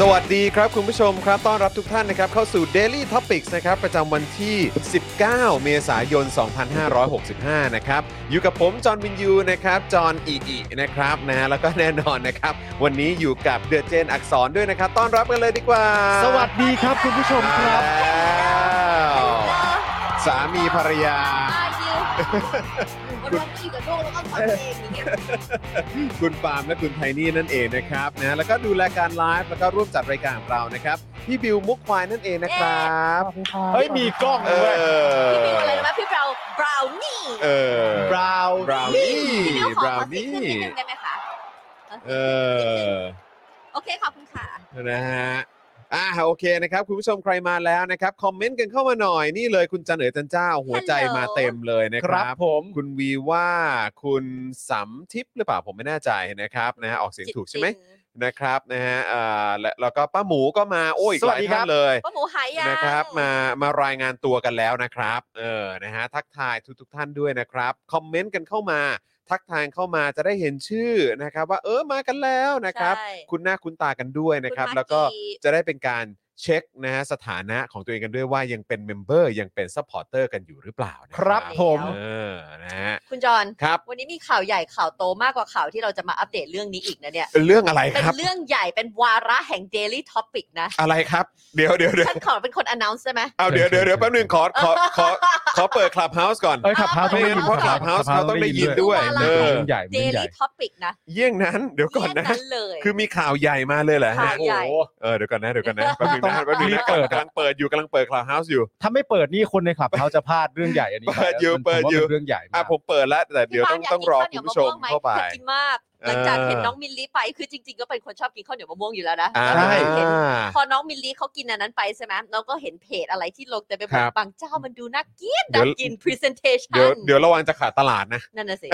สวัสดีครับคุณผู้ชมครับ ต้อนรับทุกท่านนะครับเข้าสู่ Daily Topics นะครับประจำวันที่ 19 เมษายน 2565 นะครับ อยู่กับผม จอห์นวินยูนะครับ จอห์นอีอีนะครับนะฮะแล้วก็แน่นอนนะครับ วันนี้อยู่กับเดอะเจนอักษรด้วยนะครับ ต้อนรับกันเลยดีกว่า สวัสดีครับคุณผู้ชมครับ แล้วสามีภรรยา อายิววันวันก็อยู่กับลูกแล้วก็ฟังเพลงอย่างเงี้ย คุณปาล์มและคุณไทนี่นั่นเองนะครับนะแล้วก็ดูแลการไลฟ์แล้วก็ร่วมจัดรายการของเรานะครับพี่บิวมุกควายนั่นเองนะครับ เฮ้ย มีกล้อง เอ ด้วย อ พี่บิวอะไรรู้ไหมพี่เราบราวนี่ เออบ ราวน์ บราวนี่ พี่บิวขอบ ข รา อ ว สิ นี่ ขึ้นนิดนึงได้ไหมคะ เออ โอเคขอบคุณค่ะ นะฮะ อ่าโอเคนะครับ คุณผู้ชมใครมาแล้วนะครับ คอมเมนต์กันเข้ามาหน่อย นี่เลยคุณจันเอ๋อจันเจ้า หัวใจ ฮัลโหล มาเต็มเลยนะ ค ค รั รั บบ ผม คุณวีว่าคุณสำทิพย์หรือเปล่าผมไม่แน่ใจนะครับนะฮะออกเสียงถูกใช่ไหม จริง นะครับนะฮะอ่าและแล้วก็ป้าหมูก็มาโอ้ยอีกหลาย สวัสดีครั ท่า บ นเลย ๆว่าหมูหายยัง นะครับมามารายงานตัวกันแล้วนะครับเออนะฮะทักทายทุกทท่านด้วยนะครับคอมเมนต์กันเข้ามา ทักทายเข้ามาจะได้เห็นชื่อนะครับ ว่าเออมากันแล้วนะครับ ใช่ คุณหน้าคุณตากันด้วยนะครับ ณมา แล้วก็ จี จะได้เป็นการเช็คนะฮะสถานะของตัวเองกันด้วยว่ายังเป็นเมมเบอร์ยังเป็นซัพพอร์เตอร์กันอยู่หรือเปล่านะครับ ผม เออนะฮะ คุณจอน ครับ วันนี้มีข่าวใหญ่ข่าวโตมากกว่าข่าวที่เราจะมาอัปเดตเรื่องนี้อีกนะเนี่ย เรื่องอะไร เป็น ครับ เรื่องใหญ่เป็นวาระแห่ง Daily Topic นะ อะไรครับ เดี๋ยวเดี๋ยวเดี๋ยว ท่านขอเป็นคน announce ได้ไหม เอาเดี๋ยวเดี๋ยวเดี๋ยวแป๊บนึงขอขอขอขอเปิดคลับเฮาส์ก่อน เอ้ยขับเท้า ไม่งั้นเพราะคลับเฮาส์เขาต้องได้ยินด้วย คือวา เออระแห่ง ใหญ่มันใหญ่ Daily Topic นะ เยี่ยงนั้นเดี๋ยวก่อนนะ เรียเลย คือมีข่าวใหญ่มาเลยเหรอ ข่า ฮะ วใหญ่ เออเดี๋ยวก่อนนะเดี๋ยวก่อนนะแป๊บนึงนะแป๊บนึงนะ รีบเปิด กำลังเปิดอยู่กำลังเปิดคลับเฮาส์อยู่ ถ้าไม่เปิดนี่คนในขับเท้าจะพลาดเรื่องใหญ่อันนี้ เปิดอยู่ ผมว่า เปิดอยู่ นเรื่องใหญ่มา อ่ะ ก ผมเปิดแล้วแต่เดี๋ยวต้อง พี่ ต้องรอ ปาล์ คุณผู้ชมเข้าไป ยกกินข้วหนียวะวงหมอยากกินมากหลังจากเห็นน้องมิลลิไปคือจริง ๆ ก็เป็นคนชอบกินข้าวเหนียวมะม่วงอยู่แล้วนะ อ่า แล้ว ใช่ เห็นพอน้องมิลลิเขากินอันนั้นไปใช่ไหมเราก็เห็นเพจอะไรที่ลงแต่ไปหคมด รับบ างเจ้ามันดูน่ากิน เดี๋ยน่าว กิน presentation เดี๋ยวเดี๋ยวระวังจะขาดตลาดนะ นั่นน่ะสิ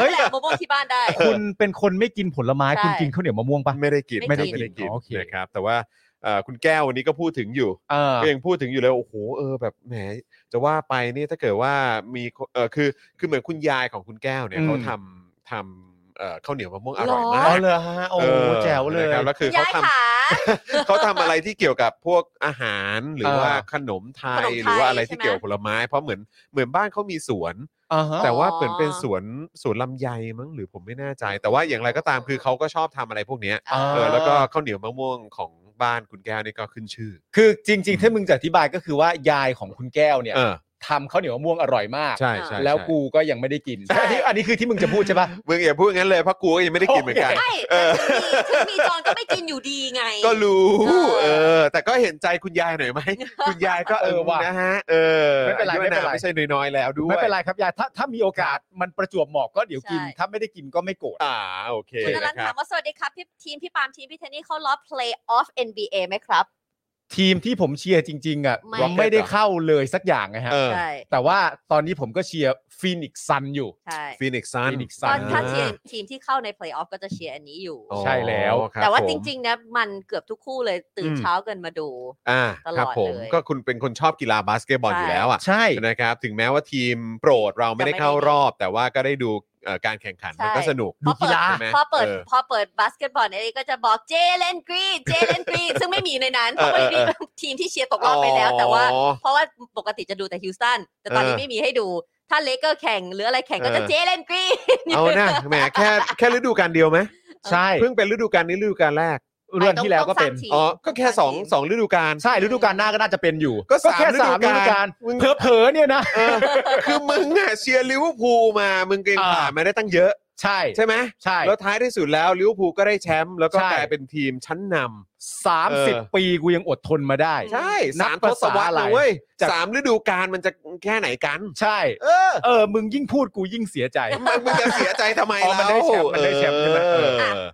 นั่นแหละมะม่วงที่บ้านได้ คุณเป็นคนไม่กินผลไม้ ใช่ คุณกินข้าวเหนียวมะม่วงปะ ไม่ได้กิน ไม่ได้ กินอ๋อโอเค นะครับแต่ว่าเอ่อคุณแก้ววันนี้ก็พูดถึงอยู่ เออ ก็ยังพูดถึงอยู่เลยโอ้โหเออแบบแหมจะว่าไปนี่ถ้าเกิดว่ามีเออคือคือเหมือนคุณยายของคุณแก้วเนี่ย อืม เขาทำทำเอ่อข้าวเหนียวมะม่วงอร่อย หร มา เอา ก เลยฮะ โอ้โห เออ แจ๋วเลย นะครับแล้วคือ ย้า เขา ย ท ขา ำเขาทำอะไรที่เกี่ยวกับพวกอาหารหรือ เออ ว่าขนมไท ข ย นมไทย หรือว่าอะไรที่ ใช่ไหม เกี่ยวกับผลไม้ เพราะเหมือนเหมือนบ้านเขามีสวน อ่าฮะ แต่ว่าเหมือนเป็นสวนสวนลำไยมั้งหรือผมไม่แน่ใจ แต่ว่าอย่างไรก็ตามคือเขาก็ชอบทำอะไรพวกเนี้ย เออ เออแล้วก็ข้าวเหนียวมะม่วงของบ้านคุณแก้วนี่ก็ขึ้นชื่อ คือจริง ๆ ถ้ามึงจะอธิบายก็คือว่ายายของคุณแก้วเนี่ย เออ ทำข้าวเหนียวมะม่วงอร่อยมาก ใช่ใช่ แล้ว ใช่ กูก็ยังไม่ได้กิน ใช่ อันนี้อันนี้คือที่มึงจะพูดใช่ปะ มึงอย่าพูดงั้นเลยเพราะกูก็ยังไม่ได้กินเหมือนกัน ไม่ เออ ถึงมีถึงมีจอนก็ไม่กินอยู่ดีไง ก็รู้ เออ เออ แต่ก็เห็นใจคุณยายหน่อยไหม คุณยายก็เออ เออว่ะ นะฮะเออ ไม่เป็นไร อายุ ไม่เป็น อา ไร ไม่ใช่น้อยๆแล้วด้วย ไม่เป็นไรครับยายถ้าถ้ามีโอกาสมันประจวบเหมาะก็เดี๋ยวกิน ใช่ ถ้าไม่ได้กินก็ไม่โกรธ อ่าโอเค คุณอรั นะ น ค ถา รั ม บ ว่าสวัสดีครับพี่ทีมพี่ปาล์มทีมพี่เทนนี่เข้ารอบ playoff NBA ไหมครับ ทีมที่ผมเชียร์จริง ๆ อ่ะ ไม่ ไม่ได้เข้าเลยสักอย่างนะฮะ เออ ใช่ แต่ว่าตอนนี้ผมก็เชียร์ฟีนิกซ์ซันอยู่ ใช่ ฟีนิกซ์ซัน Phoenix ต Sun อนถ้าเชียร์ทีมที่เข้าในเพลย์ออฟก็จะเชียร์อันนี้อยู่ ใช่แล้ว แต่ว่าจริงๆนะมันเกือบทุกคู่เลยตื่น อืม เช้ากันมาดู ๆอ่า ตลอด ครับผม เลย ก็คุณเป็นคนชอบกีฬาบาสเกตบอล ใช่ อยู่แล้วอ่ะ ใช่ นะครับถึงแม้ว่าทีมโปรดเราไม่ได้เข้ารอบ แต่ว่าก็ได้ดูเอ่อการแข่งขันมันก็สนุก ดูกีฬา พอเปิด ใช่ไหม พอเปิด เออ พอเปิดบาสเกตบอลไอ้นี่ก็จะบอกเจเลนกรีนเจเลนกรีนซึ่งไม่ มีในนั้นเพ เออ ราะว่า เออ ทีมที่เชียร์ตกรอบไปแล้ว แต่ว่า อ๋อ เพราะว่าปกติจะดูแต่ฮิวสตันแต่ตอนนี้ เออ ไม่มีให้ดู ถ้าเลเกอร์แข่งหรืออะไรแข่งก็จะ เออ เจเลนกรีน เอานะแหมแค่แค่ฤดูกาลเดียวไหม ใช่ เพิ่งเป็นฤดูกาลนี้ฤดูกาลแรก เรื่องที่แล้วก็เป็น ต้องสร้างทีม อ๋อก็แค่สองสองฤดูกาล ใช่ฤดูกาลหน้าก็น่าจะเป็นอยู่ ก็สาม แค่สาม ฤ ฤ ดูกากดูา ล ล มึง เผลอๆเนี่ยนะ เออคือมึงอะเชียร์ลิเวอร์พูลมามึงเก่ง อ่า ผ่านมาได้ตั้งเยอะ ใช่ ใช่ไหม ใช่ แล้วท้ายที่สุดแล้วลิเวอร์พูลก็ได้แชมป์แล้วก็ ใช่ กลายเป็นทีมชั้นนำ สามสิบ เออ ปีกูยังอดทนมาได้ ใช่ นั สา บ มทศวรรษ ภาษาอะไร นะเว้ย จาก สามฤดูกาลมันจะแค่ไหนกัน ใช่ เออ เออ มึงยิ่งพูดกูยิ่งเสียใจ มึงมึงจะเสียใจทำไม อ๋อ เรา มั มัน ได้แชมป์มันได้แชมป์ใช่ไหม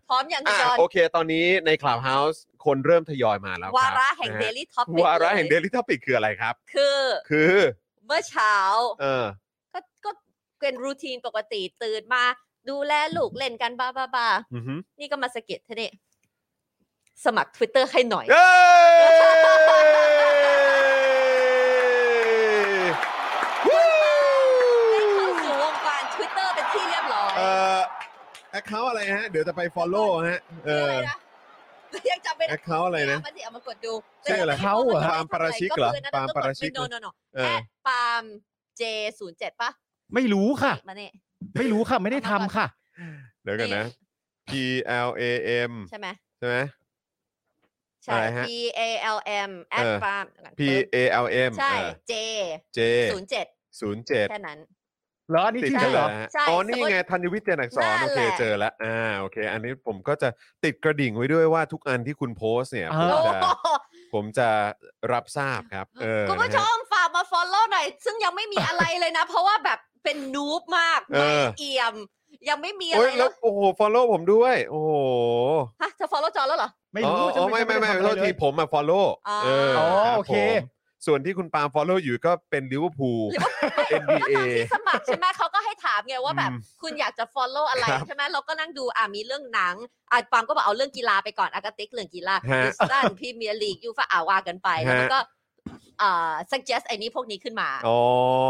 พร้อมอย่างพี่จอห์น โอเค ตอนนี้ในคล u b เฮาส์คนเริ่มทยอยมาแล้ว วา คบ ระแห่ง นฮ เดลี่ท็อป วาระแห่งเดลิท o ปิกคืออะไรครับ คือ คือ เมื่อเช้า เออ ก็ก็เป็นรูทีนปกติตื่นมา ดูแลลูกเล่นกันบ้าบ้าบ้า อือหือ นี่ก็มาสะเก็ดเธอเนี่ยสมัคร Twitter ให้หน่อย เย้วู้ ได้เข้าสู่วงการ Twitter เป็นที่เรียบร้อย เอ่อแอคเคาอะไรฮะ เดี๋ยวจะไป follow ฮะเออชื่ออะไรนะยังจำไม่ แอ ได้ คเคาอะไรนะ เอามาสิเอามากดดู ชื่ออะไร เขา เขาเหรอปาล์มปาราชิกเหรอปาล์มปาราชิกเหร โน อ โนโน เอ แอ อ ดปาล์ม J07 ป่ะ ไม่รู้ค่ะ มาเนี่ย ไม่รู้ค่ะ ไม่ได้ทำค่ะ เดี๋ยวกันนะ P L A M ใช่ไหม ใช่ไหม ใช่ อะไรฮะ P A L M แอด เออ ปาล์ม P A L M ใช่ เออ J J ศูนย์เจ็ด ศูนย์เจ็ด แค่นั้น เหรอ นี่ ติด ชื่อ กันเหรฉันเหร อ อ ฮะ ใช่ อ๋อนี่ไงธัญวิทย์เจนอักษร นั่นโอแหละเคเจอแล้วอ่าโอเค อันนี้ผมก็จะติดกระดิ่งไว้ด้วยว่าทุกอันที่คุณโพสต์เนี่ย ผ เอ ม อ โอ้ จะ โห ผมจะรับทราบครับ เออ คุณผู้ช นะฮะ มฝากมา follow หน่อย ซึ่งยังไม่มีอะไรเลยนะ เพราะว่าแบบเป็นนูบมาก เอ ไม่ อ เอี่ยม ยังไม่มีอะ โอ้ ไร ยแล้ แล้ว ว โอ้โห follow ผมด้วย โอ้โห ฮะเธอ follow จอแล้วเหรอ ไม่ อ๋อ รู้ อ๋อไม่ไม่ไม่โทษทีผมอะ follow อ๋อ เออ อ๋อ รับ โอเค ผมส่วนที่คุณปาล์ม follow อยู่ก็เป็นลิเวอร์พูล หรือว่าไม่ NBA แล้วตอนที่สมัครใช่ไหมเขาก็ให้ถามไงว่าแบบ อืม คุณอยากจะ follow อะไร ครับ ใช่ไหมเราก็นั่งดูอ่ะมีเรื่องหนังอ่ะปาล์มก็บอกเอาเรื่องกีฬาไปก่อนอากาติกเรื่องกีฬา ฮะ ดิสตันพรีเมียร์ลีกยูฟ่าอาว่ากันไปแล้วมัน ฮะ ก็เอ่อ suggest ไอ้นี้พวกนี้ขึ้นมา อ๋อ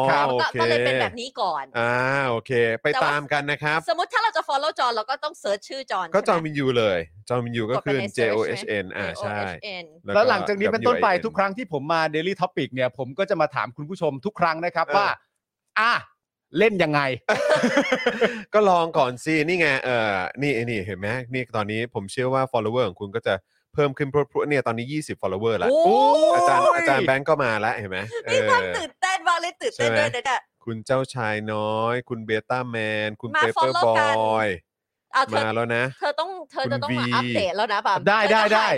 แล้ว โอ ก็ เค ก็เลยเป็นแบบนี้ก่อน อ่าโอเค ไป แต่ว่า ตามกันนะครับ สมมติถ้าเราจะ follow จอเราก็ต้องเซิร์ชชื่อจอน ก็จอใช่ไหม มินยูเลย จอมินยูก็ กดไป ขึ้น ใน J O search H ใช่ไห N อ่า J O ใช่ H N แล้วหลังจากนี้เป็นต้นไป WIN ทุกครั้งที่ผมมา Daily Topic เนี่ย ผมก็จะมาถามคุณผู้ชมทุกครั้งนะครับ เออ ว่า อ่ะ เล่นยังไง ก็ลองก่อนสิ นี่ไง เออนี่นี่เห็นไหมนี่ตอนนี้ผมเชื่อว่า follower ของคุณก็จะเพิ่มขึ้นพรวดๆเนี่ยตอนนี้ 20 follower แล้ว โอ้ อาจารย์อาจารย์แบงก์ก็มาแล้วเห็นไหมเออ ตื่นเต้นมากเลยตื่นเต้น ใช่ ด้วย ไหม นะเนี่ย คุณเจ้าชายน้อย คุณเบต้าแมน คุณ มา เปเปอร์ follow บ กั อน ย เอาเธอ มาแล้วนะ เธอต้องเธอ คุณ จะต้องมา V อัปเดตแล้วนะปาล์ม ได้ได้ได้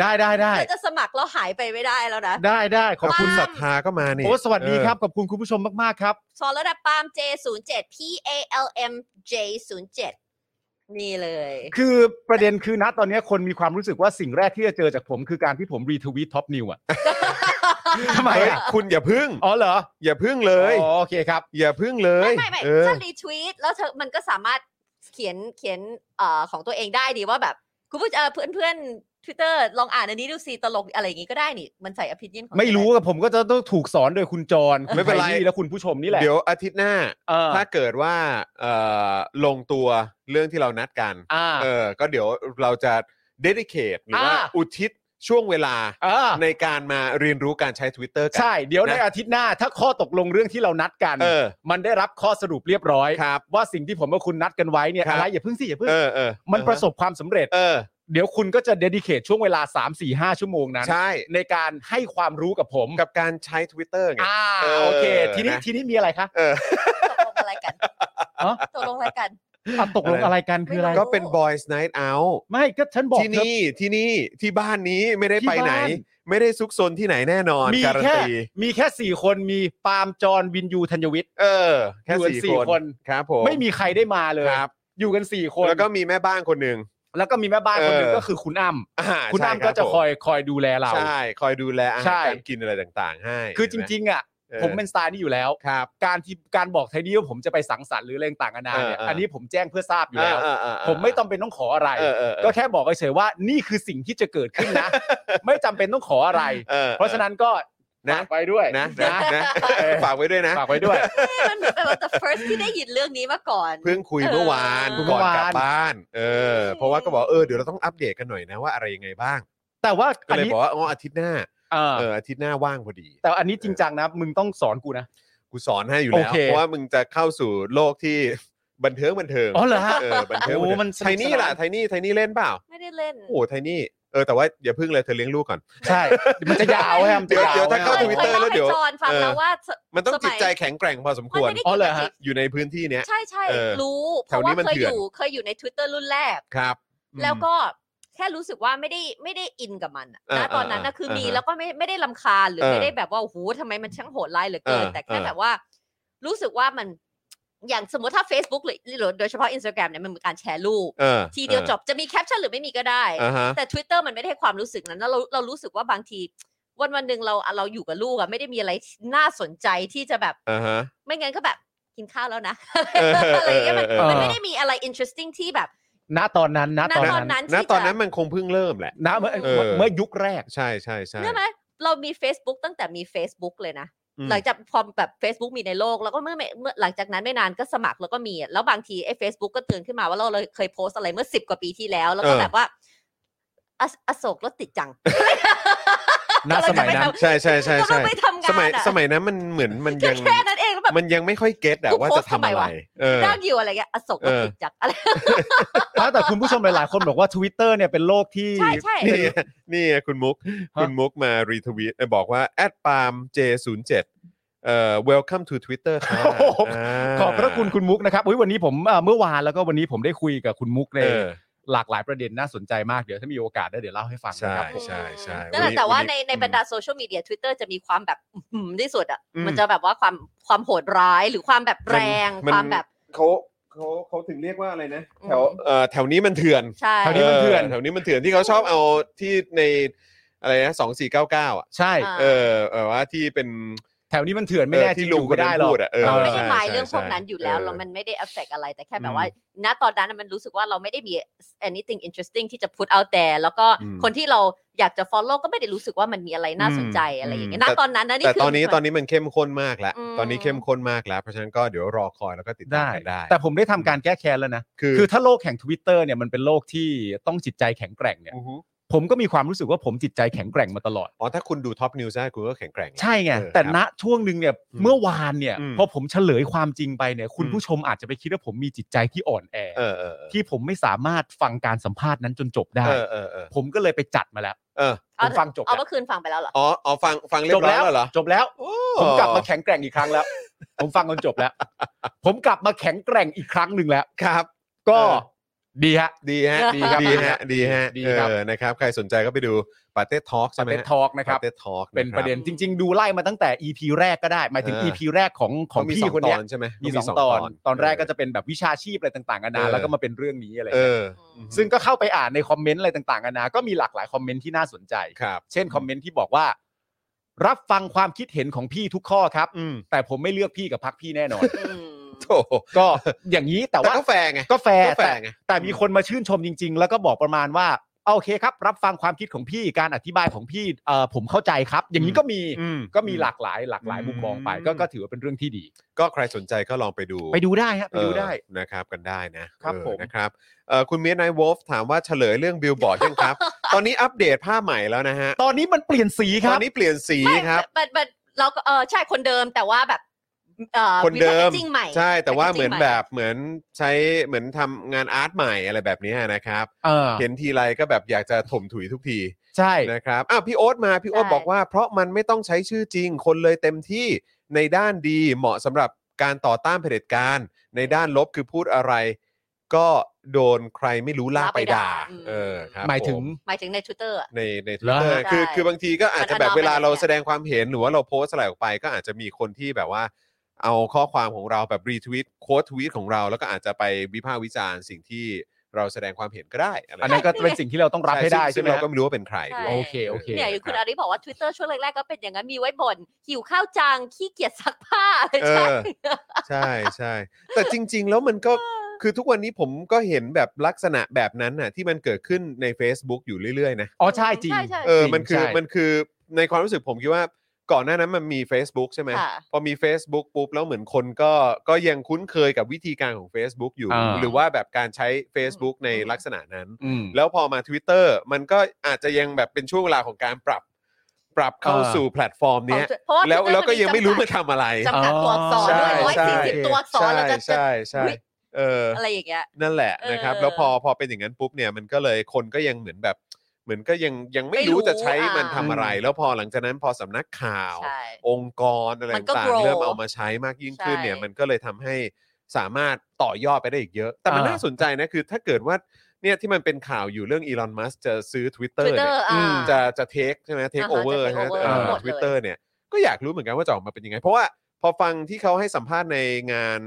ได้ได้ เธ ได้ อจะเธอจะสมัครแล้วหายไปไม่ได้แล้วนะ ได้ได้ข ขอ อ บบ คุ คุณ ณ ศรัทธาก็มานี่ โอ้สวัสดี เออ ครับขอบคุณคุณผู้ชมมากๆครับ ซอแล้วนะปาล์ม J 0 7 P A L M J 0 7นี่เลย คือประเด็นคือนะตอนเนี้ยคนมีความรู้สึกว่าสิ่งแรกที่จะเจอจากผมคือการที่ผมรีทวีตท็อปนิ วอ่ะ ทำไม เฮ้ย อ่ะ คุณอย่าพึ่ง อ๋อเหรอ อย่าพึ่งเลย อ๋อโอเคครับ อย่าพึ่งเลย ไม่ไม่ไม่ เออ ถ้ารีทวีตแล้วเธอมันก็สามารถเขียนเขียนเอ่อของตัวเองได้ดีว่าแบบคุณผู้เอ่อเพื่อนเพื่อนทวิตเตอร์ลองอ่านอันนี้ดูสิตลกอะไรอย่างงี้ก็ได้นี่ มันใส่อภินิยนของ ไม่รู้กับผมก็จะต้องถูกสอนโดยคุณจรคุณ ไม่เป็นไร ทยและคุณผู้ชมนี่แหละ เดี๋ยวอาทิตย์หน้า เออ ถ้าเกิดว่าเอ่อลงตัวเรื่องที่เรานัดกัน อ่า เออ ก็เดี๋ยวเราจะเดดิเคทหรือว่า อ่า อุทิศช่วงเวลา อ่า ในการมาเรียนรู้การใช้ Twitter กั ใช่ เดี๋ยว นะ ในอาทิตย์หน้าถ้าข้อตกลงเรื่องที่เรานัดกัน เออ มันได้รับข้อสรุปเรียบร้อย ครับ ว่าสิ่งที่ผมกับคุณนัดกันไว้เนี่ย ครับ อะไรอย่าเพิ่งสิอย่าเพิ่ง เออเออ มันประสบความสำเร็จ เออ เดี๋ยวคุณก็จะเดดิเคทช่วงเวลา 3 4 5 ชั่วโมงนั้น ใช่ ในการให้ความรู้กับผม กับการใช้ Twitter ไง อ่า เออ โอเค นะ ทีนี้ทีนี้มีอะไรคะ เออ ตกลงอะไรกัน ฮะ ตกลงอะไรกัน อ่ะตกลง อะไร อะไรกันคืออะไร ไม่รู้ ก็เป็น Boys Night Out ไม่ก็ฉันบอก ที่ เธอ นี่ที่นี่ที่บ้านนี้ไม่ได้ ที่ ไปไหน บ้าน ไม่ได้ซุกซนที่ไหนแน่นอน มี การัน แค่ ตี มีแค่สี่คนมีปาล์มจอห์นวินยูธัญวิทย์ เออ แค่ อยู่กันสี่ สี่ค คน น ครับผม ไม่มีใครได้มาเลย ครับ อยู่กันสี่คน แล้วก็มีแม่บ้านคนหนึ่ง แล้วก็มีแม่บ้านคนหนึ่ง เออ ก็คือคุณอ้ำ อ่า คุณอ้ำ ใช่ ก็ รับ จะ ผม คอยคอยดูแลเรา ใช่คอยดูแลอา ใช่ หารการกินอะไรต่างๆ ให้ คือจริง ๆ อ่ะ เออ ผมเป็นสไตล์นี้อยู่แล้ว ครับ การที่การบอกไทนี่ว่าผมจะไปสังสรรค์หรืออะไรต่างๆนานาเนี่ย เออเอออั อันนี้ผมแจ้งเพื่อทราบอยู่แล้ว เเเ ผมไม่จำเป็นต้องขออะไร เออเออเออ ก็แค่บอกเฉยๆว่านี่คือสิ่งที่จะเกิดขึ้นนะ ไม่จำเป็นต้องขออะไร ออออ เพราะฉะนั้นก็ นะ ฝากไปด้วย นะนะนะ เออ ฝากไว้ด้วยนะ ฝากไว้ ด้วย มันเหมือนแบบว่า the first ที่ได้ยินเรื่องนี้มาก่อน เพิ่งคุยเมื่อวาน เออ ก่อน เมื่อวาน กลับบ้าน เออ เพราะว่าก็บอกเออเดี๋ยวเราต้องอัปเดตกันหน่อยนะว่าอะไรยังไงบ้าง แต่ว่า ก็ อัน เลย นี้ บอกว่าอ๋ออาทิตย์หน้า เออ เอออาทิตย์หน้าว่างพอดี แต่อันนี้จริงจังนะมึงต้องสอนกูนะ กูสอนให้อยู่แล้ว โอเค เพราะว่ามึงจะเข้าสู่โลกที่ บันเทิงบันเทิง อ๋อเหรอฮะ เออบันเทิง โอ้ บันเทิงไทมันสนุกนี่ล่ะ สนาน ไทนี่ไทนี่เล่นเปล่า ไม่ได้เล่น โอ้โหไทนี่เออแต่ว่าอย่าพึ่งเลยเธอเลี้ยงลูกก่อน ใช่เดี๋ยวมันจะยาวแฮมนจะยาว เดี๋ยวถ้าเข้า เคย Twitter เคยเล่า แล้วเดี๋ ให้ ยว จอนฟัง เออ แล้วว่า มันต้อง สมัย จิตใจแข็งแกร่งพอสม มั คน วร ไม่ได้ อ๋อ เกี่ยว เหรอบกัฮะ จิต อยู่ในพื้นที่เนี้ย ใช่ใช่ เออ รู้ แถ เพราะ วนี้ ว่า มัน เคย เถื่ อ อน ยู่เคยอยู่ใน Twitter รุ่นแรก ครับอืม แล้วก็แค่รู้สึกว่าไม่ได้ไม่ได้อินกับมันอะ เออ นะตอนนั้นนะ เออ คือ เออ มี เออ แล้วก็ไม่ไม่ได้ลำคาญหรือ เออ ไม่ได้แบบว่าโอ้โหทำไมมันช่างโหดร้ายเหลือเกิน เออ แต่แค่ เออ แบบว่า รู้สึกว่ามันอย่างสมมติถ้า Facebook หรือหรือโดยเฉพาะ Instagram เนี่ยมันเหมือนการแชร์รูป เออ ทีเดียว ออ จบจะมีแคปชั่นหรือไม่มีก็ได้ อ่าฮะ แต่ Twitter มันไม่ได้ให้ความรู้สึกนั้นแล้วเราเรารู้สึกว่าบางที วันวันๆหนึ่งเราเราอยู่กับลูกอะไม่ได้มีอะไรน่าสนใจที่จะแบบ อ่าฮะ ไม่งั้นก็แบบกินข้าวแล้วนะ เออเออ อะไรอย่างเงี้ยมัน เออเออ มันไม่ได้มีอะไร interesting ที่แบบ ณตอนนั้นณ ณ ตอน ตอน นั้น นั้น ณ ที่ ตอน จะ นั้นมันคงเพิ่งเริ่มแหละ ณเมื่อ เออ เมื่อยุคแรก ใช่ใช่ใช่ เนื่อไหมเรามี Facebook ตั้งแต่มี Facebook เลยนะ อืม หลังจากพอแบบ Facebook มีในโลก แล้วก็เมื่อไม่เมื่อหลังจากนั้นไม่นานก็สมัครแล้วก็มีอะแล้วบางทีไอ้ Facebook ก็เตือนขึ้นมาว่าเราเลยเคยโพสต์อะไรเมื่อสิบกว่าปีที่แล้ว แล้วก็ เออ แบบว่าอสอโศกรถติดจัง ณสมัยนั้น ใช่ใช่ใช่ ก็เรา ใช่ ไปทำงาน สมัย อะ สมัยนั้นมันเหมือนมันยัง แค่นั้นเองแล้วแบบ มันยังไม่ค่อยเก็ตอะ กู ว่า โพสต์ จะทำ ทำไม อะไร วะ เออ นั่งอยู่อะไรเงี้ยอโศกรถติดจังอะไร แล้วแต่คุณผู้ชมหลายๆคนบอกว่า Twitter เนี่ยเป็นโลกที่ ใช่ใช่ นี่ไงนี่ไงคุณมุก ฮะ คุณมุกมารีทวีตบอกว่า แอดปาล์ม J07 เอ่อ welcome to Twitter ค่ะ โอ้โห า ขอบพระคุณคุณมุกนะครับอุ๊ยวันนี้ผมเอ่อเมื่อวานแล้วก็วันนี้ผมได้คุยกับคุณมุกใน เออ หลากหลายประเด็นน่าสนใจมากเดี๋ยวถ้ามีโอกาสได้เดี๋ยวเล่าให้ฟัง ใช่ นะครับผม ใช่ใช่ นั่นแหละ นี้ แต่ว่าใน นี้ ในบรรดาโซเชียลมีเดีย Twitter จะมีความแบบ อื้อหือที่สุดอ่ะ อืม มันจะแบบว่าความความโหดร้ายหรือความแบบแรง มัน ความแบบ เขาเขาเขาถึงเรียกว่าอะไรนะ อืม แถวเอ่อแถวนี้มันเถื่อน ใช่ แถวนี้มันเถื่อน แถวนี้มันเถื่อนที่เขาชอบเอาที่ในอะไรนะสองสี่เก้าเก้าอ่ะ ใช่ า เออเออว่าที่เป็น แถวนี้มันเถื่อนไม่แน่จริงอยู่ไม่ได้หรอก เออที่ลุงคนนั้นพูดอะเออ เราไม่ ใช่ ได้หมายเรื่องพวกนั้น ใช่ อยู่แล้ว เออ เรามันไม่ได้ affect อะไรแต่แค่แบ อื บ ม ว่า ณตอนนั้นน่ะมันรู้สึกว่าเราไม่ได้มี anything interesting ที่จะ put out there แล้วก็ อืม คนที่เราอยากจะ follow ก็ไม่ได้รู้สึกว่ามันมีอะไรน่าสนใจ อืม อะไรอย่างเงี้ย อื ณ ม ตอนนั้นนะนี่ แต่ คือ ตอนนี้ตอนนี้มันเข้มข้นมากแล้ว อืม ตอนนี้เข้มข้นมากแล้ว เพราะฉะนั้นก็เดี๋ยวรอคอยแล้วก็ติดตามกันได้ แต่ผมได้ทำการแก้แค้นแล้วนะ คือ คือถ้าโลกแห่ง Twitter เนี่ยมันเป็นโลกที่ต้องจิตใจแข็งแกร่งเนี่ย อฮึ ผมก็มีความรู้สึกว่าผมจิตใจแข็งแกร่งมาตลอด อ๋อถ้าคุณดูท็อปนิวส์ได้คุณก็แข็งแกร่ง ใช่ไง เออ แต่ ครับ ณช่วงหนึ่งเนี่ย อืม เมื่อวานเนี่ย อืม พอผมเฉลยความจริงไปเนี่ย คุณ อืม ผู้ชมอาจจะไปคิดว่าผมมีจิตใจที่อ่อนแอ เออเออเออ ที่ผมไม่สามารถฟังการสัมภาษณ์นั้นจนจบได้ เออเออเออ ผมก็เลยไปจัดมาแล้ว เออ ผมฟังจบ เอา แล้ว เมื่อคืนฟังไปแล้วเหรอ อ๋ออ๋อฟังฟังเรียบร้อยแล้วเหรอ จบแล้ว โอ้ ผมกลับมาแข็งแกร่งอีกครั้งแล้ว ผมฟังจนจบแล้ว ผมกลับมาแข็งแกร่งอีกครั้งหนึ่งแล้ว ครับ ก็ เออ ดีฮะ ดีฮะ ดีครับ ดีฮะดีฮะ ดีครับ เออนะครับ ใครสนใจก็ไปดูปาเต้ทอล์กใช่ไหม เป็นทอล์กนะครับ เต้ทอล์ก เป็นประเด็นจริง ๆ ดูไล่มาตั้งแต่ EP แรกก็ได้ หมายถึง เออ EP แรกของของ มี พี่ สอง คน ตอ เนี้ย นใช่ไหม มี เขา สองตอน ตอนแรกก็จะเป็นแบบวิชาชีพอะไรต่างๆกันานาแล้วก็มาเป็นเรื่องนี้อะไร เอ เงี้ย อ ซึ่งก็เข้าไปอ่านในคอมเมนต์อะไรต่างๆกันานาก็มีหลากหลายคอมเมนต์ที่น่าสนใจ ครับ เช่นคอมเมนต์ที่บอกว่า รับฟังความคิดเห็นของพี่ทุกข้อครับ อืม แต่ผมไม่เลือกพี่กับพักพี่แน่ นอน อืม โถ่ ก็อย่างนี้แต่ แต่ ว่า ก็แฟร์ไง ก็แฟร์ ก็แฟ แต่ ร์ไง แต่มีคนมาชื่นชมจริง ๆ แล้วก็บอกประมาณว่าเอาโอเคครับ รับฟังความคิดของพี่การอธิบายของพี่เอ่อผมเข้าใจครับ อย่างนี้ก็มี อืม ก็มีหลากหลายหลากหลายมุมมองไป อืม ก็ก็ถือว่าเป็นเรื่องที่ดี ก็ใครสนใจก็ลองไปดู ไปดูได้ฮะไปดูได้ เออนะครับกันได้นะครับเออ ผม นะครับเอ่อคุณเมียนายโวฟถามว่าเฉลยเรื่องบิลบอร์ดยังครับ ตอนนี้อัปเดตผ้าใหม่แล้วนะฮะ ตอนนี้มันเปลี่ยนสีค ตอ รับ นนี้เปลี่ยนสีครับ แต่แต่เราก็เออใช่คนเดิมแต่ว่าแบบเอ่อ คนเดิม จริงใหม่ ใช่แต่ว่า packaging เหมือนแบบเหมือนใช้เหมือนทำงานอาร์ตใหม่อะไรแบบนี้นะครับ เออ เห็นทีไรก็แบบอยากจะถมถุยทุกที ใช่ นะครับอ้าวพี่โอ๊ตมาพี่โอ๊ต ใช่ บอกว่า เพราะมันไม่ต้องใช้ชื่อจริง คนเลยเต็มที่ในด้านดีเหมาะสำหรับการต่อต้านเผด็จการ ในด้านลบคือพูดอะไร ก็โดนใครไม่รู้ลากไปด่าเออครับ หมายถึง ผ หมายถึงใน Twitter อะ ในในท เหร วิ อ ตเตอร์ ฮะ คือ ใช่ คือบางทีก็อาจจะแบบ มัน เวลาเรา มัน แสดงความเห็นหรือว่าเราโพสต์อะไรออกไป ก็อาจจะมีคนที่แบบว่า เอาข้อความของเราแบบรีทวิตโค้ดทวีตของเรา แล้วก็อาจจะไปวิพากษ์วิจารณ์สิ่งที่เราแสดงความเห็นก็ได้อะไร อันนั้นก็เป็นสิ่งที่เราต้องรับให้ได้ ซึ่งใช่ไหม เรา ฮะ ก็ไม่รู้ว่าเป็นใคร ใช่ ด้วย โอเคโอเค เนี่ยคุณ รับ อาริบอกว่า Twitter ช่วงแรก ๆ ก็เป็นอย่างนั้นมีไว้บ่นหิวข้าวจัง ขี้เกียจซักผ้าอะไร เอ ใช่ อใช่ใช่แต่จริง ๆ แล้วมันก็คือทุกวันนี้ผมก็เห็นแบบลักษณะแบบนั้นน่ะที่มันเกิดขึ้นใน Facebook อยู่เรื่อยๆนะ อ๋อใช่จริง ใช่ใช่ เออ จริง มันคือ ใช่ มันคือ ในความรู้สึกผมคิดว่า ก่อนหน้านั้นมันมี Facebook ใช่ไหม ค่ะ พอมี Facebook ปุ๊บแล้วเหมือนคนก็ก็ยังคุ้นเคยกับวิธีการของ Facebook อยู่ อ่า หรือว่าแบบการใช้ Facebook ในลักษณะนั้น อืม แล้วพอมา Twitter มันก็อาจจะยังแบบเป็นช่วงเวลาของการปรับ ปรับเข้า เออ สู่แพลตฟอร์มเนี้ย ของเพราะา แล้ว ทวิตเตอ แล้วก็ยังไม่รู้ จำ มา กัด ทำอะไร จำกัดตัวอักษร ใช่ ร้อย ใช่ สี่สิบตัวอักษร ใช่ แล้วจะจะ ใช่ใช่เอออ อะไรอย่างเงี้ย นั่นแหละนะครับ เออ แล้วพอพอเป็นอย่างนั้นปุ๊บเนี่ยมันก็เลยคนก็ยังเหมือนแบบ เหมือนก็ยังยังไม่ ไม่รู้ รู้จะใช้มันทำ อ่า อะไร แล้วพอหลังจากนั้นพอสำนักข่าว ใช่ องค์กรอะไร มันก็ ต่าง grow ๆเริ่มเอามาใช้มากยิ่งขึ้น ใช่ เนี่ยมันก็เลยทำให้สามารถต่อยอดไปได้อีกเยอะ แต่มัน อ่า น่าสนใจนะคือถ้าเกิดว่าเนี่ยที่มันเป็นข่าวอยู่เรื่องอีลอนมัสจะซื้อ Twitter ทวิตเตอ เนี่ย ร์อ่า จะจะเทคใช่ไหมเทค อ่าฮะ โอเวอร์ จะ take ใช่ไหม over ทั้งหมดเลย ทวิตเตอร์เนี่ยก็อยากรู้เหมือนกันว่าจะออกมาเป็นยังไง เพราะว่าพอฟังที่เขาให้สัมภาษณ์ในงาน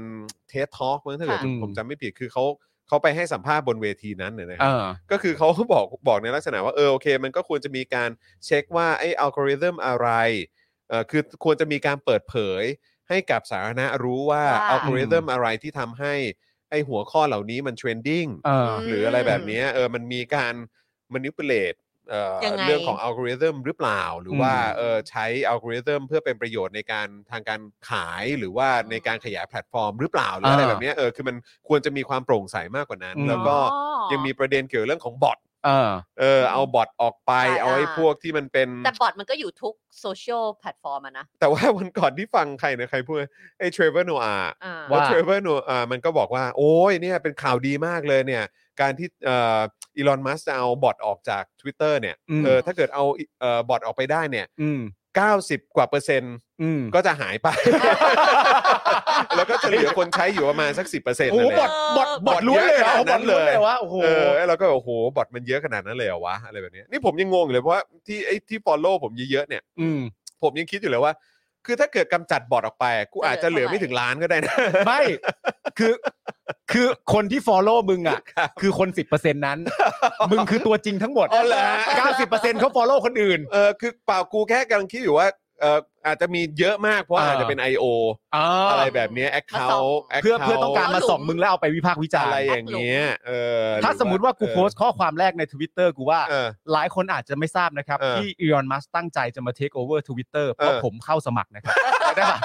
เทสทอล์กเมื่อถ้าเกิด ค่ะ ผมจำไม่ผิดคือเขาเขาไปให้สัมภาษณ์บนเวทีนั้นเนี่ยนะค เอ รับ อ ก็คือเขา ก็บอกบอกในลักษณะว่าเออโอเค มันก็ควรจะมีการเช็คว่าไอ้อัลกอริทึมอะไรเออคือควรจะมีการเปิดเผยให้กับสาธารณะรู้ว่า ว่า อัลกอริทึมอะไรที่ทำให้ไอ้หัวข้อเหล่านี้มันเทรนดิ้ง เออ ม หรืออะไรแบบเนี้ยเออมันมีการ manipulate เอ่อ ยังไง เรื่องของอัลกอริทึมหรือเปล่า หรือว่า อืม เออใช้อัลกอริทึมเพื่อเป็นประโยชน์ในการทางการขายหรือว่าในการขยายแพลตฟอร์มหรือเปล่าหรืออะไรแบบเนี้ยเออคือมันควรจะมีความโปร่งใสมากกว่านั้น อืม แล้วก็ อ๋อ ยังมีประเด็นเกี่ยวเรื่องของบอท เออ เออเอาบอทออกไป อ่า เอาไอ้ อ่า พวกที่มันเป็น แต่บอทมันก็อยู่ทุกโซเชียลแพลตฟอร์มอะนะ แต่ว่าวันก่อนที่ฟังใครนะใครพูดไอ้เทรเวอร์โนอา อ่า ว่า เทรเวอร์โนอ่ามันก็บอกว่า โอ้ยเนี่ยเป็นข่าวดีมากเลยเนี่ย การที่เอีลอนมัสเอาบอทออกจาก Twitter เนี่ย อืม เออถ้าเกิดเอาเอ่อบอทออกไปได้เนี่ย อืม 90 กว่าเปอร์เซ็นต์ อืม ก็จะหายไป แล้วก็จะเหลือคนใช้อยู่ประมาณสัก 10%เปอร์เซ็นต์ โอ้โห นั่นแห บอ ละ ดบอดบบอดอท ล้วนเลยเหรอ เยอะขนาดนั้ บอน ด เล ล้ ย วนเลยวะโอ้โห เออแล้วก็โอ้โหบอทมันเยอะขนาดนั้นเลยเหรอวะอะไรแบบเนี้ยนี่ผมยังงงอยู่เลยเพราะว่าที่ไอ้ที่ฟอลโล่ผมเยอะๆเนี่ย อืม ผมยังคิดอยู่เลยว่า คือถ้าเกิดกำจัดบอทออกไปกูอาจจะเหลือไม่ถึงล้านก็ได้นะ ไม่ คือ คือคนที่ follow มึงอ่ะ คือคน 10%นั้น มึงคือตัวจริงทั้งหมด อ๋อเหรอ 90%เขา follow คนอื่น เออคือเปล่ากูแค่กำลังคิดอยู่ว่าเอออาจจะมีเยอะมากเพราะ อ่า อาจจะเป็น I.O. อ่า อะไรแบบเนี้แอค มา เคา ส่อง ท์ เพื่อเพื่อต้องการมาส่องมึงแล้วเอาไปวิพากษ์วิจาร อะ ณ์ ไรอย่างเงี้ยเออหถ้ารือ สมมติว่ากู เออ โพสต์ข้อความแรกใน Twitter กูว่า เออ หลายคนอาจจะไม่ทราบนะครับ เออ ที่อี o n นมัสตั้งใจจะมาเทคโอเวอร์ทวิตเตอร์เพ เอ ราะ อ ผมเข้าสมัครนะครับ ได้ปะ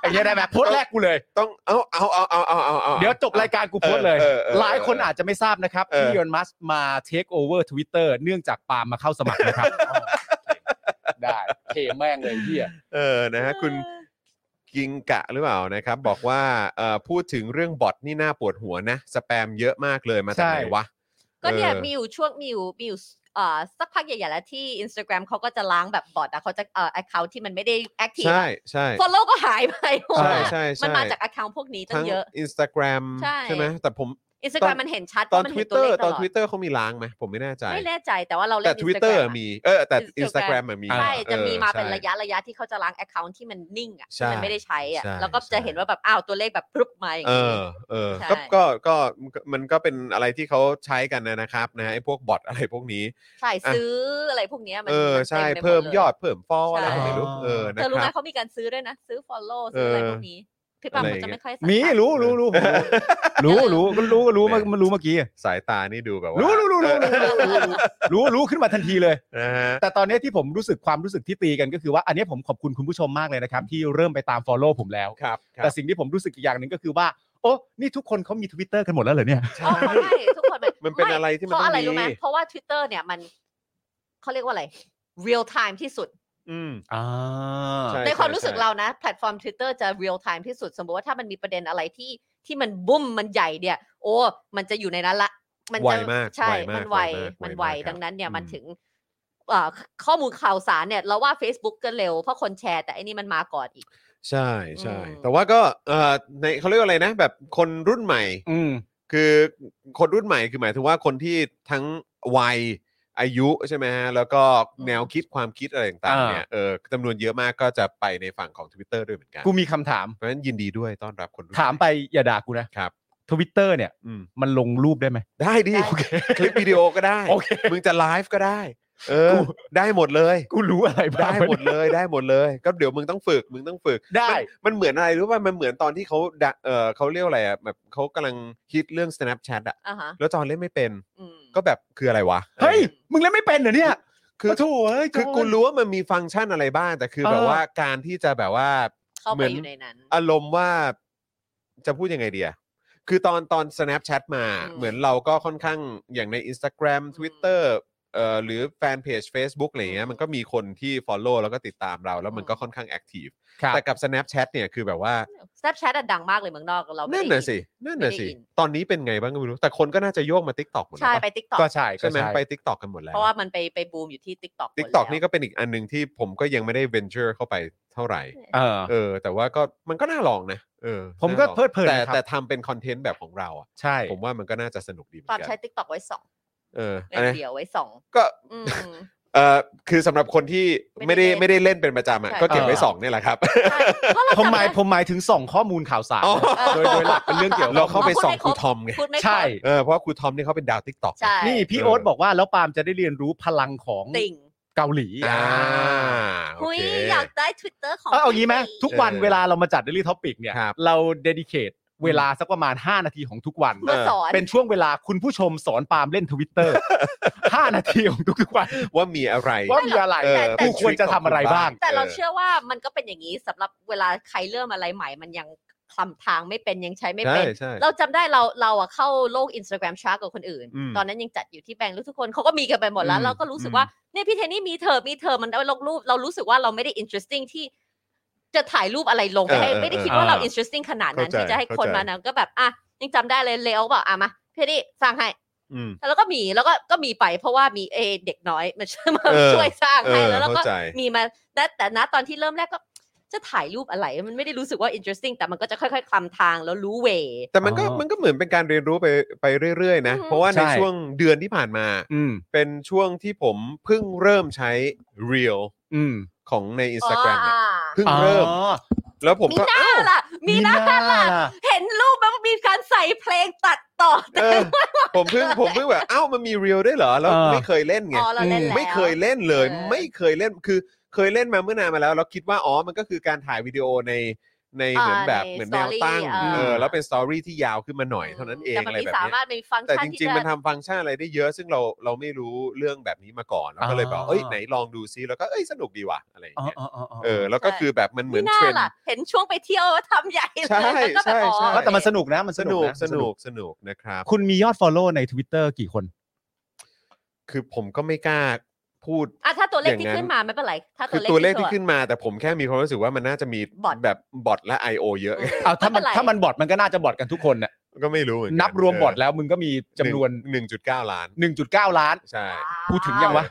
ไอ้เหี้ยได้ไหมโพสต์แรกกูเลย ต้องเอาเอาเอาเอาเอาเอาอา เดี๋ยวจบรายการกูโพสต์เลย เออเออเออ หลายคนอาจจะไม่ทราบนะครับ เออ ที่อี o n นมัสมาเทคโอเวอร์ทวิตเตอร์เนื่องจากปาล์มมาเข้าสมัครนะครับ ได้เทแม่งเลยเฮีย เออนะฮะคุณกิงกะหรือเปล่านะครับ บอกว่าเอ่อพูดถึงเรื่องบอทนี่น่าปวดหัวนะ สแปมเยอะมากเลยมาจากไหนวะ ก็เนี่ย เออ มีอยู่ช่วงมีอยู่มีอยู่สเอ่อสักพักใหญ่ๆแล้วที่ Instagram เขาก็จะล้างแบบบอทอะเขาจะเอ่อ account ที่มันไม่ได้แอคทีฟ ใช่ใช่ ฟอลโล่ก็หายไปเพราะ ใช่ ว่า ใช่ใช่ มันมาจาก account พวกนี้ตั้ ทั้ ง ง เยอะ Instagram ใช่ ไหมแต่ผม Instagram ตอน มันเห็นชัด ตอน เพราะมันเห็นตัว Twitter เลข ต ต อน ลอด Twitter เขามีล้างไหมผมไม่แน่ใจ ไม่แน่ใจแต่ว่าเราเล่ แต่ น Twitter Instagram ะ มีเออแต่ Instagram Instagram มันมี ใช่จะมีมาเป็น ออใช่ ระยะระยะที่เขาจะล้าง account ที่มันนิ่งอะ ใช่ ที่มันไม่ได้ใช้อะ ใช่ แล้วก็ ใช่ จะเห็นว่าแบบอ้าวตัวเลขแบบพรึบมาอย่าง เอ นี้ อเออ ใช่ ก็ก็ก็มันก็เป็นอะไรที่เขาใช้กันนะครับนะไอ้พวกบอทอะไรพวกนี้ ใช่ซื้ออะไรพวกนี้ยมัน เออ มัน ใช่ ต็ไปหด เพิ่ม ล ยอดเพิ่มฟอลอะไร ใช่ ก็ไม่รู้เออนะ เธอรู้ ค ไหม รับ เขามีการซื้อด้วยนะ ซื้อ follow ซื้ออะไรพวกนี้ พี่ปาม อะไรอ เขา ย่างเงี้ยจะไม่ค่อยสันทัด มีรู้รู้รู้ผมรู้รู้รู้รู้ก็รู้มามันรู้เมื่อกี้ สายตานี่ดูแบบว่า รู้รู้รู้รู้รู้รู้รู้รู้ขึ้นมาทันทีเลย นะฮะ แต่ตอนนี้ที่ผมรู้สึกความรู้สึกที่ตีกันก็คือว่าอันนี้ผมขอบคุณคุณผู้ชมมากเลยนะครับ ที่เริ่มไปตาม Follow ผมแล้ว ครับครั แต่ บ สิ่งที่ผมรู้สึกอีกอย่างหนึ่งก็คือว่า โอ้นี่ทุกคนเขามี Twitter กันหมดแล้วเหรอเนี่ย อ๋อไม่ทุกคนมัน มันเป็นอะไรที่ เพ มัน ราะ ต้อ อะไร ง รู้ไหม มี เพราะว่า Twitter เนี่ยมันเขาเรียกว่าอะไร real time ที่สุด อืม อ่า ใช่ ในความรู้สึกเรานะ แพลตฟอร์ม Twitter จะ real time ที่สุด สมมติว่าถ้ามันมีประเด็นอะไรที่ที่มันบุ้มมันใหญ่เนี่ย โอ้มันจะอยู่ในนั้นละจะ ไวมาก ใช่ ไวมาก มันไว ไวมาก มันไว ไวมาก ดังนั้นเนี่คยรับ มันถึงเอ่อข้อมูลข่าวสารเนี่ยเราว่า Facebook ก็เร็วเพราะคนแชร์แต่อันนี้มันมาก่อนอีก ใช่ใช่ อืม แต่ว่าก็เอ่อในเขาเรียกว่าอะไรนะ แบบคนรุ่นใหม่ อืม คือคนรุ่นใหม่คือหมายถึงว่าคนที่ทั้งวัยอายุใช่ไหมฮะแล้วก็แนวคิดความคิดอะไรต่างๆ อ่า เนี่ยเออจำนวนเยอะมากก็จะไปในฝั่งของ Twitter ด้วยเหมือนกัน กูมีคำถาม เพราะฉะนั้นยินดีด้วยต้อนรับคนรุ่น ถาม ให ไปอย่าด่ากูนะ ครับ Twitter เนี่ย อืม มันลงรูปได้ไหม ได้ดิ ได้ โอเค คลิปวิดีโอก็ได้ โอเค มึงจะไลฟ์ก็ได้ เออ ได้หมดเลย กูรู้อะไรบ้าง ได้หมดเลยได้หมดเลย ก็เดี๋ยวมึงต้องฝึกมึงต้องฝึก ได้ มันเหมือนอะไรรู้ป่ะมันเหมือนตอนที่เขาดะเออเขาเรียกว่าอะไรอะแบบเขากำลังฮิตเรื่อง Snapchat อะ อ่ะฮะ แล้วจอนเล่นไม่เป็น อืม ก็แบบคืออะไรวะ เฮ้ย มึงเล่นไม่เป็นเหรอเนี่ย คือ โถ่เอ้ย คือ จน กูรู้ว่ามันมีฟังก์ชันอะไรบ้าง แต่คือแบบ เออ ว่าการที่จะแบบว่า เข้า เหมือนไปอยู่ในนั้น อารมณ์ว่าจะพูดยังไงเดียคือตอนตอน Snapchat มา อืม เหมือนเราก็ค่อนข้างอย่างใน Instagram อืม Twitter เอ่อหรือแฟนเพจ Facebook อะไรเงี้ยมันก็มีคนที่ Follow แล้วก็ติดตามเรา แล้วมันก็ค่อนข้างแอคทีฟ ครับ แต่กับ Snapchat เนี่ยคือแบบว่า Snapchat อะดังมากเลยเมืองนอกเราไม่ นั่น ได้ น่ะสิ ยิ นั่นน่ะสิ ไม่ได้อิน ตอนนี้เป็นไงบ้างก็ไม่รู้ แต่คนก็น่าจะโยกมา TikTok หมด ใช่ แล้ว ไป ปะ TikTok ก็ใช่ก็ ใช่ไหม ใช่ ไป TikTok กันหมดแล้ว เพราะว่ามันไปไปบูมอยู่ที่ TikTok หมด TikTok แล้ว นี่ก็เป็นอีกอันหนึ่งที่ผมก็ยังไม่ได้ venture เข้าไปเท่าไหร่ เออ เออ แต่ว่าก็มันก็น่าลองนะเออ ผมก็ น่าลอง เพลิดเพลิน แต่ นะครับ แต่ทำเป็นคอนเทนต์แบบของเราอะ ใช่ ผมว่ามันก็น่าจะสนุกดีเหมือ ปรันบกั ใช้ น TikTok ไว้สอง เออ เล่ อัน น นั้น เดียวไว้สอง ก็ อืม เออคือสำหรับคนที่ ไม่ ไม่ ได้ ได้ไม่ได้เล่นเป็นประจำอ่ะ ใช่ ก็เก็บไว้สองเนี่ยแหละครับ ใช่ เพราะเรา ผมหมาย จำได้ ผมหมายถึงส่องข้อมูลข่าวสาร อ๋อ โดยโดยหลักเป็นเรื่องเกี่ยวกับ เราเข้าไป เอาพูด ส่อง ให้ ครู ครบ ทอมไง พูดไม่ ใช่ ครบ เออเพราะว่าครูทอมนี่เขาเป็นดาวทิกตอก ใช่ นี่พี่ เออ โอ๊ตบอกว่าแล้วปาล์มจะได้เรียนรู้พลังของ ติ่ง เกาหลี อ่าโอ หุย เค อยากได้ Twitter ของ เอาเอางี้ไหม ติ่ง ทุกวัน เออ เวลาเรามาจัด Daily Topic เนี่ย ครับ เราเดดิเคทเวลาสักประมาณ 5 นาทีของทุกวัน อ มา อ สอน เป็นช่วงเวลาคุณผู้ชมสอนปาล์มเล่นทวิตเตอร์ 5 นาทีของทุกๆวัน ว่ามีอะไร ว่ามีอะไร เออ กูควรจะทำอะไรบ้าง แต่เรา เออ เชื่อว่ามันก็เป็นอย่างนี้สำหรับเวลาใครเริ่มอะไรใหม่ มันยังคลำทางไม่เป็นยังใช้ไม่ ใช่ เป็น ใช่ เราจำได้เราเราอะเข้าโลก Instagram ช้ากว่าคนอื่น อืม ตอนนั้นยังจัดอยู่ที่แบงค์รู้ทุกคนเขาก็มีกันไปหมดแล้ อื ว ม เราก็รู้สึกว่าเนี่ยพี่เทนนี่มีเธอมีเธอมันเอาไปลงรูป เรารู้สึกว่าเราไม่ได้ interesting ที่ จะถ่ายรูปอะไรลงไปให้ เออเออ ไม่ได้ เออ คิดว่าเรา เออ interesting ขนาดนั้น เข้าใจ ที่จะให้คน เข้าใจ มานะก็แบบอ่ะยังจำได้เลยเลโอบอกอ่ะมาพี่เทนนี่สร้างให้ อืม แล้วก็มีแล้วก็ก็มีไปเพราะว่ามีเอเด็กน้อยมาช่วยมา เออ ช่วยสร้างให้ เออ แล้วเราก็ เข้าใจ มีมาแต่แต่นะตอนที่เริ่มแรกก็จะถ่ายรูปอะไรมันไม่ได้รู้สึกว่า interesting แต่มันก็จะค่อยๆคลำทางแล้วรู้เว แต่มันก็ อ๋อ มันก็เหมือนเป็นการเรียนรู้ไปไปเรื่อยๆนะ อืม เพราะว่าใน ใช่ ช่วงเดือนที่ผ่านมา อืม เป็นช่วงที่ผมเพิ่งเริ่มใช้ Reel อืม ของใน Instagram เนี่ย อ่า เพิ่งเริ่ม อ๋อ แล้วผม มี ก็ หน้าล่ะ มีหน้าล่ะ ล่ะ เห็นรูปแล้วมีการใส่เพลงตัดต่อ เออผมเพิ่งผมเพิ่งแบบเอ้ามันมีเรียลได้วยเหรอ แล้ว เออ ไม่เคยเล่นไง อ๋อเราเล่นแล้ว ไม่เคยเล่นเลย เออ ไม่เคยเล่นคือเคยเล่นมาเมื่อนานมาแล้วแล้วคิดว่าอ๋อมันก็คือการถ่ายวิดีโอในในเหมือนแบบเหมือนแนวตั้งเออแล้วเป็นสตอรี่ที่ยาวขึ้นมาหน่อยเท่านั้นเอง แต่มั อะไร มี แบบ สา เนี้ย มารถมีฟังก์ แต่ ชัจนที่ ริง จะ ๆ มันทำฟังก์ชันอะไรได้เยอะ ซึ่งเราเราไม่รู้เรื่องแบบนี้มาก่อนแล้วก็เลยแบบเอ้ยไหนลองดูซิแล้วก็เอ้ยสนุกดีว่ะอะไรอย่าง อ๋อ เงี้ย อ๋ออ๋ออ๋อ เออแล้วก็คือแบบมันเหมือน มีหน้า เทรนด์ ล่ะ เห็นช่วงไปเที่ยวทำใหญ่เลย ใช่ แล้วก็แบบอ๋อ ใช่ใช่ แต่มันสนุกนะ มัน ส ส นุ นุ ก กะ สนุกสนุกนะครับ คุณมียอด Follow ใน Twitter กี่คน คือผมก็ไม่กล้าพูด อ่ะถ้าตัวเลข อ ที่ ย่างนั้น ขึ้นมาไม่เป็นไร ถ้า คือตั ตัวว เล เล ข ข ที่ ที่ ขึ้ ขึ้น นมาแต่ผมแค่มีความรู้สึกว่ามันน่าจะมี บอท แบบบอทและ IO เยอะ เอาถ้ามัน ไเป็ไร ถ้ามันบอดมันก็น่าจะบอดกันทุกคนน่ะ ก็ไม่รู้เหมือนกั นับรวมบอดแล้วมึงก็มีจำนวน หนึ่งจุดเก้าล้าน 1.9 ล้าน ใช่ พูดถึงยังวะ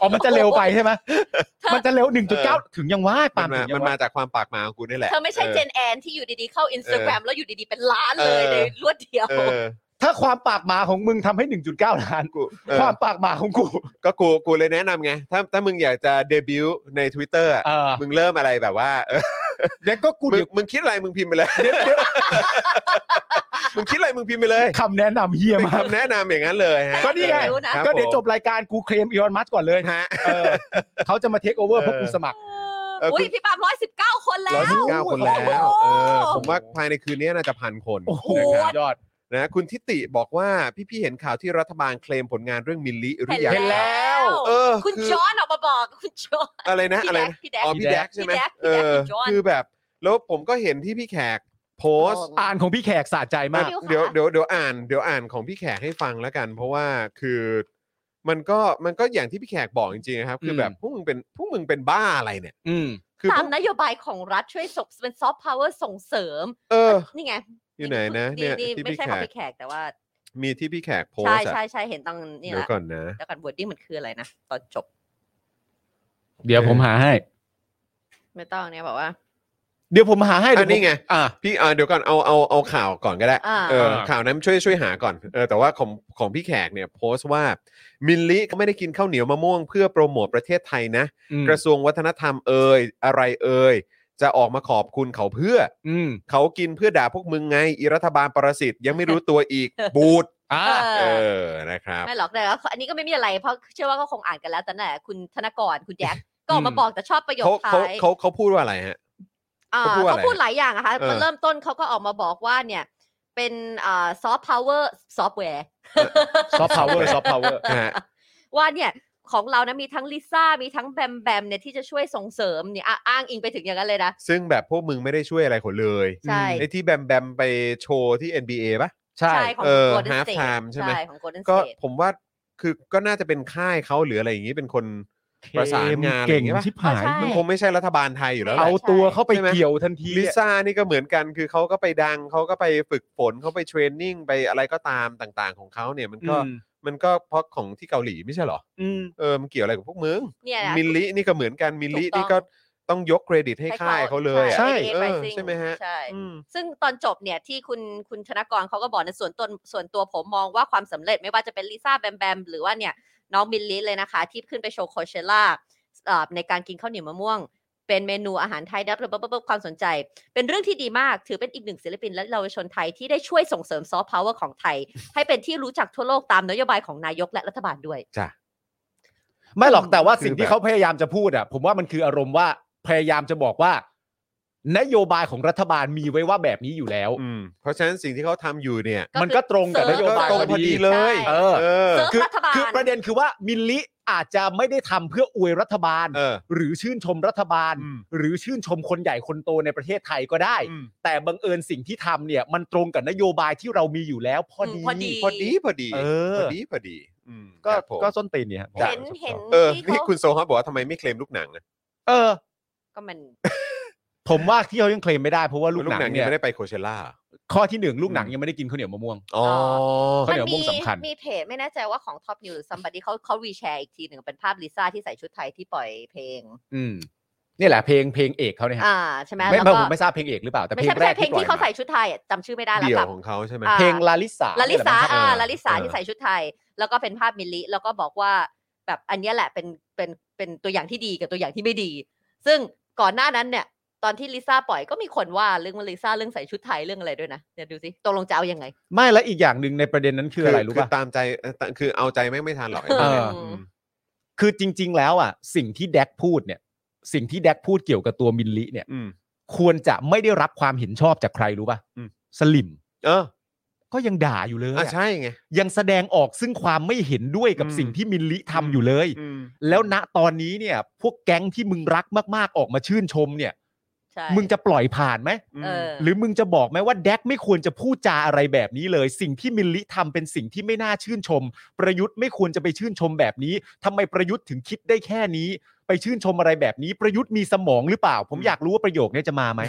อ๋อมันจะเร็วไปใช่ไหมมันจะเร็ว 1.9 ถึงยังวะปา มันมาล์มถึง มันยังวะ มาจากความปากหมาของกูนี่แหละ เธอไม่ใช่เจนแอนที่อยู่ดีๆเข้า Instagram แล้วอยู่ดีๆเป็นล้านเลยในรวดเดียว เออ ถ้าความปากหมาของมึงทำให้ 1.9 ล้าน กูเออ ความปากหมาของกู ก็กูกูเลยแนะนำไง ถ้าถ้ามึงอยากจะเดบิวต์ใน Twitter อะ เออ มึงเริ่มอะไรแบบว่าเออ เดี๋ยวก็กู มึง เดี๋ยว มึงคิดอะไรมึงพิมพ์ไปเลยมึงคิดอะไรมึงพิมพ์ไปเลย คำแนะนำเฮีย เป็น มาก คำแนะนำอย่างนั้นเลยฮะ ก็นี่ไง รู้นะ ครั ก็เดี๋ยว ผม จบรายการกูเคลมอีอนมัสก่อนเลย ฮะ เออเขาจะมาเทคโอเวอร์ เออ เพราะกูสมัคร เออ อุ้ย คุณ พี่ปาล์มร้อยสิบเก้าคนแล้ ร้อ ว ยสิบเก้าคนแล้ว โอ้โห เออ ผมว่าภายในคืนนี้น่าจะพันคน โอ้โห นะครับ ยอด นะคุณทิติบอกว่าพี่ๆเห็นข่าวที่รัฐบาลเคลมผลงานเรื่องมิลลิหรือยัง เห็นแล้ว เออ คุณ อ จอนออกมาบอกคุณจอน อะไรนะ พี่ อะไร แดก นะ พี่แดก อ๋อพี่แดกใช่ไหม พี่แดก เออ พี่จอน คือแบบ แล้วผมก็เห็นที่พี่แขกโพสต์ อ่านของพี่แขกสะใจมาก เดี๋ยว เดี๋ยวเดี๋ยวเดี๋ยวอ่านเดี๋ยวอ่านของพี่แขกให้ฟังแล้วกัน เพราะว่าคือมันก็มันก็อย่างที่พี่แขกบอกจริงๆนะครับ คือแบบพวกมึงเป็นพวกมึงเป็นบ้าอะไรเนี่ย อืม คือพ ตาว ม ก นโยบายของรัฐช่วยส่งเป็นซอฟต์พาวเวอร์ส่งเสริม เออ นี่ไง อยู่ไหนนะเนี่ยที่ ไม่ พี่ ใช่ แข ของ ก พี่แขกแต่ว่า มีที่พี่แขกโพส ใช่ ต์อะ ใช่ใช่เห็นตอนนี่ เดี๋ยว ละ ก่อนนะ แล้วกันบวดดิ้งมันคืออะไรนะ ตอนจบ เดี๋ยวผมหาให้ ไม่ต้องเนี่ยบอกว่า เดี๋ยวผมหาให้ อันนี้ไง อ่า พี่เอ่อเดี๋ยวก่อนเอาเอาเอาข่าวก่อนก็ได้ อ่า เออ อ่า ข่าวนั้นช่วยช่วยหาก่อนเออแต่ว่าของของพี่แขกเนี่ยโพสต์ว่ามิลลิก็ไม่ได้กินข้าวเหนียวมะม่วงเพื่อโปรโมทประเทศไทยนะ อืม กระทรวงวัฒนธรรมเอ่ยอะไรเอ่ยจะออกมาขอบคุณเขาเพื่อ อืม เขากินเพื่อด่าพวกมึงไงอีรัฐบาลประสิทธิ์ยังไม่รู้ตัว อีก บูด อ่า เออ เออนะครับ ไม่หรอกแต่ว่าอันนี้ก็ไม่มีอะไรเพราะเชื่อว่าก็คงอ่านกันแล้วแต่นั่นแหละคุณธนกรคุณแจ็คก็ออกมา อืม บอกแต่ชอบประโยค เขาเขา ท้าย เขาเขาพูดว่าอะไรฮะ อ่า เขาพูดอะไร เขาพูดหลายอย่างอะค่ะ เออ มันเริ่มต้นเขาก็ออกมาบอกว่าเนี่ย เป็นอ่าซอฟต์พาวเวอร์ซอฟต์แวร์ ซอฟต์พาวเวอร์ซอฟต์พาวเวอร์ ฮะ ว่าเนี่ยของเรานะมีทั้งลิซ่ามีทั้งแบมแบมเนี่ยที่จะช่วยส่งเสริมเนี่ยอ่ะอ้างอิงไปถึงอย่างนั้นเลยนะ ซึ่งแบบพวกมึงไม่ได้ช่วยอะไรเขาเลย ใช่ ไอ้ที่แบมแบมไปโชว์ที่ NBA ปะ ใช่ ของ เออ โกลเด้นสเต half time ใช่ไหม ของโกลเด้นส ก็ เตท ผมว่าคือก็น่าจะเป็นค่ายเขาหรืออะไรอย่างนี้เป็นคน ประสานงานอะไรอ เก่ ย่าง งเงี้ยปะ ชิบหาย มันคงไม่ใช่รัฐบาลไทยอยู่แล้วแห เอา ละ ตัวเข้าไป ใช่ไหม เกี่ยวทันที ลิซ่านี่ก็เหมือนกันคือเขาก็ไปดังเขาก็ไปฝึกฝนเขาไปเทรนนิ่งไปอะไรก็ตามต่างๆ ของเขาเนี่ยมันก็มันก็เพราะของที่เกาหลีไม่ใช่เหรอเออมันเกี่ยวอะไรกับพวกมึง เนี่ยนะ มิลลินี่ก็เหมือนกันมิลลิ ถูกต้อง นี่ก็ต้องยกเครดิตให้ค่ายเขาเลยอะ ใช่ AKA เออ Rising ใช่ไหมฮะ ใช่ อืม ซึ่งตอนจบเนี่ยที่คุณคุณธนกรเขาก็บอกในะส่วนตนส่วนตัวผมมองว่าความสำเร็จไม่ว่าจะเป็นลิซ่าแบมแบม หรือว่าเนี่ยน้องมิลลิเลยนะคะ ที่ขึ้นไปโชว์โคเชล่าในการกินข้าวเหนียวมะม่วง เป็นเมนูอาหารไทยได้รับความสนใจ เป็นเรื่องที่ดีมากถือเป็นอีกหนึ่งศิลปินและเยาวชนไทยที่ได้ช่วยส่งเสริมซอฟต์พาวเวอร์ของไทย ให้เป็นที่รู้จักทั่วโลกตามนโยบายของนายกและรัฐบาลด้วย ไม่หรอกแต่ว่าสิ่ง คือแบบ ที่เขาพยายามจะพูดอ่ะ ผมว่ามันคืออารมณ์ว่าพยายามจะบอกว่า นโยบายของรัฐบาลมีไว้ว่าแบบนี้อยู่แล้ว อืมเพราะฉะนั้นสิ่งที่เขาทำอยู่เนี่ย มันก็ตรงกับ เสริ น ม โยบาย ตรงพอดีเลย เออ เออ เสริม คือ รัฐบาล คือประเด็นคือว่ามิลลิอาจจะไม่ได้ทำเพื่ออวยรัฐบาล เออ หรือชื่นชมรัฐบาล อืม หรือชื่นชมคนใหญ่คนโตในประเทศไทยก็ได้ อืม แต่บังเอิญสิ่งที่ทำเนี่ย มันตรงกับนโยบายที่เรามีอยู่แล้วพอดี มพอดี พอดีพอดี เออ พอดีพอดีอืม ก็ ครับผม ก็ส้นตีนเนี่ยครับ เห็นเห็น เออ ที่ นี่ เขา คุณโซฮอตบอกว่าทำไมไม่เคลมลูกหนังอะ เออ ก็มัน ผมว่าที่เขายังเคลมไม่ได้เพราะว่าลูก ลูก หนัง หนังยังเนี่ย ไม่ได้ไปโคเชล่า ข้อที่หนึ่งลูกหนังยังไม่ได้กินข้าวเหนียวมะม่วง อ๋อ ข้าวเหนียวม่วงสำคัญ มีเพจไม่แน่ใจว่าของท็อปนิวซัมบัดดี้เขาเขารีแชร์อีกทีหนึ่งเป็นภาพลิซ่าที่ใส่ชุดไทยที่ปล่อยเพลง อืมนี่แหละเพลงเพลงเอกเขาเนี่ยฮะ อ่าใช่ไหม ไม่ แล้ว ไม่ ก็ ผมไม่ทราบเพลงเอกหรือเปล่าแต่ ไม่ เพล ใช่ ง ไม่ แร ใช่ ก เพลงที่ ป เขา อยม ใส่ชุดไทยอ่ะจำชื่อไม่ได้แล้ว เดี่ย กลั ว บ ของเขาใช่ไหม อ่ะ เพลงลาลิสา ลาลิสา เนี่ยแหะมั้งคอ่ารับ ลาลิสา เออ ที่ใส่ชุดไทย แล้วก็เป็นภาพมิลลิแล้วก็บอกว่าแบบอันเนี้ยแหละเป็นเป็นเป็นตัวอย่างที่ดีกับตัวอย่างที่ไม่ดี ซึ่งก่อนหน้านั้นเนี่ย ตอนที่ลิซ่าปล่อยก็มีคนว่าเรื่องว่าลิซ่าเรื่องใส่ชุดไทยเรื่องอะไรด้วยนะเดี๋ยวดูสิตกลงจะเอายังไง ไม่แล้วอีกอย่างหนึ่งในประเด็นนั้นคืออะไรรู้ คื ป่ะ ตามใจเอ่อตะคือเอาใจแม่งไม่ทันหรอกไอ้พเอวก อ เนี่ยม คือจริง ๆ แล้วอ่ะ สิ่งที่แดกพูดเนี่ย สิ่งที่แดกพูดเกี่ยวกับตัวมินลิเนี่ย อืม ควรจะไม่ได้รับความเห็นชอบจากใครรู้ป่ะ อืม สลิม เออ ก็ยังด่าอยู่เลย อ่ะใช่ไง ยังแสดงออกซึ่งความไม่เห็นด้วยกับ อืม สิ่งที่มินลิทำอยู่เลย อืม แล้วณตอนนี้เนี่ย พวกแก๊งที่มึงรักมากๆออกมาชื่นชมเนี่ย ใช่ มึงจะปล่อยผ่านไหม เออ หรือมึงจะบอกไหมว่าแดกไม่ควรจะพูดจาอะไรแบบนี้เลย สิ่งที่มิลลิทำเป็นสิ่งที่ไม่น่าชื่นชม ประยุทธ์ไม่ควรจะไปชื่นชมแบบนี้ทำไมประยุทธ์ถึงคิดได้แค่นี้ ไปชื่นชมอะไรแบบนี้ ประยุทธ์มีสมองหรือเปล่า ผมอยากรู้ว่าประโยคเนี้ยจะ มาไหม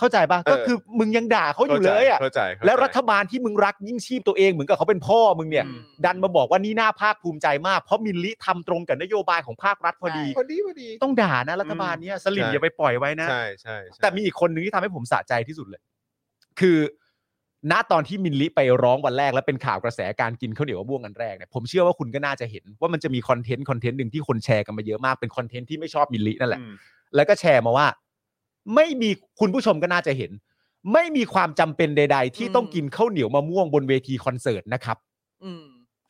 เข้าใจปะก็คือมึงยังด่าเขาอยู่เลยอ่ะ เข้าใจเข้าใจ แล้วรัฐบาลที่มึงรักยิ่งชีพตัวเองเหมือนกับเขาเป็นพ่อมึงเนี่ย อืม ดันมาบอกว่านี่น่าภาคภูมิใจมากเพราะมิลลิทำตรงกับนโยบายของภาครัฐพอดี พอดีพอดี ต้องด่านะรัฐบาลเนี่ยสลิม ใช่ อย่าไปปล่อยไว้นะ ใช่ใช่ใช่ แต่มีอีกคนหนึ่งที่ทำให้ผมสะใจที่สุดเลย คือ ณตอนที่มินลิไปร้องวันแรกและเป็นข่าวกระแสการกินข้าวเหนียวมะม่วงกันแรกเนี่ยผมเชื่อว่าคุณก็น่าจะเห็น ว่ามันจะมีคอนเทนต์คอนเทนต์หนึ่งที่คนแชร์กันมาเยอะมากเป็นคอนเทนต์ที่ไม่ชอบมินลินั่นแหละ อืม แล้วก็แชร์มาว่า ไม่มีคุณผู้ชมก็น่าจะเห็น ไม่มีความจำเป็นใด ๆ ที่ต้องกินข้าวเหนียวมะม่วงบนเวทีคอนเสิร์ตนะครับ อืม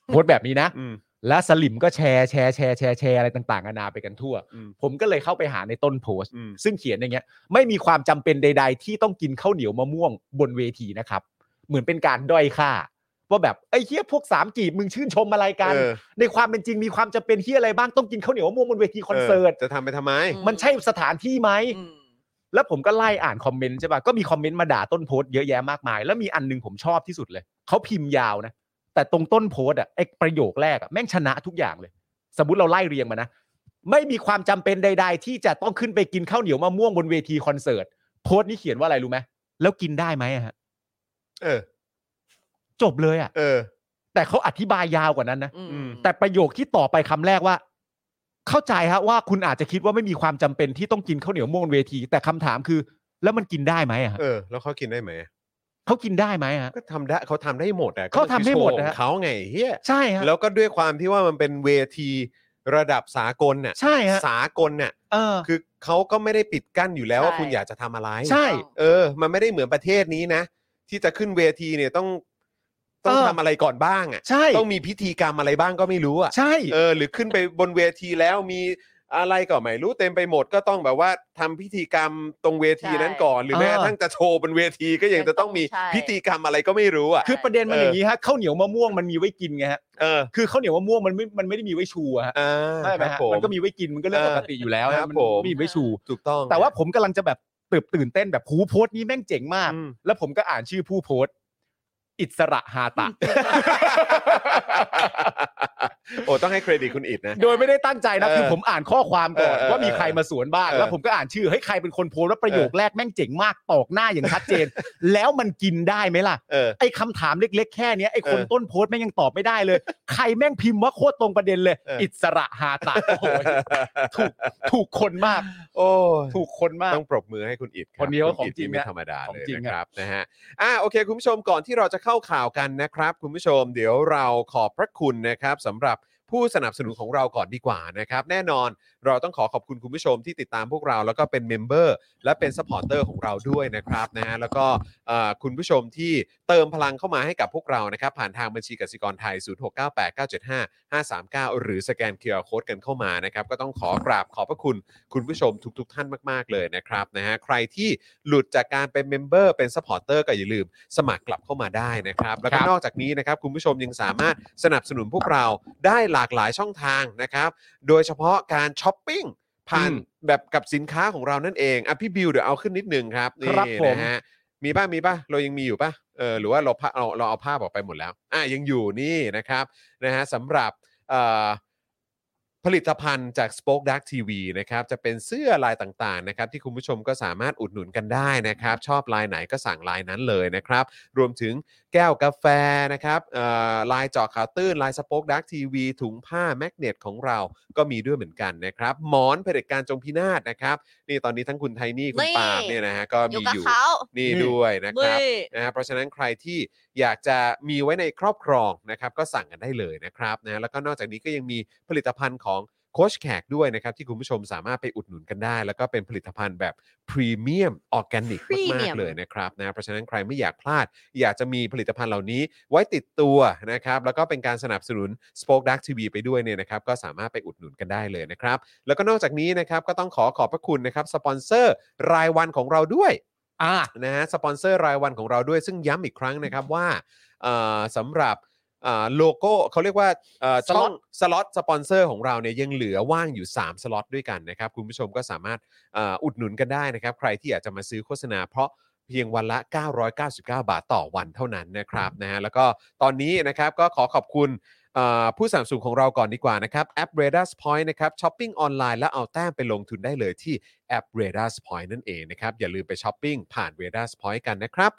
โพสต์แบบนี้นะ อืม และสลิมก็แชร์แชร์แชร์แชร์แชร์อะไรต่างๆนานาไปกันทั่ว อืม ผมก็เลยเข้าไปหาในต้นโพสต์ อืม ซึ่งเขียนอย่างเงี้ยไม่มีความจำเป็นใด ๆ ที่ต้องกินข้าวเหนียวมะม่วงบนเวทีนะครับ เหมือนเป็นการด้อยค่า ว่าแบบไอ้เฮียพวกสามกีบมึงชื่นชมอะไรกัน เออ ในความเป็นจริงมีความจำเป็นเฮียอะไรบ้างต้องกินข้าวเหนียวมะม่วงบนเวทีคอนเสิร์ต จะทำไปทำไม อื มันใช่สถานที่ไหม อืม แล้วผมก็ไล่อ่านคอมเมนต์ใช่ปะก็มีคอมเมนต์มาด่าต้นโพสต์เยอะแยะมากมาย แล้วมีอันหนึงผมชอบที่สุดเลย เขาพิมพ์ยาวนะ แต่ตรงต้นโพสต์อ่ะไอประโยคแรกอ่ะแม่งชนะทุกอย่างเลย สมมติเราไล่เรียงมานะ ไม่มีความจำเป็นใด ๆ ที่จะต้องขึ้นไปกินข้าวเหนียวมะม่วงบนเวทีคอนเสิร์ตโพสต์นี้เขียนว่าอะไรรู้ไหมแล้วกินได้ไหมอะฮะ เออ จบเลยอ่ะ เออ แต่เขาอธิบายยาวกว่านั้นนะ อืม อืม แต่ประโยคที่ต่อไปคำแรกว่า เข้าใจฮะว่าคุณอาจจะคิดว่าไม่มีความจำเป็นที่ต้องกินข้าวเหนียวมะม่วงบนเวที แต่คำถามคือ แล้วมันกินได้ไหมอะฮะ เออ แล้วเขากินได้ไหม เขากินได้ไหมฮะ ก็ทำได้เขาทำได้หมดอ่ะ เขาทำได้หมด ก็นคือโชว์ขอนะฮะ งเขาไงเฮีย ใช่ฮะ แล้วก็ด้วยความที่ว่ามันเป็นเวทีระดับสากลน่ะ ใช่ฮะ สากลน่ะ เออ คือเขาก็ไม่ได้ปิดกั้นอยู่แล้วว่า ใช่ คุณอยากจะทำอะไร ใช่ เออ มันไม่ได้เหมือนประเทศนี้นะ ที่จะขึ้นเวทีเนี่ยต้องต้อง เออ ทำอะไรก่อนบ้างอ่ะ ใช่ ต้องมีพิธีกรรมอะไรบ้างก็ไม่รู้อ่ะ ใช่ เออ หรือขึ้นไปบนเวทีแล้วมี อะไรก็ไม่รู้เต็มไปหมดก็ต้องแบบว่าทำพิธีกรรมตรงเวทีนั้นก่อน หรือแม้กระทั่งจะโชว์บนเวทีก็ยังจะต้องมี ใช่ พิธีกรรมอะไรก็ไม่รู้อ่ะ คือประเด็นมัน เออ อ อ ย่างนี้ฮะข้าวเหนียวมะม่วงมันมีไว้กินไงฮะ เออ คือข้าวเหนียวมะม่วงมันไม่มันไม่ได้มีไว้ชูอะฮะ อ่า ใช่ไหม ครั ฮะ บผ มันก็มีไว้กินมันก็เรื่องปกติอยู่แล้ว ครั ฮะ บ มัน ผม มีไว้ชู ถูกต้อง แต่ว่าผมกำลังจะแบบตื่นตื่นเต้นแบบหูโพสต์นี้แม่งเจ๋งมาก อืม แล้วผมก็อ่านชื่อผู้โพสต์ อิสระฮาตะ โอ้ต้องให้เครดิตคุณอิดนะ โดยไม่ได้ตั้งใจนะ เออ คือผมอ่านข้อความก่อน เออเออ ว่ามีใครมาสวนบ้าง เออ แล้วผมก็อ่านชื่อเฮ้ยใครเป็นคนโพสต์แล้วประโยคแรกแม่งเจ๋งมากตอกหน้าอย่างชัดเจน แล้วมันกินได้ไหมล่ะ เออ ไอ้คำถามเล็ก ๆ แค่เนี้ยไอ้คน เออ ต้นโพสต์แม่งยังตอบไม่ได้เลย ใครแม่งพิมพ์ว่าโคตรตรงประเด็นเลย เอออิ อิสระฮาตะโอ้โห ถูกถูกคนมาก โอ้ย ถูกคนมาก ต้องปรบมือให้คุณอิดรับ คนนี้เขา คุณด ของจริง นี่ไม่ อะ ธรรมดา ของ เลย จริง นะ อะ ครับนะฮะอ่าโอเค คุณผู้ชมก่อนที่เราจะเข้าข่าวกันนะครับ คุณผู้ชมเดี๋ยวเราขอบพระคุณนะครับสำหรับผู้สนับสนุนของเราก่อนดีกว่านะครับ แน่นอนเราต้องขอขอบคุณคุณผู้ชมที่ติดตามพวกเราแล้วก็เป็นเมมเบอร์และเป็นสปอร์เตอร์ของเราด้วยนะครับนะฮะแล้วก็เอ่อคุณผู้ชมที่เติมพลังเข้ามาให้กับพวกเรานะครับ ผ่านทางบัญชีกสิกรไทย 0698975539 หรือสแกนเคอร์โคดกันเข้ามานะครับ ก็ต้องขอกราบขอบพระคุณ คุณผู้ชมทุก ๆ ท่านมาก ๆ เลยนะครับนะฮะใครที่หลุดจากการเป็นเมมเบอร์เป็นสปอร์เตอร์ก็อย่าลืมสมัครกลับเข้ามาได้นะครับ แล้วก็นอกจากนี้นะครับ คุณผู้ชมยังสามารถสนับสนุนพวกเราได้หลากหลายช่องทางนะครับ โดยเฉพาะการช้อปปิ้งผ่าน อืม แบบกับสินค้าของเรานั่นเองอ่ะพี่บิวเดี๋ยวเอาขึ้นนิดนึงครับนี่ ครับผม นะฮะมีป่ะมีป่ะเรายังมีอยู่ป่ะเออหรือว่าเราพะเราเราเอาภาพออกไปหมดแล้วอ่ะยังอยู่นี่นะครับนะฮะสำหรับ เอ่อผลิตภัณฑ์จาก Spoke Dark TV นะครับ จะเป็นเสื้อลายต่างๆนะครับ ที่คุณผู้ชมก็สามารถอุดหนุนกันได้นะครับ ชอบลายไหนก็สั่งลายนั้นเลยนะครับ รวมถึงแก้วกาแฟนะครับเอ่อลายเจอข่าวตื้น ลายสป็อกดักทีวีถุงผ้าแมกเนตของเราก็มีด้วยเหมือนกันนะครับ หมอนเผด็จการจงพินาศนะครับ นี่ตอนนี้ทั้งคุณไทนี่ คุ นี่ ณปาล์มเนี่ยนะฮะก็ อ มี ยู่กับ อยู่ เขา นี่ นี่ ด้วยนะครับ นี่ นะฮะเพราะฉะนั้นใครที่อยากจะมีไว้ในครอบครองนะครับก็สั่งกันได้เลยนะครับนะฮะแล้วก็นอกจากนี้ก็ยังมีผลิตภัณฑ์ของโคชแขกด้วยนะครับ ที่คุณผู้ชมสามารถไปอุดหนุนกันได้ แล้วก็เป็นผลิตภัณฑ์แบบพรีเมียมออร์แกนิกมาก Premium ๆเลยนะครับนะฮะเพราะฉะนั้นใครไม่อยากพลาด อยากจะมีผลิตภัณฑ์เหล่านี้ไว้ติดตัวนะครับแล้วก็เป็นการสนับสนุน Spoke Dark TV ไปด้วยเนี่ยนะครับก็สามารถไปอุดหนุนกันได้เลยนะครับ แล้วก็นอกจากนี้นะครับก็ต้องขอขอบพระคุณนะครับสปอนเซอร์รายวันของเราด้วย อ่า นะฮะสปอนเซอร์รายวันของเราด้วยซึ่งย้ำอีกครั้งนะครับว่าเอ่อสำหรับเอ่อโลโก้เขาเรียกว่าเอ่อช่องสล็อตสปอนเซอร์ของเราเนี่ยยังเหลือว่างอยู่ 3 สล็อตด้วยกันนะครับ คุณผู้ชมก็สามารถเอ่ออุดหนุนกันได้นะครับ ใครที่อยากจะมาซื้อโฆษณาเพราะเพียงวันละ 999 บาทต่อวันเท่านั้นนะครับนะฮะแล้วก็ตอนนี้นะครับก็ขอขอบคุณ เอ่อผู้สนับสนุนของเราก่อนดีกว่านะครับแอป r a d a r s Point นะครับช้อปปิ้งออนไลน์แล้วเอาแต้มไปลงทุนได้เลยที่แอป r a d a r s Point นั่นเองนะครับ อย่าลืมไปช้อปปิ้งผ่าน r a d a r s Point กันนะครับ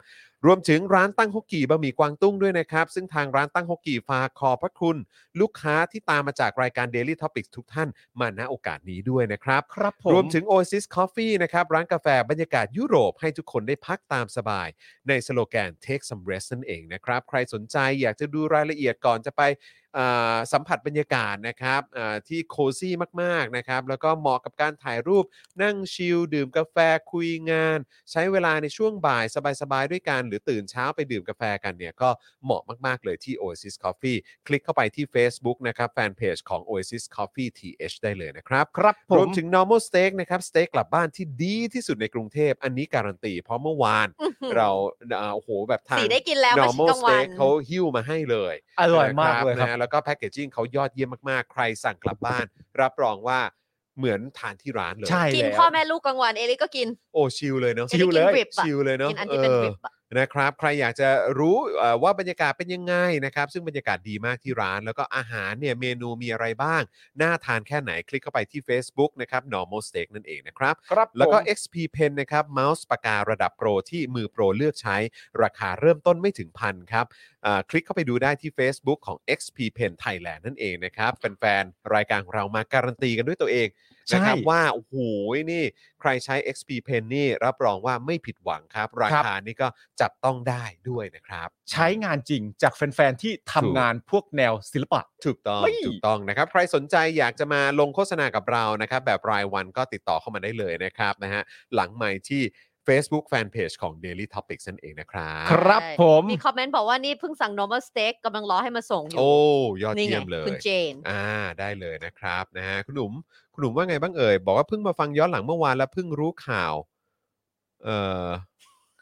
รวมถึงร้านตั้งฮกกีบะหมี่กวางตุ้งด้วยนะครับ ซึ่งทางร้านตั้งฮกกีฝากขอบพระคุณ ลูกค้าที่ตามมาจากรายการ Daily Topics ทุกท่านมาณโอกาสนี้ด้วยนะครับ ครับผม รวมถึง Oasis Coffee นะครับ ร้านกาแฟบรรยากาศยุโรปให้ทุกคนได้พักตามสบาย ในสโลแกน Take some rest นั่นเองนะครับ ใครสนใจอยากจะดูรายละเอียดก่อนจะไปอ่าสัมผัสบรรยากาศนะครับอ่าที่โคซี่มาก ๆ นะครับ แล้วก็เหมาะกับการถ่ายรูปนั่งชิลดื่มกาแฟคุยงาน ใช้เวลาในช่วงบ่ายสบาย ๆ ด้วยกัน หรือตื่นเช้าไปดื่มกาแฟกันเนี่ย ก็เหมาะมาก ๆ เลยที่ Oasis Coffee คลิกเข้าไปที่ Facebook นะครับแฟนเพจของ Oasis Coffee TH ได้เลยนะครับ ครับผ รวม ม ถึง normal steak นะครับสเต็กกลับบ้านที่ดีที่สุดในกรุงเทพ อันนี้การันตี เพราะเมื่อวาน อื้อหือ เราอ่าโอ้โหแบบทาง สีได้กินแล้วมาชิ้น normal กลางวัน steak เขาหิ้วมาให้เลย อร่อยมากเลย นะครับ ฮะแล้วก็แพคเกจจิ้งเขายอดเยี่ยมมากๆ ใครสั่งกลับบ้าน รับรองว่าเหมือนทานที่ร้านเลย ใช่ กิน แล้ว พ่อแม่ลูกกลางวันเอลิก็กิน โอ้ชิลเลยเนาะ ชิลเลยกิน grip อะ ชิลเลยเนาะ กินอันที่เป็น เออ วิบอะ นะครับใครอยากจะรู้เอ่อว่าบรรยากาศเป็นยังไงนะครับ ซึ่งบรรยากาศดีมากที่ร้าน แล้วก็อาหารเนี่ยเมนูมีอะไรบ้าง น่าทานแค่ไหนคลิกเข้าไปที่ Facebook นะครับ normal steak นั่นเองนะครับ ครับ แล้วก็ ผม XP Pen นะครับเมาส์ปากการะดับโปรที่มือโปรเลือกใช้ ราคาเริ่มต้นไม่ถึงพันครับอ่าคลิกเข้าไปดูได้ที่ Facebook ของ XP Pen Thailand นั่นเองนะครับแฟนๆรายการของเรามาการันตีกันด้วยตัวเองนะครับ ใช่ ว่าโอ้โหนี่ ใครใช้ XP Pen นี่รับรองว่าไม่ผิดหวังครับ ราคานี่ก็จับต้องได้ด้วยนะครับ ใช้งานจริงจากแฟนๆที่ทำงานพวกแนวศิลปะ ถูกต้อง เฮ้ย ถูกต้องนะครับ ใครสนใจอยากจะมาลงโฆษณากับเรานะครับ แบบรายวันก็ติดต่อเข้ามาได้เลยนะครับนะฮะหลังไมค์ที่ Facebook Fanpage ของ Daily Topics นั่นเองนะครับ ครับผม มีคอมเมนต์บอกว่านี่เพิ่งสั่ง normal steak กำลังรอให้มาส่งอยู่ โอ้ ยอด นี่ไง เยี่ยมเลย คุณเจน อ่าได้เลยนะครับนะฮะคุณหนุ่มคุณหนุ่มว่าไงบ้างเอ่ย บอกว่าเพิ่งมาฟังย้อนหลังเมื่อวานแล้วเพิ่งรู้ข่าว เอ่อ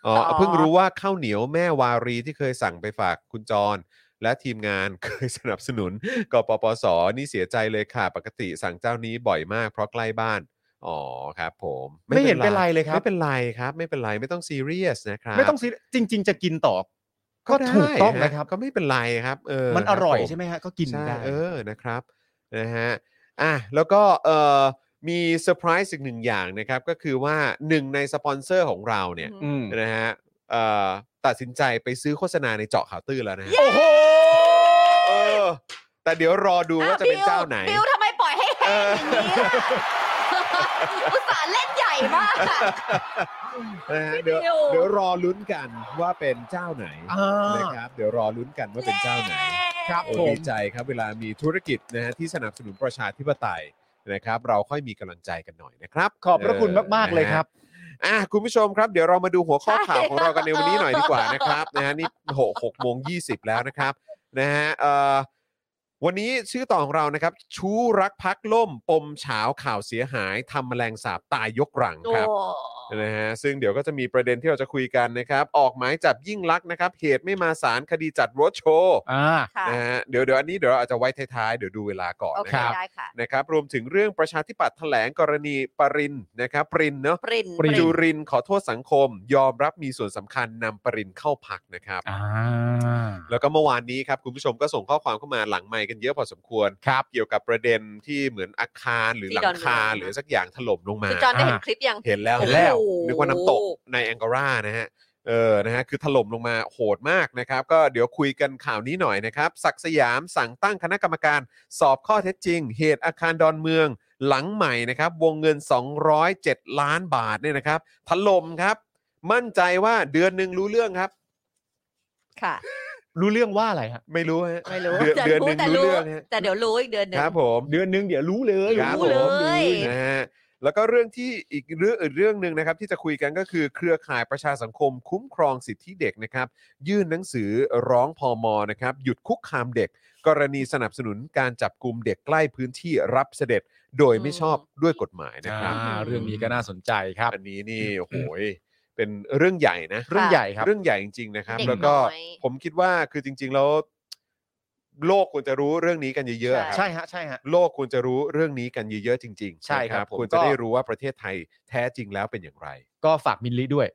อ๋อ อ๋อ เพิ่งรู้ว่าข้าวเหนียวแม่วารีที่เคยสั่งไปฝากคุณจร และทีมงาน เคยสนับสนุน กปปสนี่เสียใจเลยค่ะ ปกติสั่งเจ้านี้บ่อยมากเพราะใกล้บ้าน อ๋อครับ ผม ไม่เห็นเป็นไรเลยครับ ไม่เป็นไรครับ ไม่เป็นไรไม่ต้องซีเรียสนะครับ ไม่ต้องซีจริง ๆ จะกินต่อ ก็ ได้ ถูกต้องนะครับ ก็ไม่เป็นไรครับเออ มันอร่อย คบผ ใช่ไหมฮะก็กิน ใช่ ได้ เออนะครับนะฮะอ่ะแล้วก็เอ่อมีเซอร์ไพรส์อีกหนึ่งอย่างนะครับ ก็คือว่าหนึ่งในสปอนเซอร์ของเราเนี่ย อืม อืม นะฮะเอ่อตัดสินใจไปซื้อโฆษณาในเจาะข่าวตื้อแล้วนะฮะ โอ้โห เออแต่เดี๋ยวรอดูว่าจะเป็นเจ้าไหน บิวทำไมปล่อยให้แห้งอย่างนี้ล่ะ อุตส่าห์เล่นใหญ่มากอะ นะฮะเดี๋ยว พี่บิว เดี๋ยวรอลุ้นกันว่าเป็นเจ้าไหน อ่าน นะครับเดี๋ยวรอลุ้นกันว่าเป็นเจ้าไหน ครับ โอ้ ผม ดีใจครับเวลามีธุรกิจนะฮะที่สนับสนุนประชาธิปไตยนะครับ เราค่อยมีกำลังใจกันหน่อยนะครับ ขอบพระคุณมากๆ ออ เลยครับ นะฮะอ่ะคุณผู้ชมครับเดี๋ยวเรามาดูหัวข้อ ใช่ ข่าวของเรากันในวันนี้หน่อยดีกว่านะครับนะฮะนี่หกหกโมงยีแล้วนะครับนะฮะเอ่อวันนี้ชื่อต่อของเรานะครับ ชู้รักพักล่ม ปมเฉาข่าวเสียหายทำแมลงสาบตายยกรัง โอ้ ครับ นะฮะซึ่งเดี๋ยวก็จะมีประเด็นที่เราจะคุยกันนะครับ ออกหมายจับยิ่งลักษณ์นะครับ เหตุไม่มาศาลคดีจัดรถโชว์ อ่า ค่ะ นะฮะเดี๋ยวเดี๋ยวอันนี้เดี๋ยวเราอาจจะไว้ท้ายๆ เดี๋ยวดูเวลาก่อน โอ นะ เค ครับ ได้ค่ะ นะครับ รวมถึงเรื่องประชาธิปัตย์แถลงกรณีปรินนะครับ ปรินเนาะ ปริน ปริน จุรินทร์ขอโทษสังคม ยอมรับมีส่วนสำคัญนำปรินเข้าพักนะครับ อ่า แล้วก็เมื่อวานนี้ครับคุณผู้ชมก็ส่งข้อความเข้ามาหลังไมค์กันเยอะพอสมควร ครับ เกี่ยวกับประเด็นที่เหมือนอาคารหรือหลังคาหรือสักอย่างถล่มลงมา คือจอนได้เห็นคลิปยัง เห็นแล้ว เห็นแล้ว โอ้โหนึกว่าน้ำตกในแองการานะฮะ เออ นะฮะ คือถล่มลงมาโหดมากนะครับ ก็เดี๋ยวคุยกันข่าวนี้หน่อยนะครับ ศักดิ์สยามสั่งตั้งคณะกรรมการ สอบข้อเท็จจริง เหตุอาคารดอนเมือง หลังใหม่นะครับ วงเงิน 207 ล้านบาทเนี่ยนะครับ ถล่มครับ มั่นใจว่าเดือนหนึ่งรู้เรื่องครับ ค่ะ รู้เรื่องว่าอะไรฮะ ไม่รู้ฮะ ไม่รู้ เดือนเดือนหแต่นึ่ง แต่ รู้เรื่องฮะ แต่เดี๋ยวรู้อีกเดือนหนึ่ง ครับผม เดือนนึงเดี๋ยวรู้เลย ครับ รู้ ผม เลย นะฮะแล้วก็เรื่องที่อีกเรื่องอีกเรื่องหนึ่งนะครับ ที่จะคุยกันก็คือเครือข่ายประชาสังคมคุ้มครองสิทธิเด็กนะครับ ยื่นหนังสือร้องพอมอนะครับ หยุดคุกคามเด็ก กรณีสนับสนุนการจับกลุ่มเด็กใกล้พื้นที่รับเสด็จโดยไม่ชอบด้วยกฎหมายนะครับ อ่าเรื่องนี้ก็น่าสนใจครับ อันนี้นี่โอ้โหยเป็นเรื่องใหญ่นะ เรื่องใหญ่ครับ เรื่องใหญ่จริงๆนะครับ เด็ก แล้วก็ น้อย ผมคิดว่าคือจริง ๆ แล้วโลกควรจะรู้เรื่องนี้กันเยอะๆครับ ใช่ฮะ ใช่ฮะ โลกควรจะรู้เรื่องนี้กันเยอะๆจริงๆ ใช่ครับ นะ ผม ควรจะ ก็ ได้รู้ว่าประเทศไทยแท้จริงแล้วเป็นอย่างไร ก็ฝากมินลีด้วย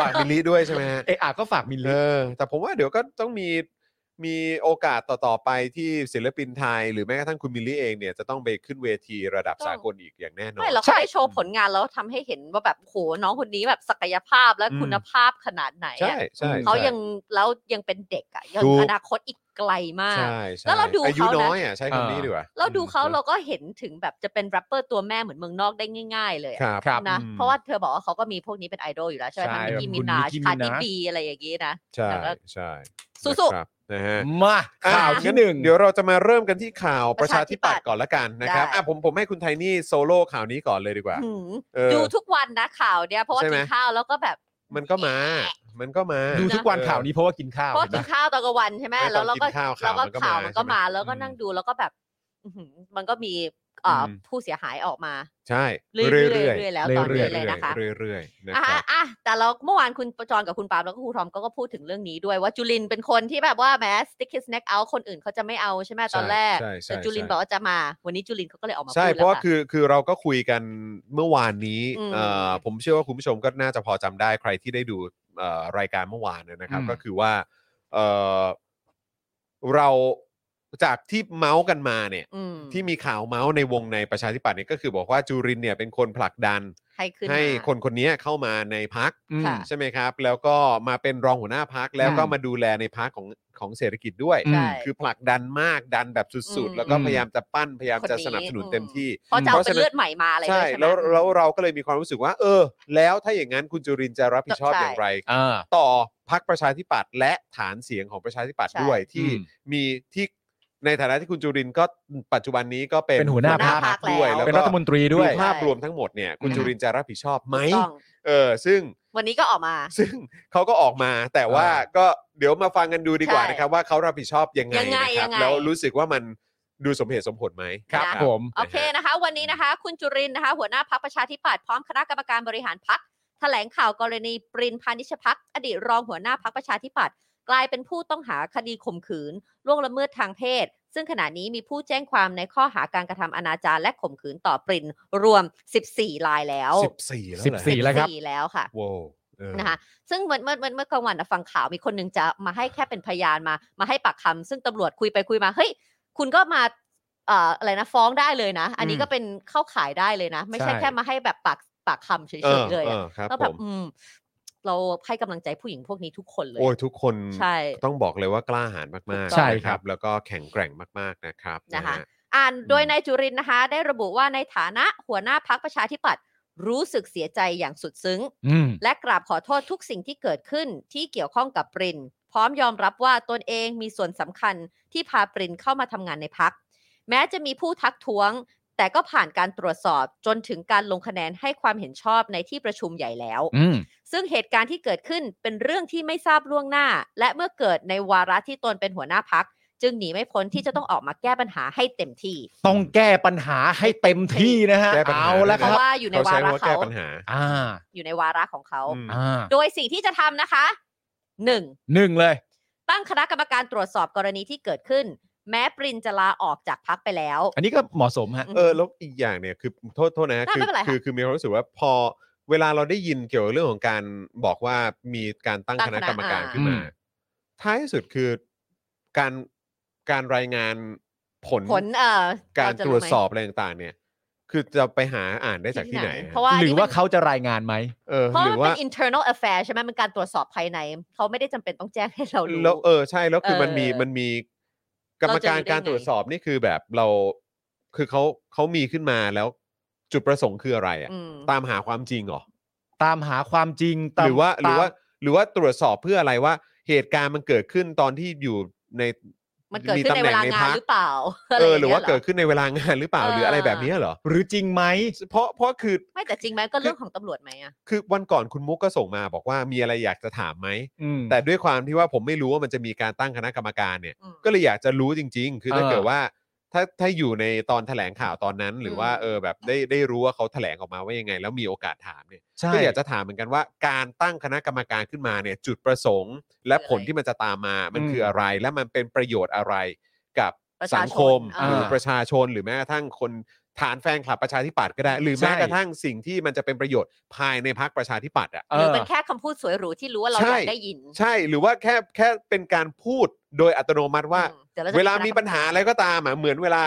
ฝากมิลลี่ด้วยใช่ไหมฮะ เอออ่ะก็ฝากมิน เอ ลี อแต่ผมว่าเดี๋ยวก็ต้องมีมีโอกาสต่อๆไปที่ศิลปินไทย หรือแม้กระทั่งคุณมิลลี่เองเนี่ยจะต้องไปขึ้นเวทีระดับ ต้อง สากลอีกอย่างแน่นอน ไม่เราก็ได้โชว์ผลงานแล้วทำให้เห็นว่าแบบโหน้องคนนี้แบบศักยภาพและ อืม คุณภาพขนาดไหน ใช่ อะ ใช่ เขา ใช่ ยังแล้วยังเป็นเด็กอ่ะยัง ถูก อนาคตอีกไกลมาก ใช่ใช่ แล้วเราดู อายุ เขานะ น้อยอ่ะใช้คำนี้ดีกว่า เราดูเขา อืม เราก็เห็นถึงแบบจะเป็นแรปเปอร์ตัวแม่เหมือนเมืองนอกได้ง่าย ๆ เลยอะ ครับ ครับ นะ อืม เพราะว่าเธอบอกว่าเขาก็มีพวกนี้เป็นไอดอลอยู่แล้วใช่ไหม ใช่คทั้งรับคุที่ณ มินาช Nicki คาร์ดิ Minaj บีอะไรอย่างนี้นะ ใช่ แต่ก็ ใช่ สู้นะๆครับนะฮะ มา อ่ะ ข่าวที่หนึ่ง เดี๋ยวเราจะมาเริ่มกันที่ข่าวป ประ ระ ชา ชาธิ ธิ ปั ปัต ตย์ ย์ก่อนละกันนะครับ ได้ อ่ะผมผมให้คุณไทนี่โซโล่ข่าวนี้ก่อนเลยดีกว่า หืม เออ ดูทุกวันนะข่าวเนี่ยเพราะว่า ใช่ไหม กินข้าวแล้วก็แบบ มันก็มา มันก็มา ดูทุกวัน เออ ข่าวนี้เพราะว่ากินข้าว เพราะ เห็น กิ ปะ นข้าวตอนกลางวันใช่ไหม เออ แล้วเราก็ ตอนกินข้าวข่า แล้ววก็ มันก็ ข่าว มา มันก็ ใช่ไหม มาแล้วก็นั่งดูแล้วก็แบบอื้อหือมันก็มีเอ่ออ ม ผู้เสียหายออกมา ใช่ เรื่อยๆ ๆ เรื่อยๆแล้วตอนนี้เลยนะคะ เรื่อยๆเรื่อยๆนะ อ่ะ ครับ อ่ะแต่เราเมื่อวานคุณประจรกับคุณปาล์มแล้วก็ครูทอมก็ก็พูดถึงเรื่องนี้ด้วยว่าจุลินเป็นคนที่แบบว่าแม้ stick his neck out คนอื่นเขาจะไม่เอาใช่ไหมตอนแรก ใช่ใช่ แต่จุลิน ใช่ บอกว่าจะมา วันนี้จุลินเขาก็เลยออกมาพูด ใช่เพราะว่า แล้ว คือคือเราก็คุยกันเมื่อวานนี้ อืม เอ่อผมเชื่อว่าคุณผู้ชมก็น่าจะพอจำได้ใครที่ได้ดูเอ่อรายการเมื่อวานเนยนะครับ อืม ก็คือว่าเอ่อเราจากที่เมาส์กันมาเนี่ย อืม ที่มีข่าวเมาส์ในวงในประชาธิปัตย์เนี่ยก็คือบอกว่าจุรินทร์เนี่ยเป็นคนผลักดัน ให้ขึ้น ให้ มา คนคนนี้เข้ามาในพัก อืม ค่ะ ใช่ไหมครับ แล้วก็มาเป็นรองหัวหน้าพักแล้วก็ อืม มาดูแลในพักของของเศรษฐกิจด้วย ใช่ คือผลักดันมากดันแบบสุดๆอืม แล้วก็พยายามจะปั้นพยายามจะ ค สนับสนุนเต็มที่ เพราะจะเอา เพราะ เป็ ฉะ น นั้น เลือดใหม่มาอะไรด้ ใช่ ยใช่ไหม แล้วแล้วเราก็เลยมีความรู้สึกว่า เออ แล้วถ้าอย่างนั้นคุณจุรินทร์จะรับผิดชอบ ใช่ อย่างไร อ่า ต่อพักประชาธิปัตย์และฐานเสียงของประชาธิปัตย์ ใช่ ด้วยที่ อืม มีที่ในฐานะที่คุณจุรินทร์ก็ปัจจุบันนี้ก็เป็น เป็นหัวหน้าพรรค ด้วยแล้ว เป็น ก็ รัฐมนตรีด้วย ดูภาพรวมทั้งหมดเนี่ยคุณจุรินทร์จะรับผิดชอบไหม ถูกต้อง เออซึ่ง วันนี้ก็ออกมา ซึ่งเขาก็ออกมา แต่ว่าก็เดี๋ยวมาฟังกันดูดีกว่า ใช่ นะครับว่าเขารับผิดชอบยังไง ยังไง นะครั ยังไง แล้วรู้สึกว่ามันดูสมเหตุสมผลไหม ครับ นะ ผม โอเคนะคะ วันนี้นะคะ คุณจุรินทร์นะคะ หัวหน้าพักประชาธิปัตย์พร้อมคณะกรรมการบริหารพักแถลงข่าวกรณีปรินพานิชพักอดีตรองหัวหน้าพักประชาธิปัตย์กลายเป็นผู้ต้องหาคดีข่มขืนล่วงละเมิดทางเพศ ซึ่งขณะนี้มีผู้แจ้งความในข้อหาการกระทำอนาจารและข่มขืนต่อปรินรวม 14รายแล้ว สิบสี่แล้วเหรอ สี่แล้วครับ 14แล้วค่ะ โว้วเออ นะคะซึ่งเมื่อเมื่อเมื่อเมื่อกลางวันน่ะฟังข่าวมีคนหนึ่งจะมาให้แค่เป็นพยานมา มาให้ปากคำซึ่งตำรวจคุยไปคุยมา เฮ้ย คุณก็มาเอ่ออะไรนะฟ้องได้เลยนะ อันนี้ก็เป็นเข้าขายได้เลยนะ ไม่ใช่ ใช่ แค่มาให้แบบปากปากคำเฉย เออ ๆเลย เอ อะ อครับ ก็ ผ แบบ ม อืมเราให้กำลังใจผู้หญิงพวกนี้ทุกคนเลย โอ้ยทุกคน ใช่ ต้องบอกเลยว่ากล้าหาญมากๆ ใช่ นะครับ แล้วก็แข็งแกร่งมากๆนะครับ นะคะ ฮ อ่านโดย อืม นายจุรินทร์นะคะ ได้ระบุว่าในฐานะหัวหน้าพักประชาธิปัตย์รู้สึกเสียใจอย่างสุดซึ้ง อืม และกราบขอโทษทุกสิ่งที่เกิดขึ้นที่เกี่ยวข้องกับปริน พร้อมยอมรับว่าตนเองมีส่วนสำคัญที่พาปรินเข้ามาทำงานในพัก แม้จะมีผู้ทักท้วง แต่ก็ผ่านการตรวจสอบจนถึงการลงคะแนนให้ความเห็นชอบในที่ประชุมใหญ่แล้ว อืม ซึ่งเหตุการณ์ที่เกิดขึ้นเป็นเรื่องที่ไม่ทราบล่วงหน้า และเมื่อเกิดในวาระที่ตนเป็นหัวหน้าพัก จึงหนีไม่พ้นที่จะต้องออกมาแก้ปัญหาให้เต็มที่ ต้องแก้ปัญหาให้เต็มที่นะฮะ แก้ปัญหา เอาแล้ว เพ ค ราะ รับ ว่าอยู่ใน เขา วา ใช้ ระ คำว่าแก้ เขา ปัญหา อ่า อยู่ในวาระของเขา อืม อ่า โดยสิ่งที่จะทำนะคะหนึ่ง หนึ่งเลย ตั้งคณะกรรมการตรวจสอบกรณีที่เกิดขึ้น แม้ปรินจะลาออกจากพักไปแล้ว อันนี้ก็เหมาะสมฮะ อืม เออแล้วอีกอย่างเนี่ยคือโทษโทษนะ ได้ คื ไม่เป็นไร คือ ค่ะ คือมีความรู้สึกว่าพอเวลาเราได้ยินเกี่ยวกับเรื่องของการบอกว่ามีการตั้ง ตั้ ค ง ณะกรรมการ คณะ ขึ้นมา อ่า ท้ายสุดคือการการรายงานผล ผลเอ่อ การ เจะ ตรวจ ไหม สอบอะไรต่างๆ เนี่ย คือจะไปหาอ่านได้จากที่ไหนฮ เพราะว่า หรือว่า เ เขาจะรายงานไหม เออ พราะ ห ว่า รือมันเป็ ว่าน internal affair ใช่ไหมมันการตรวจสอบภายใน เขาไม่ได้จำเป็นต้องแจ้งให้เรารู้ แล้วเออใช่แล้วคือมันมี เออ มันมีกรรมการ เราจะรู้ได้ไง การตรวจสอบนี่คือแบบเรา คือเขาเขามีขึ้นมาแล้วจุดประสงค์คืออะไรอะ ม ตามหาความจริงเหรอ ตามหาความจริงตม หรือว่าห ต รื ม อว่าหรือว่าตรวจสอบเพื่ออะไรว่าเหตุการณ์มันเกิดขึ้นตอนที่อยู่ใน มันเกิดขึ้นในเวลางานหรือเปล่าะ เอ ไย่ อง หรือว่า งี้ย เกิดขึ้นในเวลางานหรือเปล่า เออ หรืออะไรแบบเนี้ยเหรอ หรือจริงไหม เพราะเพราะคือ ไม่แต่จริงไหมก็เรื่องของตำรวจไหมอะ คือวันก่อนคุณมุกก็ส่งมาบอกว่ามีอะไรอยากจะถามไหม อืม แต่ด้วยความที่ว่าผมไม่รู้ว่ามันจะมีการตั้งคณะกรรมการเนี่ย อืม ก็เลยอยากจะรู้จริง ๆ คือถ้า เออ เกิดว่า ถ้าถ้าอยู่ในตอนแถลงข่าวตอนนั้น หรือว่า อืม เออแบบได้ได้รู้ว่าเขาแถลงออกมาว่ายังไง แล้วมีโอกาสถามเนี่ย ใช่ ก็อยากจะถามเหมือนกันว่าการตั้งคณะกรรมการขึ้นมาเนี่ยจุดประสงค์ และผลที่มันจะตามมา มัน อืม คืออะไรและมันเป็นประโยชน์อะไรกับ ประ สั ชาง ชน คม อ่า หรือประชาชนหรือแม้กระทั่งคนฐานแฟนคลับประชาธิปัตย์ก็ได้ หรือ ใช่ แม้กระทั่งสิ่งที่มันจะเป็นประโยชน์ภายในพรรคประชาธิปัตย์อ่ะ เอ หรือ อ เป็นแค่คำพูดสวยหรูที่รู้ว่าเรา ใช่ อยากได้ยิน ใช่หรือว่าแค่แค่เป็นการพูดโดยอัตโนมัติว่า อืมดี๋ยรจะ เวลามีปัญหาอะไรก็ตามอ่ะเหมือนเวลา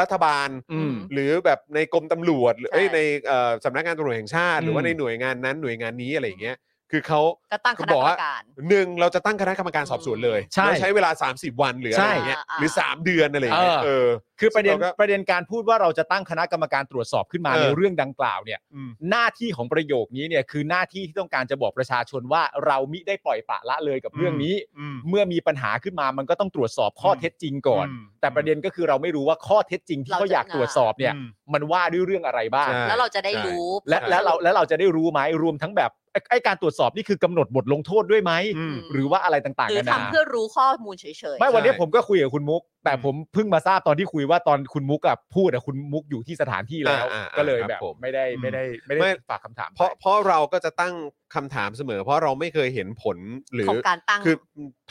รัฐบาล อืม หรือแบบในกรมตำรวจหรือเอ้ย ใช่ ในเอ่อสำนักงานตำรวจแห่งชาติ หรือว่า อืม ในหน่วยงานนั้นหน่วยงานนี้อะไรอย่างเงี้ยคือเขา ก็ตั้งคณะกรรมการ หนึ่งเราจะตั้งคณะกรรมการสอบสวนเลย ใช่ แล้วใช้เวลา 30 วันหรืออะไรอย่างเงี้ย ใช่อ่า หรือ 3 เดือนอะไรอย่างเงี้ย เออ เออ คือประเด็น ซึ่งเราก็ ประเด็นการพูดว่าเราจะตั้งคณะกรรมการตรวจสอบขึ้นมา เออ ในเรื่องดังกล่าวเนี่ย อืม หน้าที่ของประโยคนี้เนี่ยคือหน้าที่ที่ต้องการจะบอกประชาชนว่าเรามิได้ปล่อยปละละเลยกับเรื่องนี้ อืม เมื่อมีปัญหาขึ้นมามันก็ต้องตรวจสอบข้อเท็จจริงก่อน อืม แต่ประเด็นก็คือเราไม่รู้ว่าข้อเท็จจริงที่เขาอยากตรวจสอบเนี่ย อืม มันว่าด้วยเรื่องอะไรบ้าง ใช่ แล้วเราจะได้รู้ และและเราและเราจะได้รู้ไหมรวมทั้งแบบไอ้ไอการตรวจสอบนี่คือกำหนดบทลงโทษด้วยไหม อืม หรือว่าอะไรต่าง หๆรือ กันา ทำ นา เพื่อรู้ข้อมูลเฉยๆ ไม่วันนี้ ใช่ ผมก็คุยกับคุณมุก แต่ผมเพิ่งมาทราบตอนที่คุยว่าตอนคุณมุกกับพูดอะคุณมุกอยู่ที่สถานที่แล้ว อ่าอ่า ก็เลย ครับ แบบ ผม ไม่ได้ไม่ได้ไม่ได้ ไม่ ฝากคำถาม เพราะ ไป เพราะเราก็จะตั้งคำถามเสมอ เพราะเราไม่เคยเห็นผลหรือ ของการตั้ง คือ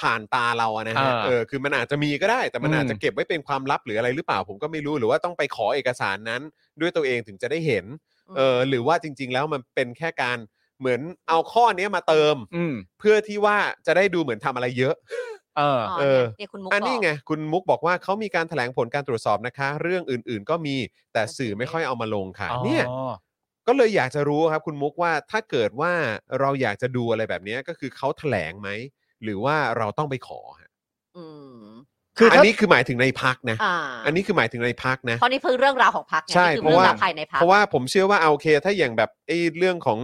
ผ่านตาเราอะนะฮะ า เออคือมันอาจจะมีก็ได้ แต่มันอาจจะเก็บไว้เป็นความลับหรืออะไรหรือเปล่าผมก็ไม่รู้หรือว่าต้องไปขอเอกสารนั้น ด้วยตัวเองถึงจะได้เห็นเออหรือว่าจริง ๆ แล้วมันเป็นแค่การเหมือนเอาข้อเนี้ยมาเติม อืม เพื่อที่ว่าจะได้ดูเหมือนทำอะไรเยอะ เออ อ๋อ อ เออ เนี่ยเนี่ยคุณมุก อันนี้ บก ไงคุณมุกบอกว่าเขามีการแถลงผลการตรวจสอบนะคะ เรื่องอื่นๆ ก็มีแต่สื่อไม่ค่อยเอามาลงค่ะ เนี่ยก็เลยอยากจะรู้ครับคุณมุกว่าถ้าเกิดว่าเราอยากจะดูอะไรแบบเนี้ยก็คือเขาแถลงไหม หรือว่าเราต้องไปขอฮะ อืม คือ อัน ถ้า นี้คือหมายถึงในพักนะ อ่า อันนี้คือหมายถึงในพักนะ เพราะนี่เพิ่งเรื่องราวของพักไง ใช่ นี่คือเรื่องราว เพราะว่า ภายในพัก เพราะว่าผมเชื่อว่าเอาโอเค ถ้าอย่างแบบไอ้เรื่องของ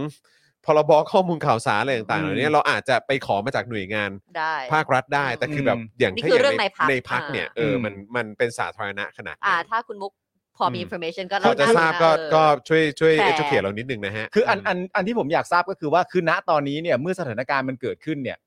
พรบข้อมูลข่าวสารอะไรต่างๆเหล่านี้เราอาจจะไปขอมาจากหน่วยงาน ได้ ภาครัฐได้แต่คือแบบอย่าง นี่ ถ้า คือ อ เรื่ ย่า อง ง ใน ในในพรรคพัก อ่า เนี่ยเอออ ม มันมันเป็นสาธารณะขนาดไหน อ่า ถ้าคุณมุกโพ อ อื มี ม information ก็ พอจะทราบก็ เออ ก็ช่วยช่วย แชร์ educate เรานิดนึงนะฮะ คืออันอันอันที่ผมอยากทราบก็คือว่าคือณตอนนี้เนี่ยเมื่อสถานการณ์มันเกิดขึ้นเนี่ย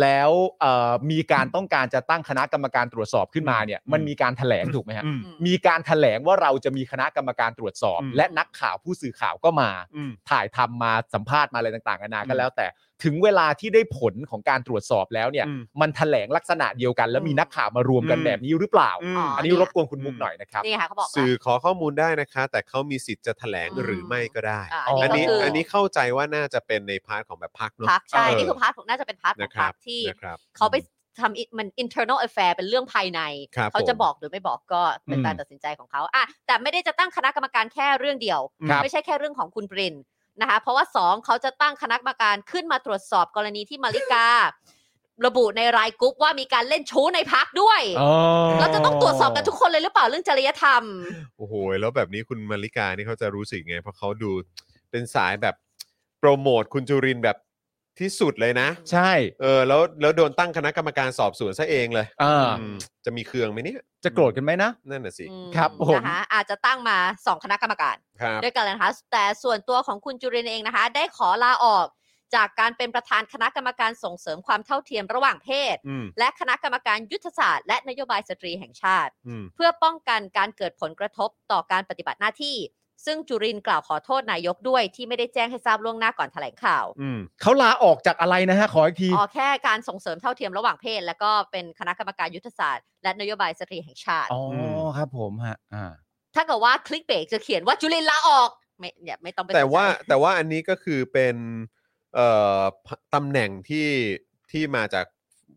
แล้วเอ่อมีการต้องการจะตั้งคณะกรรมการตรวจสอบขึ้นมาเนี่ยมันมีการแถลงถูกไหมฮะ อืม อืม มีการแถลงว่าเราจะมีคณะกรรมการตรวจสอบ อืม และนักข่าวผู้สื่อข่าวก็มา อืม ถ่ายทำมาสัมภาษณ์มาอะไรต่างๆนานา อื ก็ ม แล้ว แต่ถึงเวลาที่ได้ผลของการตรวจสอบแล้วเนี่ย อืม มันแถลงลักษณะเดียวกัน แล้วมี อืม นักข่าวมารวมกัน อืม แบบนี้หรือเปล่า อืม อ๋ออั อันนี้รบกวนคุณมุก อืม หน่อยนะครับ นี่ค่ะเขาบอกว่า สื่อขอข้อมูลได้นะคะ แต่เขามีสิทธิ์จะแถลง อืม หรือไม่ก็ได้ อา อัน อัน นี้ นี้ก็คือ อั อั นนี้เข้าใจว่าน่าจะเป็นในพาร์ทของแบบพักเนาะ พักใช่ เออ นี่คือพาร์ทของน่าจะเป็นพาร์ทขอ นะ ง ค พั รับ กที่ นะครับ เขาไปทำ it- มัน internal affair เป็นเรื่องภายใน ครับ เขาจะ ผม บอกหรือไม่บอกก็เป็น อืม การตัดสินใจของเขาอ่ะแต่ไม่ได้จะตั้งคณะกรรมการแค่เรื่องเดียว ครับ ไม่ใช่แค่เรื่องของคุณปรินนะคะ เพราะว่าสองเขาจะตั้งคณะกรรมการขึ้นมาตรวจสอบกรณีที่มาริกา ระบุในรายกรุ๊ปว่ามีการเล่นชู้ในพักด้วยเราจะต้องตรวจสอบกันทุกคนเลยหรือเปล่าเรื่องจริยธรรม โอ้โห แล้วแบบนี้คุณมาริกานี่เขาจะรู้สึกไง เพราะเขาดูเป็นสายแบบโปรโมทคุณจุรินทร์แบบที่สุดเลยนะ ใช่ เออแล้วแล้วโดนตั้งคณะกรรมการสอบสวนซะเองเลย อ่า อืมจะมีเครื่องไหมเนี่ย จะโกรธกันไหมนะ นั่นน่ะสิ อืม ครับผม นะคะอาจจะตั้งมา 2 คณะกรรมการ ครับ ด้วยกันเลยนะคะ แต่ส่วนตัวของคุณจุรินทร์เองนะคะ ได้ขอลาออกจากการเป็นประธานคณะกรรมการส่งเสริมความเท่าเทียมระหว่างเพศ อืม และคณะกรรมการยุทธศาสตร์และนโยบายสตรีแห่งชาติ อืม เพื่อป้องกันการเกิดผลกระทบต่อการปฏิบัติหน้าที่ ซึ่งจุรินทร์กล่าวขอโทษนายกด้วยที่ไม่ได้แจ้งให้ทราบล่วงหน้าก่อนแถลงข่าว อืม เขาลาออกจากอะไรนะฮะ ขออีกที อ๋อแค่การส่งเสริมเท่าเทียมระหว่างเพศ และก็เป็นคณะกรรมการยุทธศาสตร์และนโยบายสตรีแห่งชาติ อ๋อครับผมฮะอ่า ถ้าเกิดว่าคลิกเบรกจะเขียนว่าจุรินทร์ลาออกไม่อย่าไม่ต้องไป แต่ สนใจ ว่าแต่ว่าอันนี้ก็คือเป็นเอ่อตำแหน่งที่ที่มาจาก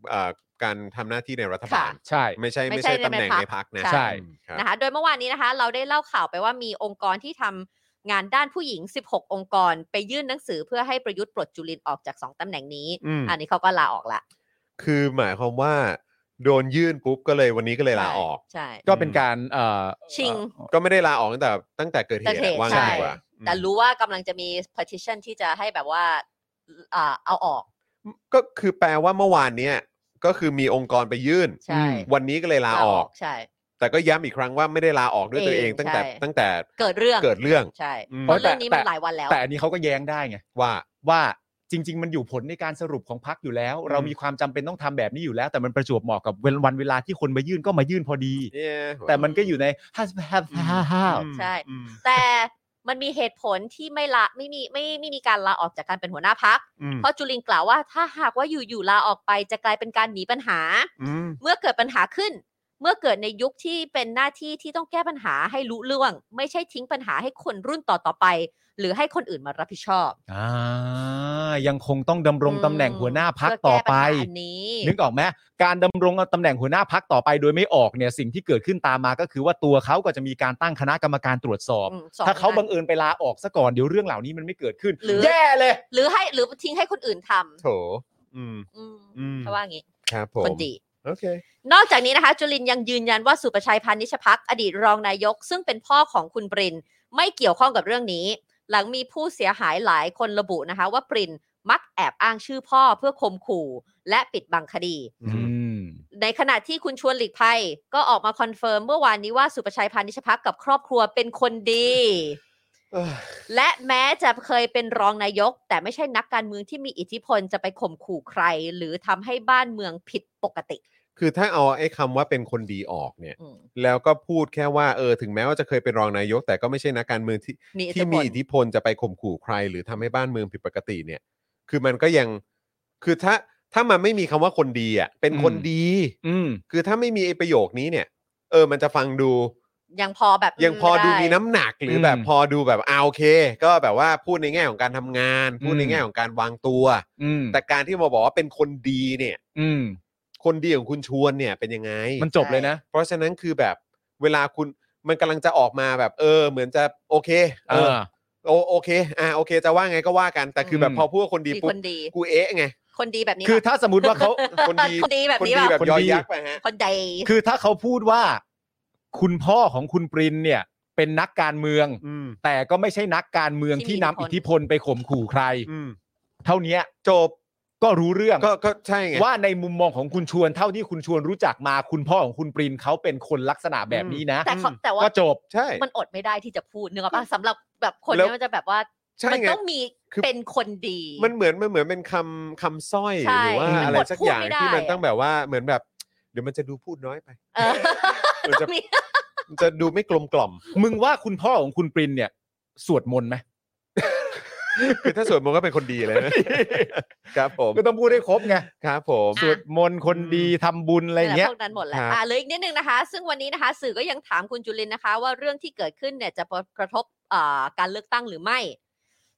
เอ่อการทำหน้าที่ในรัฐบาล ใช่ ไม่ใช่ ไม่ ไม่ ใช่ ใช่ตำแหน่ง ใน ใน พร พั รค กนะ ใช่ ครับ นะคะ โดยเมื่อวานนี้นะคะ เราได้เล่าข่าวไปว่ามีองค์กรที่ทำงานด้านผู้หญิง 16 องค์กร ไปยื่นหนังสือเพื่อให้ประยุทธ์ปลดจุลินออกจาก 2ตำแหน่งนี้ อืม อันนี้เขาก็ลาออกละ คือหมายความว่า โดนยื่นปุ๊บก็เลยวันนี้ก็เลยลาออก ใช่ ก็เป็นการเอ่อ ชิง ก็ไม่ได้ลาออกตั้งแต่ตั้งแต่เกิดเห แต่ ตุ เท อะว่า ใช่ ง่ายกว่าอืม แต่รู้ว่ากำลังจะมี petition ที่จะให้แบบว่าอ่าเอาออก ก็คือแปลว่าเมื่อวานเนี้ยก็คือมีองค์กรไปยื่น ใช่ วันนี้ก็เลยลาออก ใช่ แต่ก็ย้ำอีกครั้งว่าไม่ได้ลาออกด้วยตัวเอง ตั้งแต่ ใช่ ตั้งแต่ เกิดเรื่อง เกิดเรื่อง ใช่ อืม เพราะเรื่องนี้มันหลายวันแล้ว แต่อันนี้เขาก็แย้งได้ไง ว่า ว่าจริง ๆ มันอยู่ผลในการสรุปของพักอยู่แล้ว เรามีความจำเป็นต้องทำแบบนี้อยู่แล้ว แต่มันประจวบเหมาะกับเวลวันเวลาที่คนมายื่นก็มายื่นพอดี Yeah แต่มันก็อยู่ในห้าห้าห้าห้า ใช่ แต่มันมีเหตุผลที่ไม่ละไม่มีไม่ไม่มีการลาออกจากการเป็นหัวหน้าพัก อืม เพราะจุลินกล่าวว่าถ้าหากว่าอยู่ๆลาออกไปจะกลายเป็นการหนีปัญหา อืม เมื่อเกิดปัญหาขึ้น เมื่อเกิดในยุคที่เป็นหน้าที่ที่ต้องแก้ปัญหาให้รู้เรื่อง ไม่ใช่ทิ้งปัญหาให้คนรุ่นต่อๆไป หรือให้คนอื่นมารับผิดชอบ อ่ายังคงต้องดำรงตำแหน่งหัวหน้าพักต่อไป เพื่แก้ปัญหานี้ นึกออกไหมการดำรงตำแหน่งหัวหน้าพักต่อไปโดยไม่ออกเนี่ยสิ่งที่เกิดขึ้นตามมาก็คือว่าตัวเขาก็จะมีการตั้งคณะกรรมการตรวจสอบ อืมสอง ถ้าเขา อัน บังเอิญไปลาออกซะก่อนเดี๋ยวเรื่องเหล่านี้มันไม่เกิดขึ้น หรือ แย่เลย หรือให้หรือทิ้งให้คนอื่นทำ โถอืม อืม อืม เขาว่าอย่างงี้ ครับผม คนดี โอเคน อกจากนี้นะคะ จุลินยังยืนยันว่าสุประชัยพานิชพักอดีตรองนายก ซึ่งเป็นพ่อของคุณปรินไม่เกี่ยวข้องกับเรื่องนี้ หลังมีผู้เสียหายหลายคนระบุนะคะ ว่าปรินมักแอบอ้างชื่อพ่อเพื่อข่มขู่ และปิดบังคดี อืม ในขณะที่คุณชวนหลีกภัย ก็ออกมาคอนเฟิร์มเมื่อวานนี้ว่าสุประชัยพานิชพักกับครอบครัวเป็นคนดี เอ้ย และแม้จะเคยเป็นรองนายก แต่ไม่ใช่นักการเมืองที่มีอิทธิพลจะไปข่มขู่ใคร หรือทำให้บ้านเมืองผิดปกติ คือถ้าเอาไอ้คำว่าเป็นคนดีออกเนี่ย อืม แล้วก็พูดแค่ว่าเออถึงแม้ว่าจะเคยเป็นรองนายก แต่ก็ไม่ใช่นักการเมืองที่ มีที่มีอิทธิพล อิทธิพลจะไปข่มขู่ใคร หรือทำให้บ้านเมืองผิดปกติเนี่ย คือมันก็ยังคือถ้าถ้ามันไม่มีคำว่าคนดีอ่ะเป็นคน อืม ดี อืม คือถ้าไม่มีไอ้ประโยคนี้เนี่ย เออมันจะฟังดู ยังพอแบบ ยังพอดู ไ มีน้ำหนักหรืออ ม แบบพอดูแบบเอาโอเค ก็แบบว่าพูดในแง่ของการทำงาน พูด อืม ในแง่ของการวางตัว อืม แต่การที่มาบอกว่าเป็นคนดีเนี่ย อืม คนดีของคุณชวนเนี่ยเป็นยังไง มันจบเลยนะ เพราะฉะนั้นคือแบบเวลาคุณมันกำลังจะออกมาแบบ เออ เหมือนจะโอเค เออโอโอเค อ่าโอเค จะว่าไงก็ว่ากันแต่คือแบบ อืม พอพูดว่าคนดี มี ปุ๊ ค บ นดี กูเอ๊ะ ไง คนดีแบบนี้ คือ แบบ ถ้าสมมติว่าเขา คนดี คนดีแบบ คน นี้ ดี แบบ แบบ คน ยอ ดี ยักษ์ไปฮะ คนใด คือถ้าเขาพูดว่า คุณพ่อของคุณปรินเนี่ย เป็นนักการเมือง อืม แต่ก็ไม่ใช่นักการเมืองที่นำอิทธิพลไปข่มขู่ใคร อืม เท่าเนี้ย จบ ก็รู้เรื่อง ก็ก็ใช่ไง ว่าในมุมมองของคุณชวนเท่าที่คุณชวนรู้จักมาคุณพ่อของคุณปริมเขาเป็นคนลักษณะแบบนี้นะ แต่เขาแต่ว่า ก็จบ ใช่ มันอดไม่ได้ที่จะพูดนึกออกป่ะสำหรับแบบคน แล้ว ที่มันจะแบบว่า ใช่ มัน ไง ต้องมี คือ เป็นคนดี มันเหมือนมันเหมือนเป็นคำคำสร้อย ใช่ หรือว่าอะไร อด สัก พูด อย่าง ไม่ได้ ที่มัน อะ ต้องแบบว่าเหมือนแบบ เดี๋ยวมันจะดูพูดน้อยไป เออ มันจะ มี มันจะดูไม่กลมกล่อม มึงว่าคุณพ่อของคุณปริมเนี่ย สวดมนต์ ไหม คือถ้าสวดมนต์ก็เป็นคนดีเลย นะ ครับผม ก็ต้องพูดให้ครบไง ครับผม สวดมนต์คนดีทำบุญอะไรอย่างเงี้ย พวกนั้นหมดแหละ ครับ อ่าเหลยอีกนิดนึงนะคะ ซึ่งวันนี้นะคะ สื่อก็ยังถามคุณจุลินทร์นะคะ ว่าเรื่องที่เกิดขึ้นเนี่ยจะกระทบอ่าการเลือกตั้งหรือไม่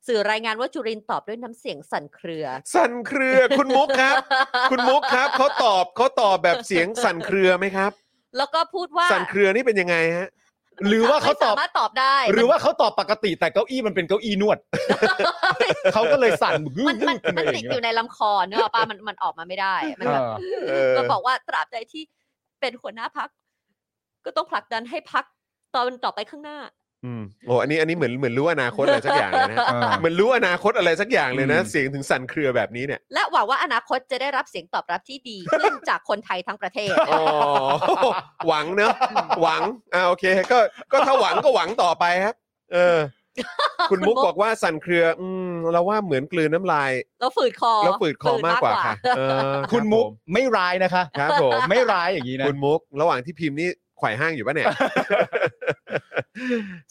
สื่อรายงานว่าจุรินทร์ตอบด้วยน้ำเสียงสั่นเครือ สั่นเครือ คุณมุกครับ คุณมุกครับเขาตอบเขาตอบแบบเสียงสั่นเครือไหมครับ แล้วก็พูดว่า สั่นเครือนี่เป็นยังไงฮะ หรือว่าเขาตอบ ไม่สามารถตอบได้ หรือว่าเขาตอบปกติแต่เก้าอี้มันเป็นเก้าอี้น วด เขาก็เลยสั่น มัน มันมันมันติดอยู่ในลำคอเนกอะป้ามันมันออกมาไม่ได้มัน เอ แบบ อ เออ ก็บอกว่าตราบใดที่เป็นหัวหน้าพัก ก็ต้องผลักดันให้พักตอนต่อไปข้างหน้า อืมโอ้อันนี้อันนี้เหมือนเหมือนรู้อนาคตอะไรสักอย่างเลยนะ เออ เหมือนรู้อนาคตอะไรสักอย่างเลยนะ อืม เสียงถึงสั่นเครือแบบนี้เนี่ย และหวังว่าอนาคตจะได้รับเสียงตอบรับที่ดีขึ้น จากคนไทยทั้งประเทศ อ๋อหวังเนอะหวังอ่าโอเค ก็ก็ถ้าหวังก็หวังต่อไปครับ เออ คุณมุกบอกว่าสั่นเครือ อืมเราว่าเหมือนกลืนน้ำลาย แล้วฝืดคอ แล้วฝืดคอมากกว่าค่ะเออ คุณมุกไม่ร้ายนะคะ ครับผม ไม่ร้ายอย่างนี้นะ คุณมุก ระหว่างที่พิมพ์นี่ไขว่ห้างอยู่ปะเนี่ย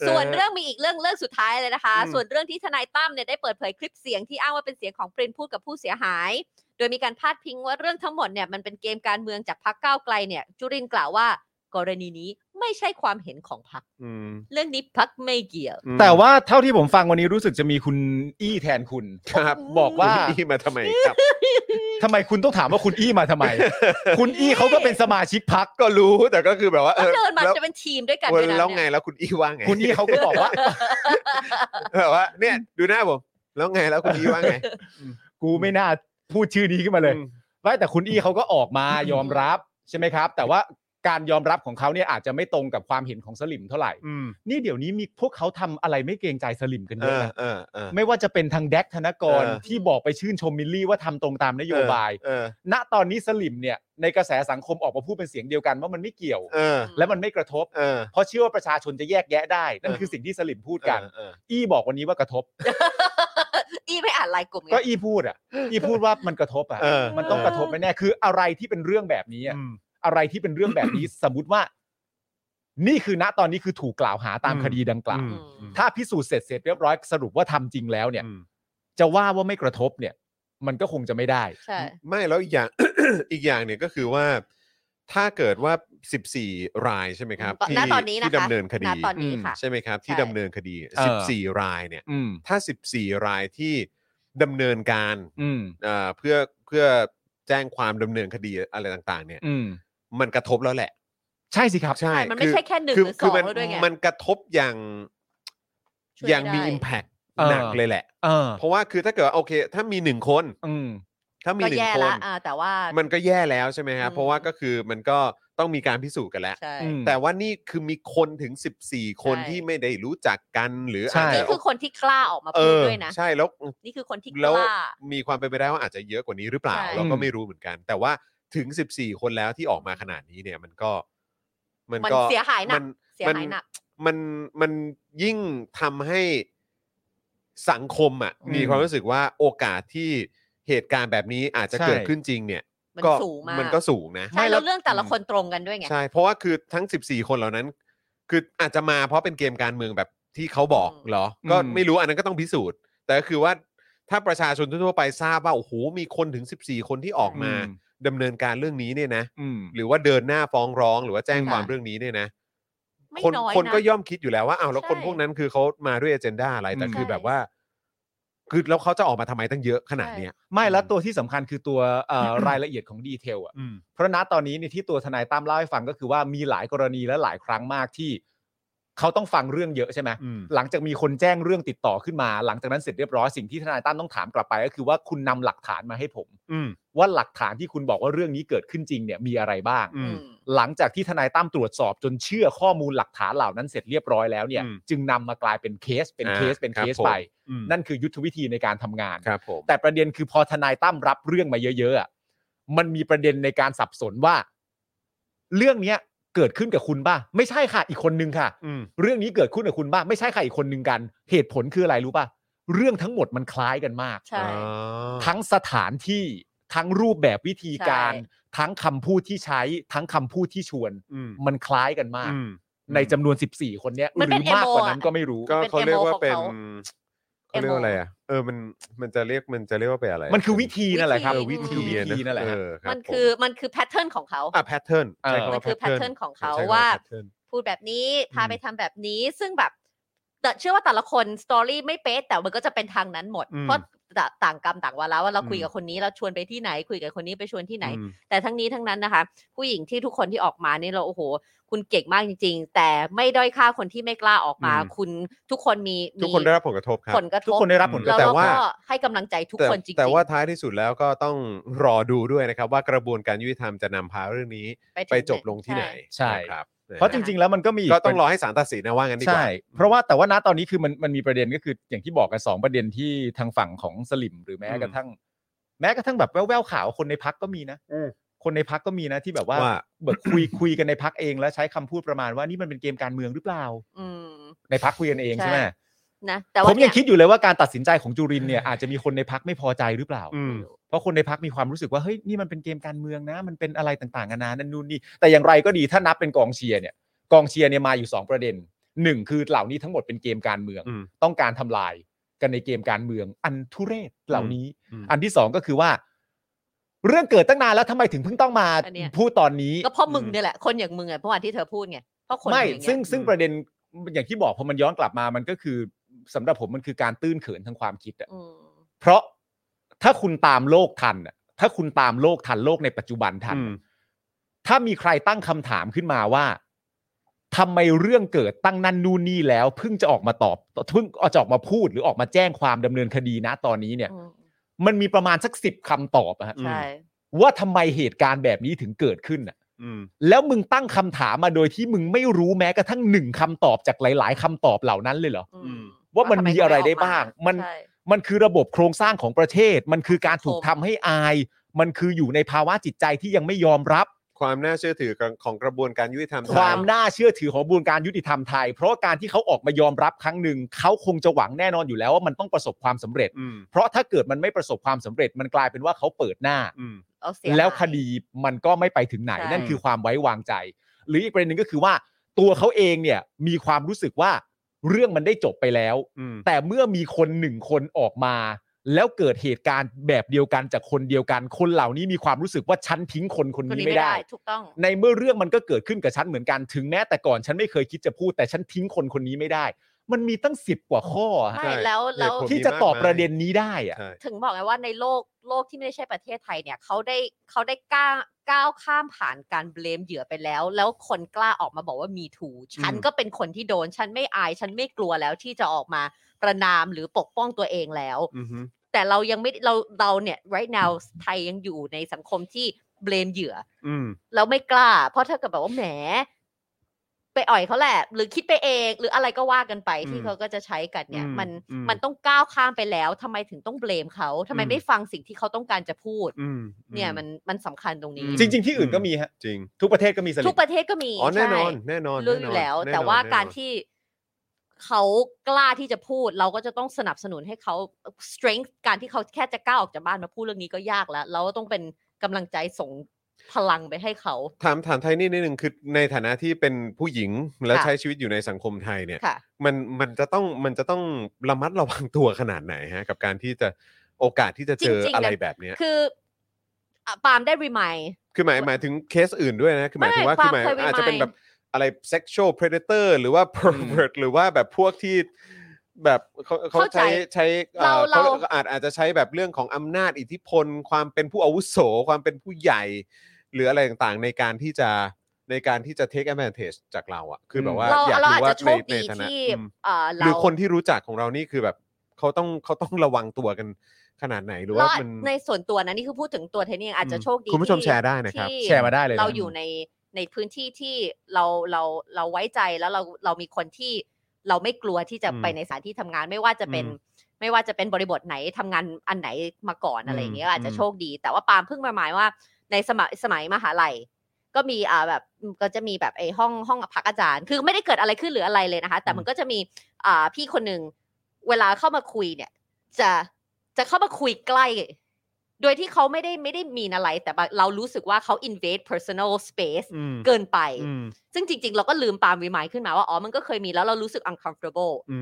ส่วนเรื่องมีอีกเรื่องเรื่องสุดท้ายเลยนะคะ อืม ส่วนเรื่องที่ทนายตั้มเนี่ยได้เปิดเผยคลิปเสียงที่อ้างว่าเป็นเสียงของปรินพูดกับผู้เสียหาย โดยมีการพาดพิงว่าเรื่องทั้งหมดเนี่ยมันเป็นเกมการเมืองจากพรรคก้าวไกลเนี่ย จุรินทร์กล่าวว่ากรณีนี้ไม่ใช่ความเห็นของพรรค อืม เรื่องนี้พรรคไม่เกี่ยว อืม แต่ว่าเท่าที่ผมฟังวันนี้รู้สึกจะมีคุณอี้แทนคุณ ครับ บอกว่า ที่มาทำไมครับ ทำไมคุณต้องถามว่าคุณอี้มาทำไม คุณอี้เขาก็เป็นสมาชิก พัก ก็รู้แต่ก็คือแบบว่า เอ ก็ อ เดินมา แล้ว จะเป็นทีมด้วยกัน เอ ด้วย อ นะ แล้วไง เนี่ย แล้วคุณอี้ว่าไง คุณอี้เขาก็บอกว่า แบบว่าเนี่ยดูหน้าผมแล้วไงแล้วคุณอี้ว่าไง กูไม่น่าพูดชื่อนี้ขึ้นมาเลย อืม ไม่แต่คุณอี้เขาก็ออกมายอมรับใช่ไหมครับ แต่ว่าการยอมรับของเขาเนี่ยอาจจะไม่ตรงกับความเห็นของสลิมเท่าไหร่ อืม นี่เดี๋ยวนี้มีพวกเขาทำอะไรไม่เกรงใจสลิมกัน เอ เยอะ อ นะ เออเออ ไม่ว่าจะเป็นทางแดกธนกร เออ ที่บอกไปชื่นชมมิลลี่ว่าทำตรงตามนโยบาย เออ ณตอนนี้สลิมเนี่ยในกระแสสังคมออกมาพูดเป็นเสียงเดียวกันว่ามันไม่เกี่ยว เออ และมันไม่กระทบ เออ เพราะเชื่อว่าประชาชนจะแยกแยะได้นั่น เออ คือสิ่งที่สลิมพูด เอ กัน อเออ อี้บอกวันนี้ว่ากระทบ อีไม่อ่านไลน์กลุ่มไง ก็อี้พูดอ่ะ อี้พูดว่ามันกระทบอ่ะ เออ มันต้องกระทบแน่ๆคืออะไรที่เป็นเรื่องแบบนี้อะ อืม อะไรที่เป็นเรื่องแบบนี้ สมมติว่า นี่คือณตอนนี้คือถูกกล่าวหาตาม อืม คดีดังกล่าว อืม ถ้าพิสูจน์เสร็จเสร็จเรียบร้อยสรุปว่าทำจริงแล้วเนี่ย อืม จะว่าว่าไม่กระทบเนี่ย มันก็คงจะไม่ได้ ใช่ ไม่แล้วอีกอย่าง อีกอย่างเนี่ยก็คือว่า ถ้าเกิดว่า 14 รายใช่ไหมครับ ณ ที่ ตอนนี้นะคะ ที่ดำเนินคดี ณตอนนี้ค่ะ ใช่ไหมครับ ที่ ใช่ ดำเนินคดี เออ 14 รายเนี่ย อืม ถ้า 14 รายที่ดำเนินการ อืม เอ่อเพื่อเพื่อแจ้งความดำเนินคดีอะไรต่างๆ เนี่ย อืม มันกระทบแล้วแหละ ใช่สิครับ ใช่ ใช่มันไม่ คือ ใช่แค่หนึ่ง คือ หรือส คือ อง มัน แล้วด้วยไง มันกระทบอย่าง ช่วย อย่าง ไม่ มี ได้ impact เออ หนักเลยแหละ เออ เพราะว่าคือถ้าเกิดว่าโอเค ถ้ามีหนึ่งคน อืม ถ้ามี ก็ หนึ่ง แย่ คน ละอ่าแต่ว่า มันก็แย่แล้วใช่ไหมครับ อืม เพราะว่าก็คือมันก็ต้องมีการพิสูจน์กันแล้ว ใช่ อืม แต่ว่านี่คือมีคนถึง 14 คน ใช่ ที่ไม่ได้รู้จักกันหรือ ใช่ อาจ นี่ จะ คือคนที่กล้าออกมา เอ พูด อ ด้วยนะ ใช่แล้ว นี่คือคนที่ก แล้ว ล้า มีความเป็นไปได้ว่าอาจจะเยอะกว่านี้หรือเปล่า ใช่ เราก็ไม่รู้เหมือนกัน แต่ว่าถึง 14 คนแล้วที่ออกมาขนาดนี้เนี่ยมันก็มัน มัน ก็ เสียหายหนั มั ก น เสียหายหนัก มันมันยิ่งทำให้สังคมอ่ะ อืม มีความรู้สึกว่าโอกาสที่เหตุการณ์แบบนี้อาจจะ ใช่ เกิดขึ้นจริงเนี่ย มัน ก็ สูงมาก มันก็สูงนะ ใช่แล้วเรื่องแต่ละ ม คนตรงกันด้วยไง ใช่ เพราะว่าคือทั้ง 14 คนเหล่านั้น คืออาจจะมาเพราะเป็นเกมการเมืองแบบที่เขาบอก อืม เหรอ ก็ อืม ไม่รู้อันนั้นก็ต้องพิสูจน์ แต่ก็คือว่าถ้าประชาชนทั่วๆไปทราบว่าโอ้โหมีคนถึง 14 คนที่ออกมาดำเนินการเรื่องนี้เนี่ยนะ อืม หรือว่าเดินหน้าฟ้องร้องหรือว่าแจ้งความ ค่ะ เรื่องนี้เนี่ยนะ ไม่ คน น้อย คน นะ ก็ย่อมคิดอยู่แล้วว่าอ้าวแล้ว ใช่ คนพวกนั้นคือเขามาด้วย a เจนดาอะไรแต่ อืม คือ ใช่ แบบว่า คือแล้วเขาจะออกมาทำไมตั้งเยอะขนาดเนี้ย ไม่แล้วตัวที่สำคัญคือตัวเอ่อ รายละเอียดของดีเทลอ่ะ อืม เพราะณตอนนี้เนี่ยที่ตัวทนายตั้มเล่าให้ฟังก็คือว่ามีหลายกรณีและหลายครั้งมากที่ เขาต้องฟังเรื่องเยอะใช่ไหม อืม หลังจากมีคนแจ้งเรื่องติดต่อขึ้นมา หลังจากนั้นเสร็จเรียบร้อยสิ่งที่ทนายตั้มต้องถามกลับไป ก็คือว่าคุณนำหลักฐานมาให้ผม อืม ว่าหลักฐานที่คุณบอกว่าเรื่องนี้เกิดขึ้นจริงเนี่ยมีอะไรบ้าง อืม หลังจากที่ทนายตั้มตรวจสอบจนเชื่อข้อมูลหลักฐานเหล่านั้นเสร็จเรียบร้อยแล้วเนี่ย อืม จึงนำมากลายเป็นเคสเป็นเคสเป็น ครั เค บ ส ผม ไป อืม นั่นคือยุทธวิธีในการทำงาน ครับผม แต่ประเด็นคือพอทนายตั้มรับเรื่องมาเยอะๆอะมันมีประเด็นในการสับสนว่า เรื่องเนี้ยเกิดขึ้นกับคุณป่ะ ไม่ใช่ค่ะอีกคนนึงค่ะ อืม เรื่องนี้เกิดขึ้นกับคุณป่ะไม่ใช่ค่ะอีกคนนึงกัน เหตุผลคืออะไรรู้ป่ะ เรื่องทั้งหมดมันคล้ายกันมาก ใช่ อ๋อ ทั้งสถานที่ทั้งรูปแบบวิธีการ ใช่ ทั้งคำพูดที่ใช้ ทั้งคำพูดที่ชวน อืม มันคล้ายกันมาก อืม ในจำนวน 14 คนเนี้ย มัน ห เป็ รื น มากกว่านั้น เอ็มโออะ ก็ไม่รู้ ก็ เป็น เขาเรียกว่าเป็น MO ของเขา เขาเรียกว่า MO อะไรอ่ะเออมันมันจะเรียกมันจะเรียกว่าเป็นอะไร มันคือวิธีนั่นแหละครับ เออวิวิธี ธีวิธีนั่นแหละ เอ ฮะ อรับ มันคือมันคือแพทเทิร์นของเขา ผมอ่ะแพทเทิร์น เออ มันคือแพทเทิร์นของเขา ใช้คำ ว่า pattern พูดแบบนี้พา อืม ไปทำแบบนี้ ซึ่งแบบแต่เชื่อว่าแต่ละคนสตอรี่ไม่เป๊ะแต่มันก็จะเป็นทางนั้นหมด อืม เพราะต่ต่างกรรมต่างวาระว่าเราคุย อืม กับคนนี้เราชวนไปที่ไหน คุยกับคนนี้ไปชวนที่ไหน อืม แต่ทั้งนี้ทั้งนั้นนะคะ ผู้หญิงที่ทุกคนที่ออกมานี่เราโอ้โห คุณเก่งมากจริง ๆ แต่ไม่ด้อยค่าคนที่ไม่กล้าออกมา อืม คุณทุกคนมี ทุกคนได้รับผลกระทบครับ ผลกระทบ ทุกคนได้รับผลกระ แล้ว ทแต่บ เราว่า ก็ให้กำลังใจทุก แต่ คนจริง แต่ว่าท้ายที่สุดแล้วก็ต้องรอดูด้วยนะครับ ว่ากระบวนการยุติธรรมจะนำพาเรื่องนี้ ถึ ไปจบลงที่ไหน ใช่ นะครับ เพราะจริง ๆ แล้วมันก็มี ก็ต้องร อ อให้ศาลตัดสินนะว่างั้นดีกว่า ใช่ เพราะว่าแต่ว่าณตอนนี้คือมันมันมีประเด็นก็คือ อย่างที่บอกกันสองประเด็นที่ทางฝั่งของสลิมหรือแม้กระทั่ง แม้กระทั่งแบบแว่วๆข่าวคนในพักก็มีนะคนในพักก็มีนะที่แบบว่า ว่า แบบ คุยคุยกันในพักเองแล้วใช้คำพูดประมาณว่านี่มันเป็นเกมการเมืองหรือเปล่า อืม ในพักคุยกันเอง ใช่ ใช่ไหม นะแต่ ผ ว่าม เนี่ ยัง ย คิดอยู่เลยว่าการตัดสินใจของจุรินทร์เนี่ยอาจจะมีคนในพักไม่พอใจหรือเปล่า อืม เพราะคนในพักมีความรู้สึกว่าเฮ้ยนี่มันเป็นเกมการเมืองนะ มันเป็นอะไรต่างๆนานานั่นนู่นนี่แต่อย่างไรก็ดีถ้านับเป็นกองเชียร์เนี่ยกองเชียร์เนี่ยมาอยู่ 2 ประเด็นหนึ่งคือเหล่านี้ทั้งหมดเป็นเกมการเมือง อืม ต้องการทำลายกันในเกมการเมือง อันทุเรศเหล่านี้ อืม อันที่สองก็คือว่า เรื่องเกิดตั้งนานแล้วทำไมถึงเพิ่งต้องมา อันเนี้ย พูดตอนนี้ ก็เพราะมึงเนี่ยแหละคนอย่างมึงอ่ะเมื่อวานที่เธอพูดไงเพราะคน ไม่ อย่างเงี้ย ซึ่งซึ่งประเด็นอย่างที่บอกพอมันย้อนกลับมามันก็คือสำหรับผมมันคือการตื้นเขินทางความคิดอะ อืม เพราะถ้าคุณตามโลกทันอะถ้าคุณตามโลกทันโลกในปัจจุบันทัน อืม อะถ้ามีใครตั้งคำถามขึ้นมาว่าทำไมเรื่องเกิดตั้งนั่นนู่นนี่แล้วเพิ่งจะออกมาตอบเพิ่งจะออกมาพูดหรือออกมาแจ้งความดำเนินคดีนะตอนนี้เนี่ย อืม มันมีประมาณสักสิบคำตอบอะฮะ ใช่ ว่าทำไมเหตุการณ์แบบนี้ถึงเกิดขึ้นอะ อืม แล้วมึงตั้งคำถามมาโดยที่มึงไม่รู้แม้กระทั่งหนึ่งคำตอบจากหลาย ๆคำตอบเหล่านั้นเลยเหรอ อื อืม ว่ามันมีอะไรได้บ้างมัน ใช่ มันคือระบบโครงสร้างของประเทศ มันคือการถูกทำให้อาย มันคืออยู่ในภาวะจิตใจที่ยังไม่ยอมรับ ความน่าเชื่อถือของกระบวนการยุติธรรมไทย ความน่าเชื่อถือของกระบวนการยุติธรรมไทย เพราะการที่เขาออกมายอมรับครั้งหนึ่งเขาคงจะหวังแน่นอนอยู่แล้วว่ามันต้องประสบความสำเร็จ อืม เพราะถ้าเกิดมันไม่ประสบความสำเร็จ มันกลายเป็นว่าเขาเปิดหน้า อืม เอาเสีย แล้ว หาย คดีมันก็ไม่ไปถึงไหน ใช่ นั่นคือความไว้วางใจ หรืออีกประเด็นหนึ่งก็คือว่าตัวเขาเองเนี่ยมีความรู้สึกว่าเรื่องมันได้จบไปแล้ว อืม แต่เมื่อมีคนหนึ่งคนออกมา แล้วเกิดเหตุการณ์แบบเดียวกันจากคนเดียวกัน คนเหล่านี้มีความรู้สึกว่าฉันทิ้งคนคน คน นี้ นี้ ไม่ ไม่ ได้ ได้ ถูกต้อง ในเมื่อเรื่องมันก็เกิดขึ้นกับฉันเหมือนกันถึงแม้แต่ก่อนฉันไม่เคยคิดจะพูดแต่ฉันทิ้งคนคนนี้ไม่ได้ มันมีตั้งสิบกว่าข้อฮะ ไม่แล้วแล้เหตุวผ ที่จะตอบประเด็น มี นี้ได้อะ มากมายใช่ ถึงบอกไงว่าในโลกโลกที่ไม่ใช่ประเทศไทยเนี่ยเขาได้เขาได้ก้าวก้าวข้ามผ่านการเบลมเหยื่อไปแล้ว แล้วคนกล้าออกมาบอกว่ามีถูฉันก็เป็นคนที่โดน ฉันไม่อาย ฉันไม่กลัวแล้วที่จะออกมาประนามหรือปกป้องตัวเองแล้ว อืม แต่เรายังไม่เราเราเนี่ย right now ไทยยังอยู่ในสังคมที่เบลมเหยื่อ อืม เราไม่กล้า เพราะถ้าเกิดแบบว่าแหม ไปอ่อยเขาแหละ หรือคิดไปเอง หรืออะไรก็ว่ากันไปที่ อืม เขาก็จะใช้กันเนี่ย อืม มัน อืม มันต้องก้าวข้ามไปแล้วทำไมถึงต้องเบลมเขาทำไม อืม ไม่ฟังสิ่งที่เขาต้องการจะพูด อืม เนี่ยมันมันสำคัญตรงนี้ อืม จริง ๆ ที่อื่นก็มีฮะ จริง ทุกประเทศก็มีสลิ ทุก ม ประเทศก็มี อ๋อแน่นอน ใช่ แน่นอน รู้อยู่แล้ว น่นอน แต่ว่า น่นอน การที่เขากล้าที่จะพูด เราก็จะต้องสนับสนุนให้เขา strength การที่เขาแค่จะก้าวออกจากบ้านมาพูดเรื่องนี้ก็ยากแล้ว เราก็ต้องเป็นกำลังใจส่งพลังไปให้เขา ถามถามไทยนี่นิดนึงคือในฐานะที่เป็นผู้หญิงและ ค่ะ ใช้ชีวิตอยู่ในสังคมไทยเนี่ย ค่ะ มันมันจะต้องมันจะต้องระมัดระวังตัวขนาดไหนฮะ กับการที่จะโอกาสที่จะเจอ จริงๆ อะไร นะ แบบเนี้ย คืออ่ะปาล์มได้รีมาย คือหมายหมายถึงเคสอื่นด้วยนะคือหมายถึงว่า ไม่ คือหมาย ความเคย อาจจะเป็น วินัย แบบอะไร sexual predator หรือว่า pervert หรือว่าแบบพวกที่แบบเขาเขาใช้ใช้อ่อ เรา ขอาจอาจจะใช้แบบเรื่องของอำนาจอิทธิพล ความเป็นผู้อาวุโส ความเป็นผู้ใหญ่ หรืออะไรต่างๆ ในการที่จะ ในการที่จะ take advantage จากเราอะคือแบบว่า เรา อยาก เรา รู้ อาจ ว่า จะโช ในในคดี ฐานะ ที่ อืม เอ่อ ห เรา รือคนที่รู้จักของเรานี่คือแบบเขาต้องเขาต้องระวังตัวกันขนาดไหนหรือ เรา ว่า อาจ มัน ในส่วนตัวนะนี่คือพูดถึงตัวเทนนี่อาจจะโชคดี คุณผู้ชม ที่ แชร์ได้นะครับ ที่ แชร์มาได้เลยนะ เราอยู่ในในพื้นที่ที่เราเราเราไว้ใจแล้วเราเรามีคนที่เราไม่กลัวที่จะ อืม ไปในสถานที่ทำงานไม่ว่าจะเป็น อืม ไม่ว่าจะเป็นบริบทไหนทำงานอันไหนมาก่อนอะไรอย่างเงี้ยอาจจะ อืม โชคดี แต่ว่าปาล์มเพิ่งมาหมายว่าในสมัยสมัยมหาลัย ก็มีอ่าแบบก็จะมีแบบไอ้ห้องห้องพักอาจารย์ คือไม่ได้เกิดอะไรขึ้นหรืออะไรเลยนะคะ แต่มันก็จะมีอ่าพี่คนหนึ่งเวลาเข้ามาคุยเนี่ย จะจะเข้ามาคุยใกล้ โดยที่เขาไม่ได้ไม่ได้มีอะไร แต่บางเรารู้สึกว่าเขา invade personal space อืม เกินไป อืม ซึ่งจริง ๆ เราก็ลืมปาล์มวิมายขึ้นมาว่าอ๋อมันก็เคยมีแล้วเรารู้สึก uncomfortable อื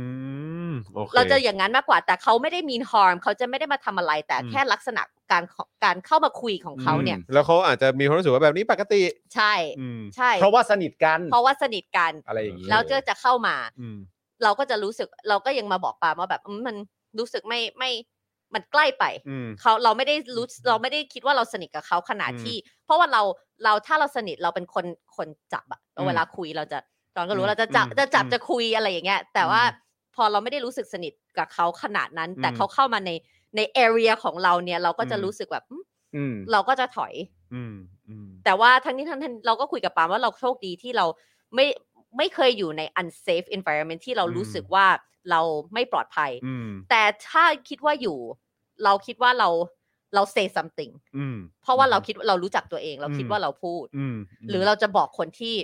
มโอเค เราจะอย่างนั้นมากกว่าแต่เขาไม่ได้มี harm เขาจะไม่ได้มาทำอะไร แต่ อืม แค่ลักษณะการการเข้ามาคุยของเขาเนี่ย อืมแล้วเขาอาจจะมีความรู้สึกว่าแบบนี้ปกติ ใช่ อืม ใช่ เพราะว่าสนิทกัน เพราะว่าสนิทกัน อะไรอย่างนี้ แล้วก็จะเข้ามา อืม เราก็จะรู้สึกเราก็ยังมาบอกปาล์มว่าแบบอืมมันรู้สึกไม่ไม่มันใกล้ไป อืม เขาเราไม่ได้รู้เราไม่ได้คิดว่าเราสนิทกับเขาขนาด อืม ที่ เพราะว่าเราเราถ้าเราสนิทเราเป็นคนคนจับอะ อืม เวลาคุยเราจะจอนก็ อื รู้ ม เราจะจับ อืม จะจับ อืม จะคุยอะไรอย่างเงี้ยแต่ว่า อื พอเราไม่ได้รู้สึกสนิทกับเขาขนาดนั้น แต่ อืม เขาเข้ามาในในเอเรียของเราเนี่ยเราก็จะ อืม รู้สึกแบบอืม อืม เราก็จะถอย อืมอืม แต่ว่าทั้งนี้ทั้งนั้นเราก็คุยกับปาล์มว่าเราโชคดีที่เราไม่ไม่เคยอยู่ใน unsafe environment ที่เรา อืม รู้สึกว่าเราไม่ปลอดภัย อืม แต่ถ้าคิดว่าอยู่ เราคิดว่าเราเรา say something อืม เพราะว่าเราคิดเรารู้จักตัวเองเราคิด อืม ว่าเราพูด อืม หรือเราจะบอกคนที่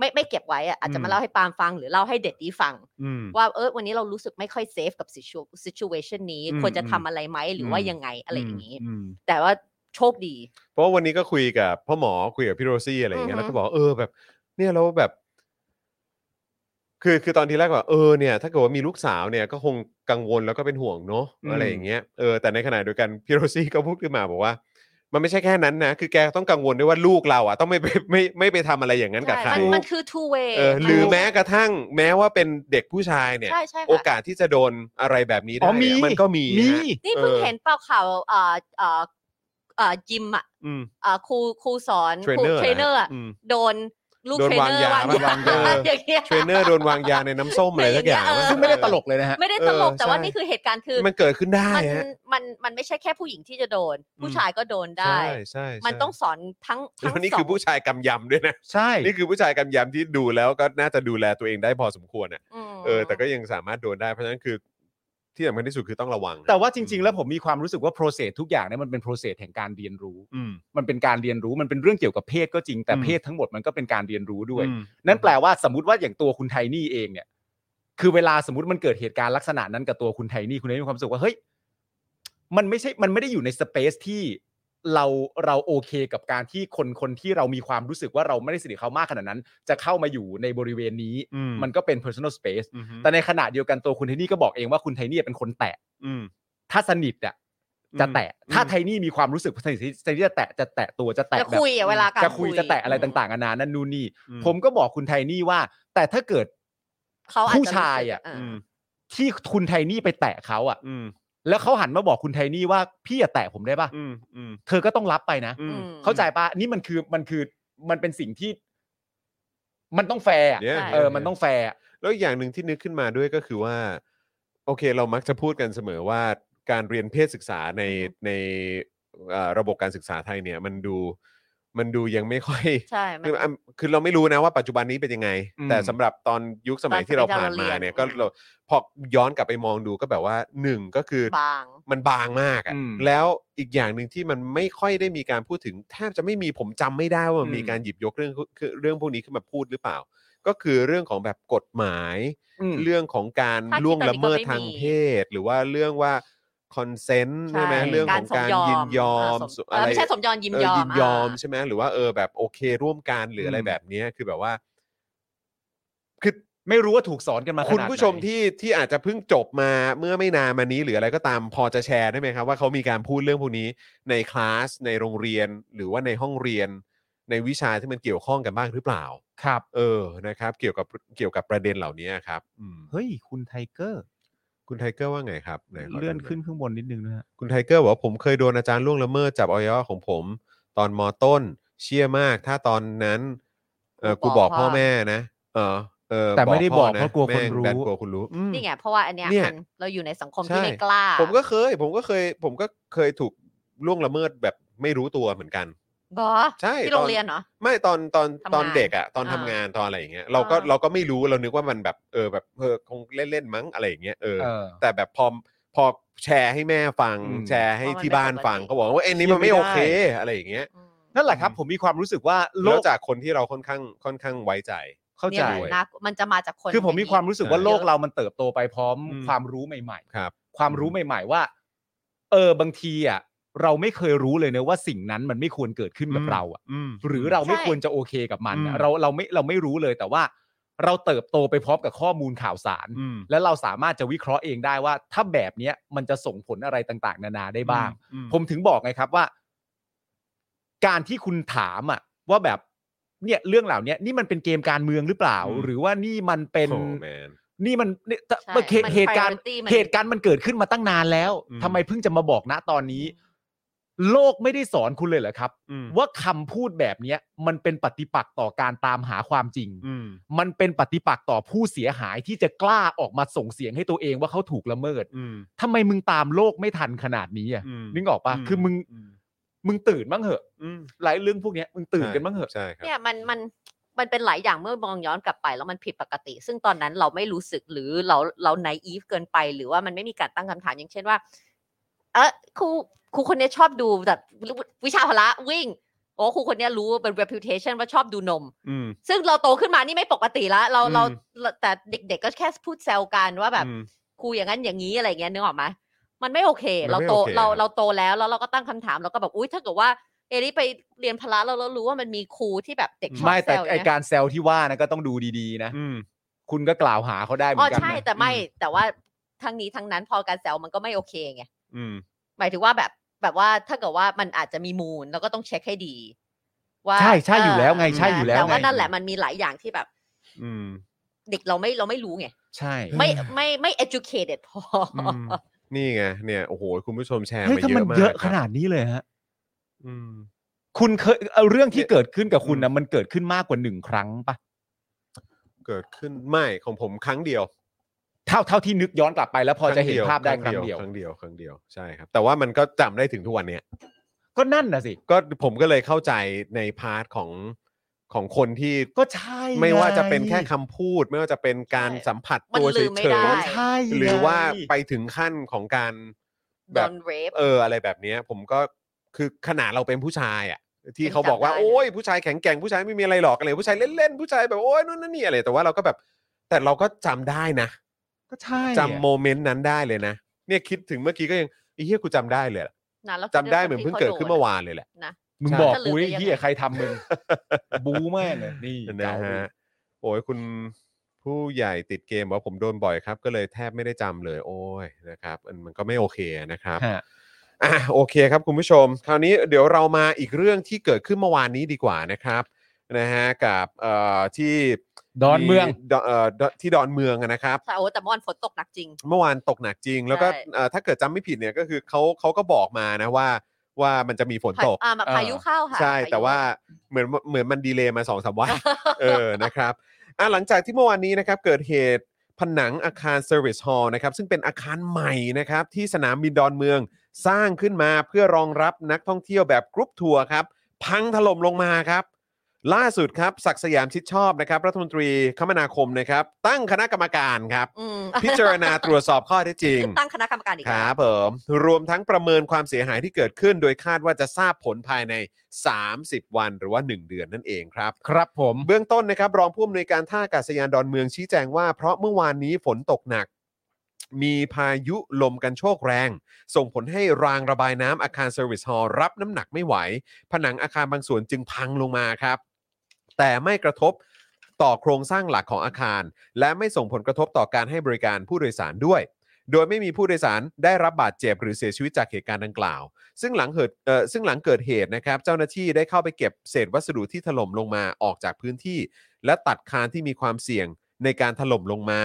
ไม่ไม่เก็บไว้อะอาจจะ อืม มาเล่าให้ปาล์มฟังหรือเล่าให้เด็ดดีฟัง อืม ว่าเออวันนี้เรารู้สึกไม่ค่อยเซฟกับ situ- situation นี้ อืม ควรจะทำ อืม อะไรไหมหรือว่า อืม ยังไงอะไรอย่างนี้ ม แต่ว่าโชคดี เพราะว่าวันนี้ก็คุยกับพ่อหมอคุยกับพี่โรซี่อะไรอย่างเงี้ย อือ แล้ ฮึ วก็บอกเออแบบ เนี่ยเราแบบ คือคือตอนที่แรกว่าเออเนี่ย ถ้าเกิดว่ามีลูกสาวเนี่ยก็คงกังวลแล้วก็เป็นห่วงเนาะ อืม อะไรอย่างเงี้ยเออแต่ในขณะเดียวกันพี่โรซี่ก็พูดขึ้นมาบอกว่า มันไม่ใช่แค่นั้นนะคือแกต้องกังวลด้วยว่าลูกเราอ่ะ ต้องไม่ไป ไม่ไม่ไปทำอะไรอย่างนั้นกับใคร ใช่มันมันคือ two way เออหรือแม้กระทั่งแม้ว่าเป็นเด็กผู้ชายเนี่ย ใช่ใช่ โอ ค่ะ กาสที่จะโดนอะไรแบบนี้ อ๋ ได้ อมี เนี่ยมันก็มี มี ฮะ นี่เพิ่ง เออ เห็นเปล่าข่าวเอ่อเอ่อเอ่อยิมอ่ะ อืม เอ่อครูครูสอน เท ค รน รู เนอร์ เทรนเนอร์อะ อืม โดนลูก โดน เทรน วาง เนอยาวร์าง วางยา อย่างเงี้ย เทรนเนอร์โดนวางยาในน้ำส้มอะไรสักอย่าง เออ วะ ซึ่งไม่ได้ตลกเลยนะฮะ ไม่ได้ตลก เออ แต่ว่า ใช่ นี่คือเหตุการณ์คือ มันเกิดขึ้นได้ มัน ฮะ มันมันไม่ใช่แค่ผู้หญิงที่จะโดน ผู้ อืม ชายก็โดนได้ ใช่ใช่ มัน ใช่ ต้องสอนทั้งทั้ แล้ ง วนี่ สอ คื ง อผู้ชายกำยำด้วยนะ ใช่ นี่คือผู้ชายกำยำที่ดูแล้วก็น่าจะดูแลตัวเองได้พอสมควรอ่ะ ม เออแต่ก็ยังสามารถโดนได้ เพราะฉะนั้นคือที่สำคัญที่สุดคือต้องระวัง แต่ว่าจริง ๆ แล้วผมมีความรู้สึกว่า process ทุกอย่างเนี่ยมันเป็น process แห่งการเรียนรู้ อืม มันเป็นการเรียนรู้มันเป็นเรื่องเกี่ยวกับเพศก็จริงแต่ อืม เพศทั้งหมดมันก็เป็นการเรียนรู้ด้วย อืม นั่นแปลว่าสมมติว่าอย่างตัวคุณไทนี่เองเนี่ย คือเวลาสมมติมันเกิดเหตุการณ์ลักษณะนั้นกับตัวคุณไทนี่คุณไทนี่มีความรู้สึกว่าเฮ้ยมันไม่ใช่มันไม่ได้อยู่ในสเปซที่เราเราโอเคกับการที่คนคนที่เรามีความรู้สึกว่าเราไม่ได้สนิทเขามากขนาดนั้น จะเข้ามาอยู่ในบริเวณนี้ อืม มันก็เป็น personal space อืม แต่ในขณะเดียวกันตัวคุณไทนี่ก็บอกเองว่าคุณไทนี่เป็นคนแตะ อืม ถ้าสนิทอ่ะจะแตะ อืม ถ้าไทนี่มีความรู้สึกสนิทสนิทจะแตะจะแตะตัวจะแตะ จะ แบบ คุยอะเวลาการ จะคุยจะแตะอะไรต่างๆนานานั่นนู่นนี่ อืม ผมก็บอกคุณไทนี่ว่า แต่ถ้าเกิด เขาอจจะ ผู้ชายอ่ะ รู้สึก อืม ที่คุณไทนี่ไปแตะเขาอ่ะ อืม แล้วเขาหันมาบอกคุณไทนี่ว่าพี่อย่าแตะผมได้ป่ะ อืมอืม เธอก็ต้องรับไปนะ อืม อืม เข้าใจป่ะนี่มันคือมันคือมันเป็นสิ่งที่ มันต้องแฟร์อะ เนี่ย เออมันต้องแฟร์อะ แล้วอีกอย่างหนึ่งที่นึกขึ้นมาด้วยก็คือว่า โอเคเรามักจะพูดกันเสมอว่าการเรียนเพศศึกษาใน อือฮึ ในเอ่อระบบการศึกษาไทยเนี่ย มันดูมันดูยังไม่ ค่อย ใช่มัน คืออ่ะคือเราไม่รู้นะว่าปัจจุบันนี้เป็นยังไง อืม แต่สำหรับตอนยุคสมัย ตอนสมัย ที่เราผ่านมาเนี่ยก็ เราเรียน เราพอย้อนกลับไปมองดูก็แบบว่าหนึ่งก็คือบ าง มันบางมากอะ อืม แล้วอีกอย่างหนึ่งที่มันไม่ค่อยได้มีการพูดถึงแทบจะไม่มีผมจำไม่ได้ว่ามัน อืม มีการหยิบยกเรื่องคือเรื่องพวกนี้ขึ้นมาพูดหรือเปล่า ก็คือเรื่องของแบบกฎหมาย อืม เรื่องของการ ถ้าคิด ล่วง ตอนนี้ ละเมิด ก็ไม่ ทาง มี เพศ หรือว่าเรื่องว่าคอนเซนต์ใช่ไหม ใช่ เรื่องของการยินยอม ส อะไร เไม่ใช่สมยอมยิน เออย อม ยินยอม ะ ใช่ไหมหรือว่าเออแบบโอเคร่วมกันหรืออะไร อืม แบบเนี้ยคือแบบว่า คือ ไม่รู้ว่าถูกสอนกันมาขนาด คุ ไห ณ น ผู้ชมที่ที่อาจจะเพิ่งจบมาเมื่อไม่นานมานี้ หรืออะไรก็ตามพอจะแชร์ได้ไหมครับ ว่าเขามีการพูดเรื่องพวกนี้ในคลาสในโรงเรียน หรือว่าในห้องเรียน ในวิชาที่มันเกี่ยวข้องกันบ้างหรือเปล่า ครับ เออนะครับ เกี่ยวกับเกี่ยวกับประเด็นเหล่านี้ครับ อืม เฮ้ยคุณไทเกอร์ คุณไทเกอร์ว่าไงครับไหขดูหย เลื่อนขึ้นข้างบนนิดนึงนะฮะ คุณไทเกอร์บอกว่าผมเคยโดนอาจารย์ล่วงละเมิดจับออยอของผม ตอนมอต้น เชี่ยมาก ถ้าตอนนั้น เออกูบอกพ่อแม่นะ เออเออ แต่ไม่ได้บอก น เพราะกลัวคน แม่ง รู้ ดักลัวคนรู้อืม นี่ไงเพราะว่าอันเนี้ย เนี่ย มันเราอยู่ในสังคม ใช่ ที่ไม่กล้า ผมก็เคย ผมก็เคย ผมก็เคยถูกล่วงละเมิดแบบไม่รู้ตัวเหมือนกัน บอ ใช่ ที่ ตอน โรงเรียนเหรอ ไม่ตอนตอนตทำงานอนเด็กอะตอน อ่า ทำงานตอนอะไรอย่างเงี้ยเราก็ อ่า เราก็ไม่รู้เรานึกว่ามันแบบเออแบบเออคงเล่นๆมั้งอะไรอย่างเงี้ยเออ เออ แต่แบบพอพอแชร์ให้แม่ฟัง อืม แชร์ให้ เพราะมัน ที่บ้าน ไม่ปกติ ฟังเขาบอกว่าเอ็นนี้มันไม่โอเค อะไรอย่างเงี้ย อืม นั่นแหละครับ ผมมีความรู้สึกว่าโล แล้ว ก จากคนที่เราค่อนข้างค่อนข้างไว้ใจ เข้า เนี่ ใจ ยแหละนะมันจะมาจากคน คือผมมีความรู้สึกว่า ใช่ โลกเรามันเติบโตไปพร้อม อืม ความรู้ใหม่ ครับ ความรู้ใหม่ ๆ ว่า เออบางทีอ่ะเราไม่เคยรู้เลยนะว่าสิ่งนั้นมันไม่ควรเกิดขึ้นกับเราอ่ะ อืม หรือเราไม่ควรจะโอเคกับมันอะ อืม เราเราไม่เราไม่รู้เลยแต่ว่า เราเติบโตไปพร้อมกับข้อมูลข่าวสาร อืม และเราสามารถจะวิเคราะห์เองได้ว่า ถ้าแบบเนี้ยมันจะส่งผลอะไรต่าง ๆ นานาได้บ้าง อื ผมถึงบอกไงครับว่า การที่คุณถามอะว่าแบบเนี่ยเรื่องเหล่าเนี้ยนี่มันเป็นเกมการเมืองหรือเปล่า หรือว่านี่มันเป็น โอ้แมน นี่มันเนี่ย ใช่ มันเหตุเหตุมันการณ์ priority มัน เหตุการณ์มันเกิดขึ้นมาตั้งนานแล้ว อืม ทำไมเพิ่งจะมาบอกนะตอนนี้ โลกไม่ได้สอนคุณเลยเหรอครับ อืม ว่าคำพูดแบบเนี้ยมันเป็นปฏิปักษ์ต่อการตามหาความจริง อืม มันเป็นปฏิปักษ์ต่อผู้เสียหายที่จะกล้าออกมาส่งเสียงให้ตัวเองว่าเขาถูกละเมิด อืม ทำไมมึงตามโลกไม่ทันขนาดนี้อ่ะ อืม นึกออกปะ อืม คือมึง อืม มึงตื่นบ้างเหอะ อืม หลายเรื่องพวกเนี้ยมึงตื่นกันบ้างเหอะ ใช่ครับ เนี่ยมันมันมันเป็นหลายอย่างเมื่อมองย้อนกลับไปแล้วมันผิดปกติ ซึ่งตอนนั้นเราไม่รู้สึกหรือเราเราไนอีฟเกินไป หรือว่ามันไม่มีการตั้งคำถามอย่างเช่นว่า เออครูครูคนเนี้ยชอบดูแบบวิชาพละวิ่ง โอ้ครูคนเนี้ยรู้เป็น reputation ว่าชอบดูนม อืม ซึ่งเราโตขึ้นมานี่ไม่ปกติแล้วเรา อืม เราแต่เด็ก ๆ ก็แค่พูดแซวกันว่าแบบ อืม ครูอย่างนั้นอย่างนี้อะไรเงี้ยนึกออกไหมมันไม่โอเค มันไม่ เราโต โอเค เรา ครับ เราโตแล้วแล้วเราก็ตั้งคำถามเราก็แบบอุ้ยถ้าเกิดว่า เอลิไปเรียนพละแล้วเรารู้ว่ามันมีครูที่แบบเด็กชอบ ไม่ แซ แต่ ว ไอ เนี่ย การแซวที่ว่านะก็ต้องดูดีๆ นะ อืม คุณก็กล่าวหาเขาได้เหมื อ๋อ อนกัน ใช่ นะ แต่ไม่แต่ว่าทั้งนี้ทั้งนั้นพอการแซวมันก็ไม่โอเคไง อืม หมายถึงว่าแบบแบบว่าถ้าเกิดว่ามันอาจจะมีมูลเราก็ต้องเช็คให้ดี ว่า ใช่ใช่อยู่แล้วไงใช่อยู่แล้ว แต่ว่า ไง นั่นแหละมันมีหลายอย่างที่แบบ อืม เด็กเราไม่เราไม่รู้ไง ใช่ ไม่ไม่ไม่ educated พออ ม นี่ไง เนี่ย โอ้โห คุณผู้ชมแชร์ เฮ้ย มา ถ้า เย มัน อะมาก เยอะ ค ข รับ นาดนี้เลยฮะ อืม คุณเคยเอาเรื่องที่เกิดขึ้นกับคุณ อื นะ ม มันเกิดขึ้นมากกว่าหนึ่งครั้งปะ เกิดขึ้นไม่ของผมครั้งเดียว เท่าเท่าที่นึกย้อนกลับไปแล้วพอจะเห็นภาพได้ครั้งเดียว ครั้งเดียวครั้งเดียวใช่ครับ แต่ว่ามันก็จำได้ถึงทุกวันเนี้ย ก็นั่นนะสิ ก็ผมก็เลยเข้าใจในพาร์ทของของคนที่ ก็ใช่ง ไม่ว่าจะเป็นแค่คำพูด ไม่ว่าจะเป็นการ ใช่ สัมผัส มัน ตัว ลื เฉ มไม่ ย ได้ ก็ใช่ไง ๆหรือว่าไปถึงขั้นของการ โด แบบ น rape เอออะไรแบบเนี้ย ผมก็คือขนาดเราเป็นผู้ชายอ่ะที่ ยัง เขาบอกว่า จำได้เลย โอ้ยผู้ชายแข็งแกร่งผู้ชายไม่มีอะไรหรอกอะไรผู้ชายเล่นๆผู้ชายแบบโอ้ยนู่นนั่นนี่อะไรแต่ว่าเราก็แบบ แต่เราก็จำได้นะ ก็ใช่ จำโมเมนต์นั้นได้เลยนะ เนี่ยคิดถึงเมื่อกี้ก็ยังไอ้เฮียกูจำได้เลยอะ นะแล้ว จำ คื ได้ ย เหมือน ค เพิ่ง ที่ เกิดขึ้นเมื่อ โะ วานเลยแหละ มึง ใช่ บอก จะลื กู มได้ ไอ้ ยังไง เหี้ยใครทำมึง บูแม่งเลยนี่ นะ เก่า ฮะโอ้ยคุณผู้ใหญ่ติดเกมบอกว่าผมโดนบ่อยครับ ก็เลยแทบไม่ได้จำเลย โอ้ยนะครับมันมันก็ไม่โอเคนะครับ ฮะ อ่ะโอเคครับคุณผู้ชม คราวนี้เดี๋ยวเรามาอีกเรื่องที่เกิดขึ้นเมื่อวานนี้ดีกว่านะครับนะฮะกับเอ่อที่ ดอนเมือง ดเอ่อดอนที่ดอนเมืองอะนะครับ แต่โอ้แต่เมอวานฝนตกหนักจริง เมื่อวานตกหนักจริง แล้วก็ ใช่ เอ่อถ้าเกิดจำไม่ผิดเนี่ยก็คือเขาเขาก็บอกมานะว่าว่ามันจะมีฝน พา ตก อ่ามา เออ พายุเข้าค่ะ ใช่ พยุ แต่ว่าเหมือนเหมือนมันดีเลย์มาสองสาม วัน เออนะครับอ่ะหลังจากที่เมื่อวานนี้นะครับเกิดเหตุผนังอาคาร Service Hall นะครับซึ่งเป็นอาคารใหม่นะครับที่สนามบินดอนเมืองสร้างขึ้นมาเพื่อรองรับนักท่องเที่ยวแบบกรุ๊ปทัวร์ครับ พังถล่มลงมาครับ ล่าสุดครับศักดิ์สยามชิดชอบนะครับรัฐมนตรีคมนาคมนะครับ ตั้งคณะกรรมการครับ อืม พิจารณาตรวจสอบข้อเท็จจริง ตั้งคณะกรรมการอีก ค แล้ว รับผมรวมทั้งประเมินความเสียหายที่เกิดขึ้น โดยคาดว่าจะทราบผลภายใน 30 วันหรือว่า 1 เดือนนั่นเองครับ ครับผม เบื้องต้นนะครับ รองผู้อำนวยการท่าอากาศยานดอนเมืองชี้แจงว่า เพราะเมื่อวานนี้ฝนตกหนัก มีพายุลมกันโชกแรง ส่งผลให้รางระบายน้ำอาคารเซอร์วิสฮอลรับน้ำหนักไม่ไหว ผนังอาคารบางส่วนจึงพังลงมาครับ แต่ไม่กระทบต่อโครงสร้างหลักของอาคาร และไม่ส่งผลกระทบต่อการให้บริการผู้โดยสารด้วย โดยไม่มีผู้โดยสารได้รับบาดเจ็บหรือเสียชีวิตจากเหตุการณ์ดังกล่าว ซึ่งหลังเหตุเอ่อซึ่งหลังเกิดเหตุนะครับ เจ้าหน้าที่ได้เข้าไปเก็บเศษวัสดุที่ถล่มลงมาออกจากพื้นที่ และตัดคานที่มีความเสี่ยงในการถล่มลงมา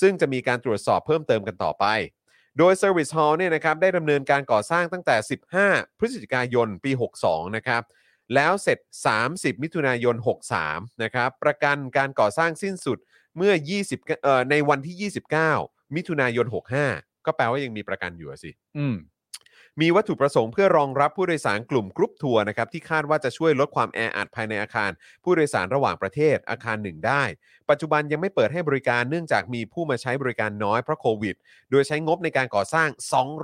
ซึ่งจะมีการตรวจสอบเพิ่มเติมกันต่อไป โดย Service Hall เนี่ยนะครับได้ดำเนินการก่อสร้างตั้งแต่ 15 พฤศจิกายนปี 62 นะครับ แล้วเสร็จ 30 มิถุนายน 63 นะครับ ประกันการก่อสร้างสิ้นสุดเมื่อ 20เอ่อในวันที่ 29 มิถุนายน 65 ก็แปลว่ายังมีประกันอยู่อะสิ อืม มีวัตถุประสงค์เพื่อรองรับผู้โดยสารกลุ่มกรุ๊ปทัวร์นะครับที่คาดว่าจะช่วยลดความแออัดภายในอาคาร ผู้โดยสารระหว่างประเทศอาคารหนึ่งได้ ปัจจุบันยังไม่เปิดให้บริการเนื่องจากมีผู้มาใช้บริการน้อยเพราะโควิด โดยใช้งบในการก่อสร้าง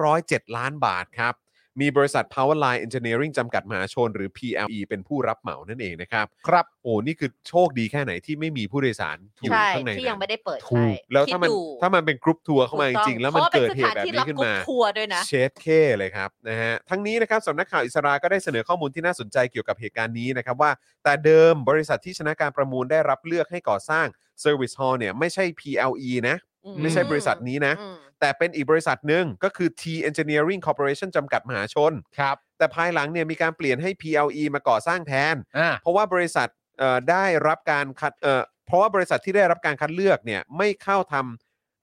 207 ล้านบาทครับ มีบริษัท Powerline Engineering จำกัดมหาชนหรือ PLE เป็นผู้รับเหมานั่นเองนะครับ ครับ โอ้นี่คือโชคดีแค่ไหนที่ไม่มีผู้โดยสารอยู่ ใช่ ข้างใน ที่ยังไม่ นั้น ได้เปิด ถูก ใช่ แล้วถ้ามัน คิดดู ถ้ามันเป็นกรุ๊ปทัวร์เข้ามาจ ถูต้อ ริงๆแล้วมัน พาะา เกิด ป็ เหตุแบบนี้ขึ้นมา สถที่รับกรุ๊ปทัวร์ด้วยนะ เชฟเคเลยครับนะฮะทั้งนี้นะครับสำนักข่าวอิสราก็ได้เสนอข้อมูลที่น่าสนใจเกี่ยวกับเหตุการณ์นี้นะครับว่า แต่เดิมบริษัทที่ชนะการประมูลได้รับเลือกให้ก่อสร้าง Service Hall เนี่ยไม่ใช่ PLE นะ ไม่ใช่บริษัทนี้นะ อืม แต่เป็นอีกบริษัทหนึ่งก็คือ T Engineering Corporation จำกัดมหาชน ครับ แต่ภายหลังเนี่ยมีการเปลี่ยนให้ PLE มาก่อสร้างแทน อ่า เพราะว่าบริษัทเอ่อได้รับการคัดเอ่อเพราะว่าบริษัทที่ได้รับการคัดเลือกเนี่ยไม่เข้าทำ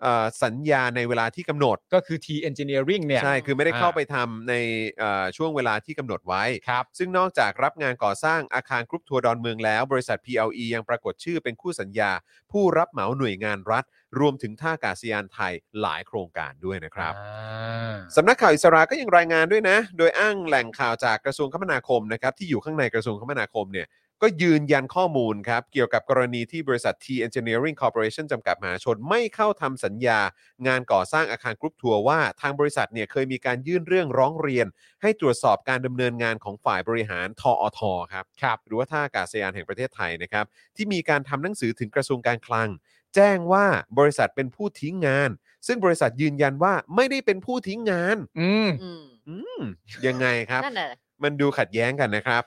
เอ่อสัญญาในเวลาที่กำหนด ก็คือ T Engineering เนี่ย ใช่ คือไม่ได้เข้า อ่า ไปทำในเอ่อช่วงเวลาที่กำหนดไว้ ครับ ซึ่งนอกจากรับงานก่อสร้างอาคารกรุ๊ปทัวร์ดอนเมืองแล้ว บริษัท PLE ยังปรากฏชื่อเป็นคู่สัญญา ผู้รับเหมาหน่วยงานรัฐ รวมถึงท่าอากาศยานไทยหลายโครงการด้วยนะครับ อ่า สำนักข่าวอิสราก็ยังรายงานด้วยนะ โดยอ้างแหล่งข่าวจากกระทรวงคมนาคมนะครับที่อยู่ข้างในกระทรวงคมนาคมเนี่ยก็ยืนยันข้อมูลครับ เกี่ยวกับกรณีที่บริษัท T Engineering Corporation จำกัดมหาชน ไม่เข้าทำสัญญา งานก่อสร้างอาคารกรุ๊ปทัวร์ว่าทางบริษัทเนี่ยเคยมีการยื่นเรื่องร้องเรียน ให้ตรวจสอบการดำเนินงานของฝ่ายบริหารทออทครับ ครับ หรือว่าท่าอากาศยานแห่งประเทศไทยนะครับที่มีการทำหนังสือถึงกระทรวงการคลัง แจ้งว่าบริษัทเป็นผู้ทิ้งงาน ซึ่งบริษัทยืนยันว่าไม่ได้เป็นผู้ทิ้งงาน อืม อืม อืมยังไงครับ นั่นแหละ มันดูขัดแย้งกันนะครับ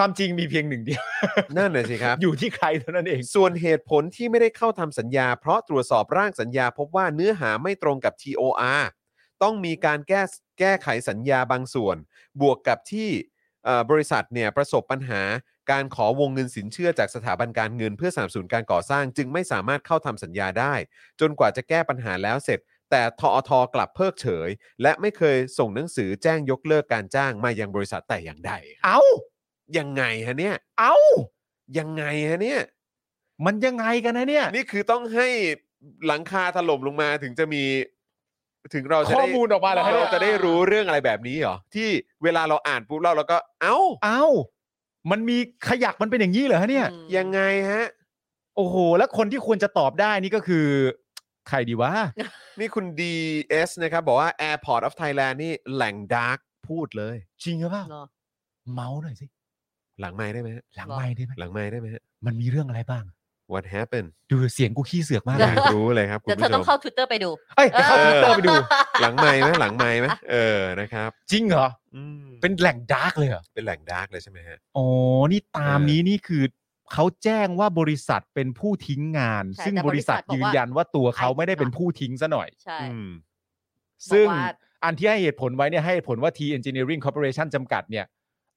ความจริงมีเพียงหนึ่งเดียว นั่นน่ะสิครับ อยู่ที่ใครเท่านั้นเอง ส่วนเหตุผลที่ไม่ได้เข้าทำสัญญา เพราะตรวจสอบร่างสัญญาพบว่าเนื้อหาไม่ตรงกับ TOR ต้องมีการแก้แก้ไขสัญญาบางส่วน บวกกับที่เอ่อบริษัทเนี่ยประสบปัญหาการขอวงเงินสินเชื่อจากสถาบันการเงินเพื่อสนับสนุนการก่อสร้าง จึงไม่สามารถเข้าทำสัญญาได้ จนกว่าจะแก้ปัญหาแล้วเสร็จ แต่ทอทกลับเพิกเฉย และไม่เคยส่งหนังสือแจ้งยกเลิกการจ้างมายังบริษัทแต่อย่างใด เอ้า ยังไงฮะเนี่ย เอ้า ยังไงฮะเนี่ย มันยังไงกันนะเนี่ย นี่คือต้องให้หลังคาถล่มลงมาถึงจะมี ถึงเราจะ ข้อ ได้ มูลออกมาเหรอฮะ เรา เนี่ย จะได้รู้เรื่องอะไรแบบนี้เหรอ ที่เวลาเราอ่านปุ๊บเราเราก็เอ้า เอ้า มันมีขยักมันเป็นอย่างนี้เหรอฮะเนี่ย อืม ยังไงฮะ โอ้โห แล้วคนที่ควรจะตอบได้นี่ก็คือ ใครดีวะ นี่คุณ DS นะครับ บอกว่า Airport of Thailand นี่แหล่งดาร์กพูดเลย จริงหรือเปล่า เหรอ เมาส์หน่อยสิ หลังไม้ได้ไหมฮะ หลัง เหรอ ไม้ได้ไหม หลังไม้ได้ไหมฮะ มันมีเรื่องอะไรบ้าง What happened ดูเสียงกูขี้เสือกมาก อ เลย ยากรู้เลยครับ คุณ เดี๋ยวเธ ผู้ชอต้อ ม งเข้า Twitter ไปดู เอ้ยเดี๋ยวเข้า เอทวิตอเตอร์ไปดู หลังไม้ไหมหลังไม้ไหมเออนะครับ จริงเหรอ อืม เป็นแหล่งดาร์กเลยเหรอ เป็นแหล่งดาร์กเลยใช่ไหมฮะ อ๋อ นี่ตาม เออ นี้นี่คือเขาแจ้งว่าบริษัทเป็นผู้ทิ้งงาน ใช่ ซึ่ง แต่ บบ ริ ริ ษั ษัท ทบอกว่า ยืนยันว่าตัวเขา ไอ้ ไม่ได้เป็นผู้ทิ้งซะหน่อย ใช่ อืม ซึ่ง บอกว่า อันที่ให้เหตุผลไว้เนี่ยให้เหตุผลว่า T Engineering Corporation จำกัดเนี่ย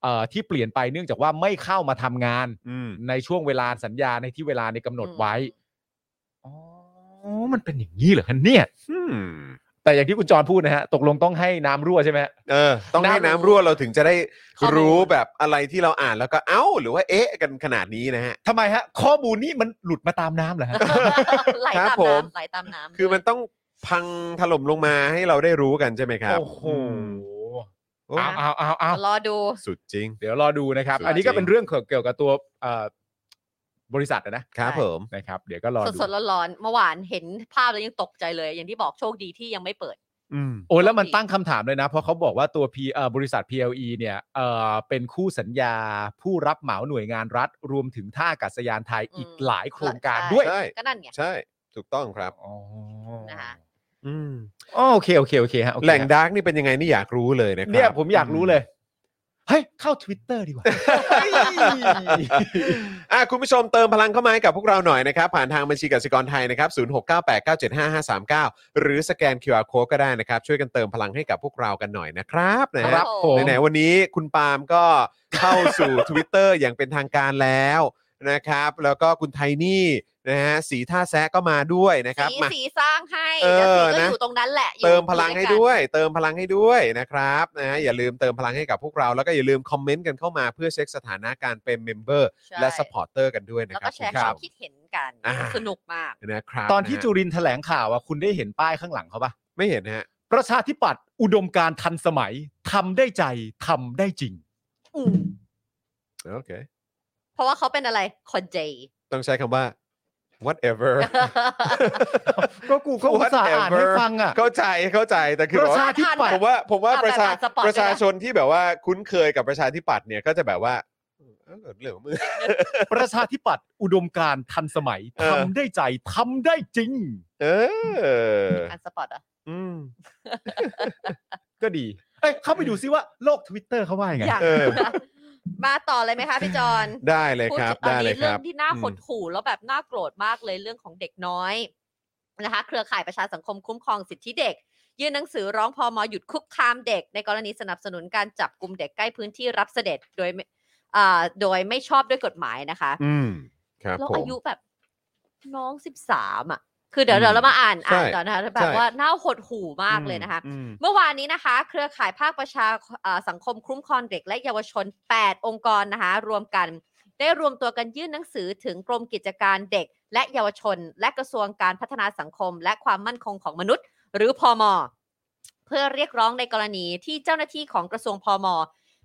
เอ่อที่เปลี่ยนไปเนื่องจากว่าไม่เข้ามาทำงาน อืม ในช่วงเวลาสัญญาในที่เวลาในกำหนด อืม ไว้ อ๋อ มันเป็นอย่างนี้เหรอคะเนี่ย อืม แต่อย่างที่คุณจรพูดนะฮะ ตกลงต้องให้น้ำรั่วใช่ไหมฮะ เออ ต้องให้น้ำรั่วเราถึงจะได้ ข้อมูล รู้แบบอะไรที่เราอ่านแล้วก็เอ้า หรือว่าเอ๊ะกันขนาดนี้นะฮะ ทำไมฮะ ข้อมูลนี้มันหลุดมาตามน้ำเหรอฮะ ไหล ครับ ตาม ผม น้ำไหลตามน้ำ คือมันต้องพังถล่มลงมาให้เราได้รู้กันใช่ไหมครับ โอ้โห โอ้ เอาเอาเอาเอา รอดู สุดจริง เดี๋ยวรอดูนะครับ สุดยอด อันนี้ก็เป็นเรื่องเกี่ยวกับตัวเอ่อบริษัทนะ ครับ ใช่ ผม นะครับ เดี๋ยวก็รอ สด ดู สดๆร้อนๆเมื่อวานเห็นภาพแล้วยังตกใจเลย อย่างที่บอกโชคดีที่ยังไม่เปิด อืม โอ้ยแล้วมันตั้งคำถามเลยนะ เพราะเขาบอกว่าตัว P เอ่อบริษัท PLE เนี่ยเอ่อเป็นคู่สัญญา ผู้รับเหมาหน่วยงานรัฐ รวมถึงท่าอากาศยานไทย อืม อีกหลายโครงการด้วย ใช่ ก็นั่นไง ใช่ ถูกต้องครับ อ๋อ นะคะ อืม อ๋อโอเคโอเคโอเคฮะโอเคฮะ แหล่งดาร์กนี่เป็นยังไงนี่อยากรู้เลยนะครับ เนี่ยผมอยากรู้เลย เฮ้ย เข้า Twitter ดีกว่า อ่ะคุณผู้ชมเติมพลังเข้ามาให้กับพวกเราหน่อยนะครับ ผ่านทางบัญชีกสิกรไทยนะครับ0698975539 หรือสแกน QR Code ก็ได้นะครับ ช่วยกันเติมพลังให้กับพวกเรากันหน่อยนะครับนะ ค ฮะ รับผม ไหนๆวันนี้คุณปาล์มก็ เข้าสู่ Twitter อย่างเป็นทางการแล้วนะครับ แล้วก็คุณไทนี่ นะฮะสีท่าแซะก็มาด้วยนะครับ สี มา สีสร้างให้ เออ เดี๋ยวสีก็ นะ อยู่ตรงนั้นแหละอยู่ เติมพลังให้ อกัน ด้วย เติมพลังให้ด้วยนะครับนะฮะอย่าลืมเติมพลังให้กับพวกเรา แล้วก็อย่าลืมคอมเมนต์กันเข้ามาเพื่อเช็คสถานะการเป็นเมมเบอร์ ใช่ และสปอร์เตอร์กันด้วยนะ แล้ว ครั ก็ บ แชร์ ค ค รั วา บ มคิดเห็นกัน อ่า สนุกมาก นะครับ ตอนที่ ะฮะ จุรินทร์แถลงข่าวอ่ะคุณได้เห็นป้ายข้างหลังเขาปะ ไม่เห็นนะฮะ ประชาธิปัตย์อุดมการณ์ทันสมัยทำได้ใจทำได้จริง อืม โอเค เพราะว่าเขาเป็นอะไรคนเจ ต้องใช้คำว่า whatever ก็กูก็อุตส่าห์อ่านให้ Whatever ฟังอ่ะ เข้าใจเข้าใจแต่คือ ประชาธิปัตย์ ผมว่าผมว่า อ่ะ ประชา แบบอ่านสปอร์ต ประชา ด้วยนะ ชนที่แบบว่าคุ้นเคยกับประชาธิปัตย์เนี่ยก็จะแบบว่าเออเหลืองมือ ประชาธิปัตย์อุดมการณ์ทันสมัย เออ ทำได้ใจทำได้จริง เออ อันสปอร์ตอ่ะ อืม ก็ดี เอ้ยเข้าไปดูซิว่าโลกทวิตเตอร์เขาว่ายังไง อยาก เออ นะมาต่อเลยไหมคะพี่จอน ได้เลยครับ พูดถึงตอน ได้เล นี้ ยค เรื่อ รั ง บ ที่น่า อืม ขดขู่แล้วแบบน่าโกรธมากเลยเรื่องของเด็กน้อยนะคะ เครือข่ายประชาสังคมคุ้มครองสิทธิเด็ก ยื่นหนังสือร้องพอมอหยุดคุกคามเด็ก ในกรณีสนับสนุนการจับกลุ่มเด็กใกล้พื้นที่รับเสด็จโดยไม่อ่าโดยไม่ชอบด้วยกฎหมายนะคะ อืมครับ แล้ว ผม อายุแบบน้องสิบสามอ่ะ คือเดี๋ยว อืม เดี๋ยวเรามาอ่าน ใช่ อ่านก่อนนะคะแต่แบ ใช่ บว่าน่าหดหู่มากเลยนะคะ อืม เมื่อวานนี้นะคะ เครือข่ายภาคประชาอ่าสังคมคุ้มครองเด็กและเยาวชน 8 องค์กรนะคะ รวมกัน ได้รวมตัวกันยื่นหนังสือถึงกรมกิจการเด็ก และเยาวชน และกระทรวงการพัฒนาสังคม และความมั่นคงของมนุษย์ หรือพอมเพื่อเรียกร้องในกรณีที่เจ้าหน้าที่ของกระทรวงพม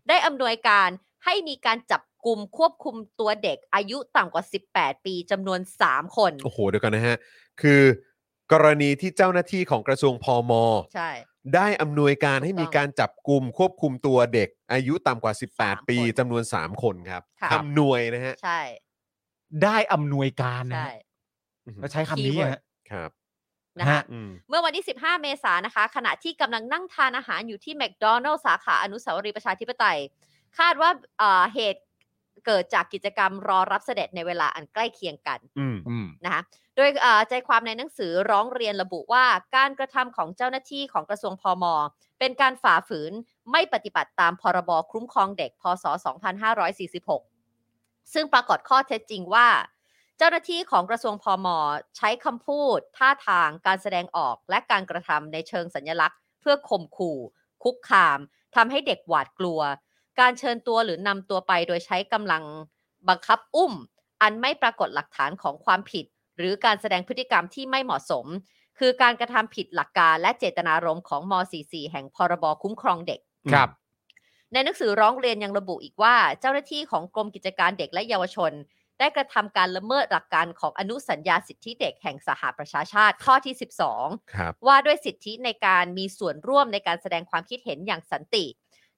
ได้อำนวยการให้มีการจับกลุ่มควบคุมตัวเด็ก อายุต่ำกว่า 18 ปีจำนวน 3 คน โอ้โหเดี๋ยวกันนะฮะ คือกรณีที่เจ้าหน้าที่ของกระทรวงพม ใช่ ได้อำนวยการให้มีการจับกลุ่มควบคุมตัวเด็ก อายุต่ำกว่า สาม18คนปีจำนวน 3 คนครับ ค่ะ อำนวยนะฮะ ใช่ ได้อำนวยการนะ ใช่ ฮะแล้วใช้คำนี้อะฮะ ครับ นะ ฮะ คะ อืม เมื่อวันที่ 15 เมษายนนะคะ ขณะที่กำลังนั่งทานอาหารอยู่ที่แม d โดนัล s ์สาขาอนุสาวรีย์ประชาธิปไตย คาดว่าเอ่อเหตุเกิดจากกิจกรรมรอรับเสด็จในเวลาอันใกล้เคียงกัน อืม อืม นะคะโดยเอ่อใจความในหนังสือร้องเรียนระบุว่าการกระทำของเจ้าหน้าที่ของกระทรวงพม เป็นการฝ่าฝืนไม่ปฏิบัติตามพรบคุ้มครองเด็ก พศ 2546 ซึ่งปรากฏข้อเท็จจริงว่า เจ้าหน้าที่ของกระทรวงพม ใช้คำพูด ท่าทางการแสดงออกและการกระทำในเชิงสัญลักษณ์ เพื่อข่มขู่ คุกคามทำให้เด็กหวาดกลัว การเชิญตัวหรือนำตัวไปโดยใช้กำลังบังคับอุ้ม อันไม่ปรากฏหลักฐานของความผิด หรือการแสดงพฤติกรรมที่ไม่เหมาะสม คือการกระทำผิดหลักการและเจตนารมณ์ของม .44 แห่งพรบคุ้มครองเด็ก ครับ ในหนังสือร้องเรียนยังระบุอีกว่า เจ้าหน้าที่ของกรมกิจการเด็กและเยาวชน ได้กระทำการละเมิดหลักการของอนุสัญญาสิทธิเด็กแห่งสหประชาชาติข้อที่ 12 ครับ ว่าด้วยสิทธิในการมีส่วนร่วมในการแสดงความคิดเห็นอย่างสันติ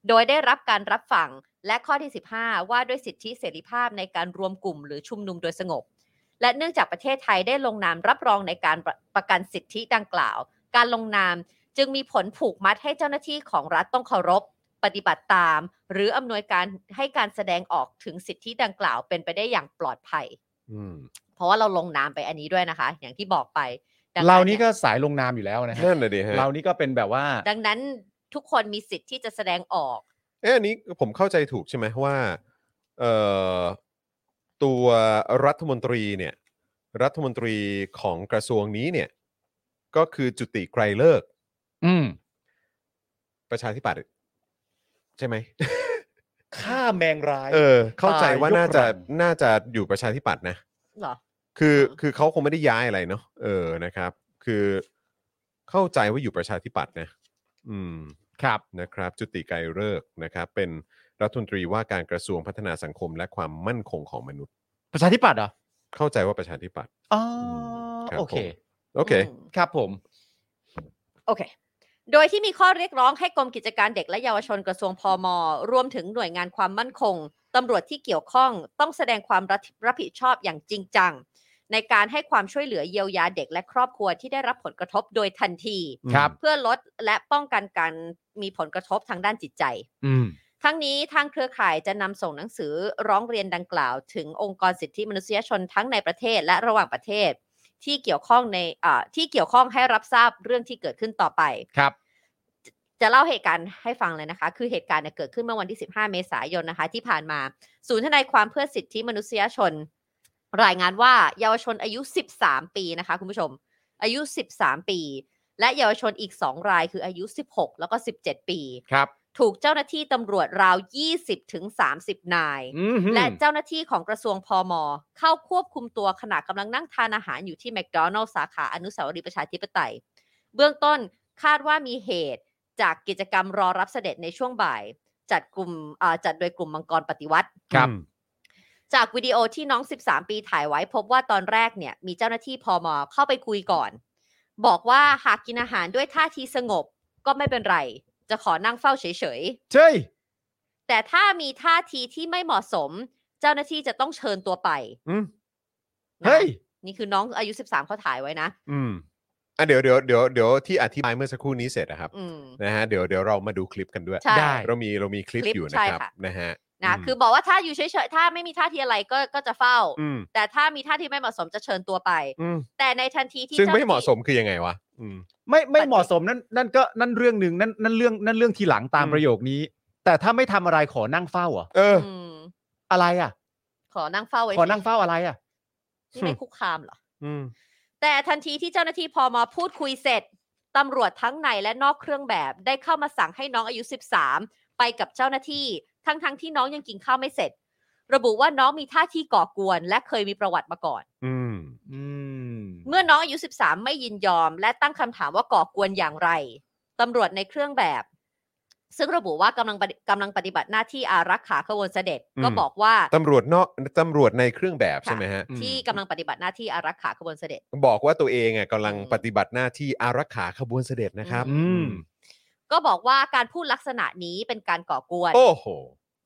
โดยได้รับการรับฟัง และข้อที่ 15 ว่าด้วยสิทธิเสรีภาพในการรวมกลุ่มหรือชุมนุมโดยสงบ และเนื่องจากประเทศไทยได้ลงนามรับรองในการประประกันสิทธิดังกล่าว การลงนามจึงมีผลผูกมัดให้เจ้าหน้าที่ของรัฐต้องเคารพ ปฏิบัติตาม หรืออำนวยการให้การแสดงออกถึงสิทธิดังกล่าวเป็นไปได้อย่างปลอดภัย อืม เพราะว่าเราลงนามไปอันนี้ด้วยนะคะ อย่างที่บอกไปดัง เรา ย นี่ก็สายลงนามอยู่แล้วนะฮะ นั่นน่ะดิฮะ เรานี่ก็เป็นแบบว่า ดังนั้นทุกคนมีสิทธิ์ที่จะแสดงออก เอ๊ะอันนี้ผมเข้าใจถูกใช่ไหมว่าเอ่อตัวรัฐมนตรีเนี่ย รัฐมนตรีของกระทรวงนี้เนี่ย ก็คือจุติไกรเลิกษ์ อืม ประชาธิปัตย์ใช่ไหม ฆ่าแมงร้าย เออ เข้าใจว่าน่าจะ ตายยกรัง น่าจะอยู่ประชาธิปัตย์นะ เหรอ คือ อ่า คือเขาคงไม่ได้ย้ายอะไรเนาะเออนะครับ คือเข้าใจว่าอยู่ประชาธิปัตย์นะอืม ครับ นะครับ จุติไกรเลิกษ์นะครับ เป็นรัฐมนตรีว่าการกระทรวงพัฒนาสังคมและความมั่นคงของมนุษย์ ประชาธิปัตย์เหรอ เข้าใจว่าประชาธิปัตย์ อ๋ออ มครับ โอเค ผม โอเค ม ครับผม โอเค โดยที่มีข้อเรียกร้องให้กรมกิจการเด็กและเยาวชนกระทรวงพม รวมถึงหน่วยงานความมั่นคง ตำรวจที่เกี่ยวข้องต้องแสดงความรับรับผิดชอบอย่างจริงจัง ในการให้ความช่วยเหลือเยียวยาเด็กและครอบครัวที่ได้รับผลกระทบโดยทันที ครับ เพื่อลดและป้องกันการมีผลกระทบทางด้านจิตใจ อืม ทั้งนี้ทางเครือข่ายจะนำส่งหนังสือร้องเรียนดังกล่าว ถึงองค์กรสิทธิมนุษยชนทั้งในประเทศและระหว่างประเทศ ที่เกี่ยวข้องในอ่าที่เกี่ยวข้องให้รับทราบเรื่องที่เกิดขึ้นต่อไป ครับ จะเล่าเหตุการณ์ให้ฟังเลยนะคะ คือเหตุการณ์เนี่ยเกิดขึ้นเมื่อวันที่ 15 เมษายนนะคะ ที่ผ่านมา ศูนย์ทนายความเพื่อสิทธิมนุษยชน รายงานว่าเยาวชนอายุ 13 ปีนะคะ คุณผู้ชม อายุ 13 ปี และเยาวชนอีก 2 รายคืออายุ 16 แล้วก็ 17 ปี ครับ ถูกเจ้าหน้าที่ตำรวจราว 20ถึง30 นาย อื้อหือ และเจ้าหน้าที่ของกระทรวงพอมเข้าควบคุมตัวขณะกำลังนั่งทานอาหารอยู่ที่แมคโดนัลล์สาขาอนุสาวรีย์ประชาธิปไตย เบื้องต้นคาดว่ามีเหตุจากกิจกรรมรอรับเสด็จในช่วงบ่าย จัดกลุ่มอ่าจัดโดยกลุ่มมังกรปฏิวัติ ครับ จากวิดีโอที่น้อง 13 ปีถ่ายไว้พบว่าตอนแรกเนี่ย มีเจ้าหน้าที่พอมเข้าไปคุยก่อน บอกว่าหากกินอาหารด้วยท่าทีสงบก็ไม่เป็นไร จะขอนั่งเฝ้าเฉยๆ เจ้ย แต่ถ้ามีท่าทีที่ไม่เหมาะสม เจ้าหน้าที่จะต้องเชิญตัวไป อืม นะ เฮ้ย นี่คือน้องอายุ 13เขาถ่ายไว้นะ อืมอ่ะเดี๋ยวเดี๋ยวเดี๋ยวเดี๋ยวที่อธิบายเมื่อสักครู่นี้เสร็จนะครับ อืม นะฮะเดี๋ยวเดี๋ยวเรามาดูคลิปกันด้วย ใช่ ได้ เรามีเรามีคลิป คลิป อยู่นะ ใช่ ครับ ค่ะ นะฮะ นะ ม คือบอกว่าถ้าอยู่เฉยๆ ถ้าไม่มีท่าทีอะไรก็ก็จะเฝ้า ม แต่ถ้ามีท่าทีไม่เหมาะสมจะเชิญตัวไป อืม แต่ในทันทีที่ ซึ่งไม่ จ้น้ที่ เหมาะสมคือยังไงวะอืม ไม่ไม่เหมาะสมนั่นนั่นก็นั่นเรื่องหนึ่งนั่นนั่นเรื่องนั่นเรื่องทีหลังตาม อืม ประโยคนี้ แต่ถ้าไม่ทำอะไรขอนั่งเฝ้าเหรอ่ะ เออ อืม อะไรอ่ะ ขอนั่งเฝ้าไว้ ขอ สิ นั่งเฝ้าอะไรอ่ะ นี่ไม่คุกคามเหรอ อืม แต่ทันทีที่เจ้าหน้าที่พอมพูดคุยเสร็จ ตำรวจทั้งในและนอกเครื่องแบบได้เข้ามาสั่งให้น้องอายุ 13 ไปกับเจ้าหน้าที่ ทั้งๆทที่น้องยังกินข้าวไม่เสร็จ ระบุว่าน้องมีท่าที่ก่อกวน และเคยมีประวัติมาก่อน อืม อืม เมื่อน้องอายุ 13 ไม่ยินยอม และตั้งคำถามว่าก่อกวนอย่างไร ตำรวจในเครื่องแบบ ซึ่งระบุว่ากำลังปฏิกำลังปฏิบัติหน้าที่อารักขาขบวนเสด็จ ก็บอกว่า ตำรวจนอกตำรวจในเครื่องแบบใช่ไหมฮะ อืม ที่กำลังปฏิบัติหน้าที่อารักขาขบวนเสด็จ บอกว่าตัวเองอ่ะกำลัง อืม ปฏิบัติหน้าที่อารักขาขบวนเสด็จนะครับ อื อืม ก็บอกว่าการพูดลักษณะนี้เป็นการก่อกวน โอ้โห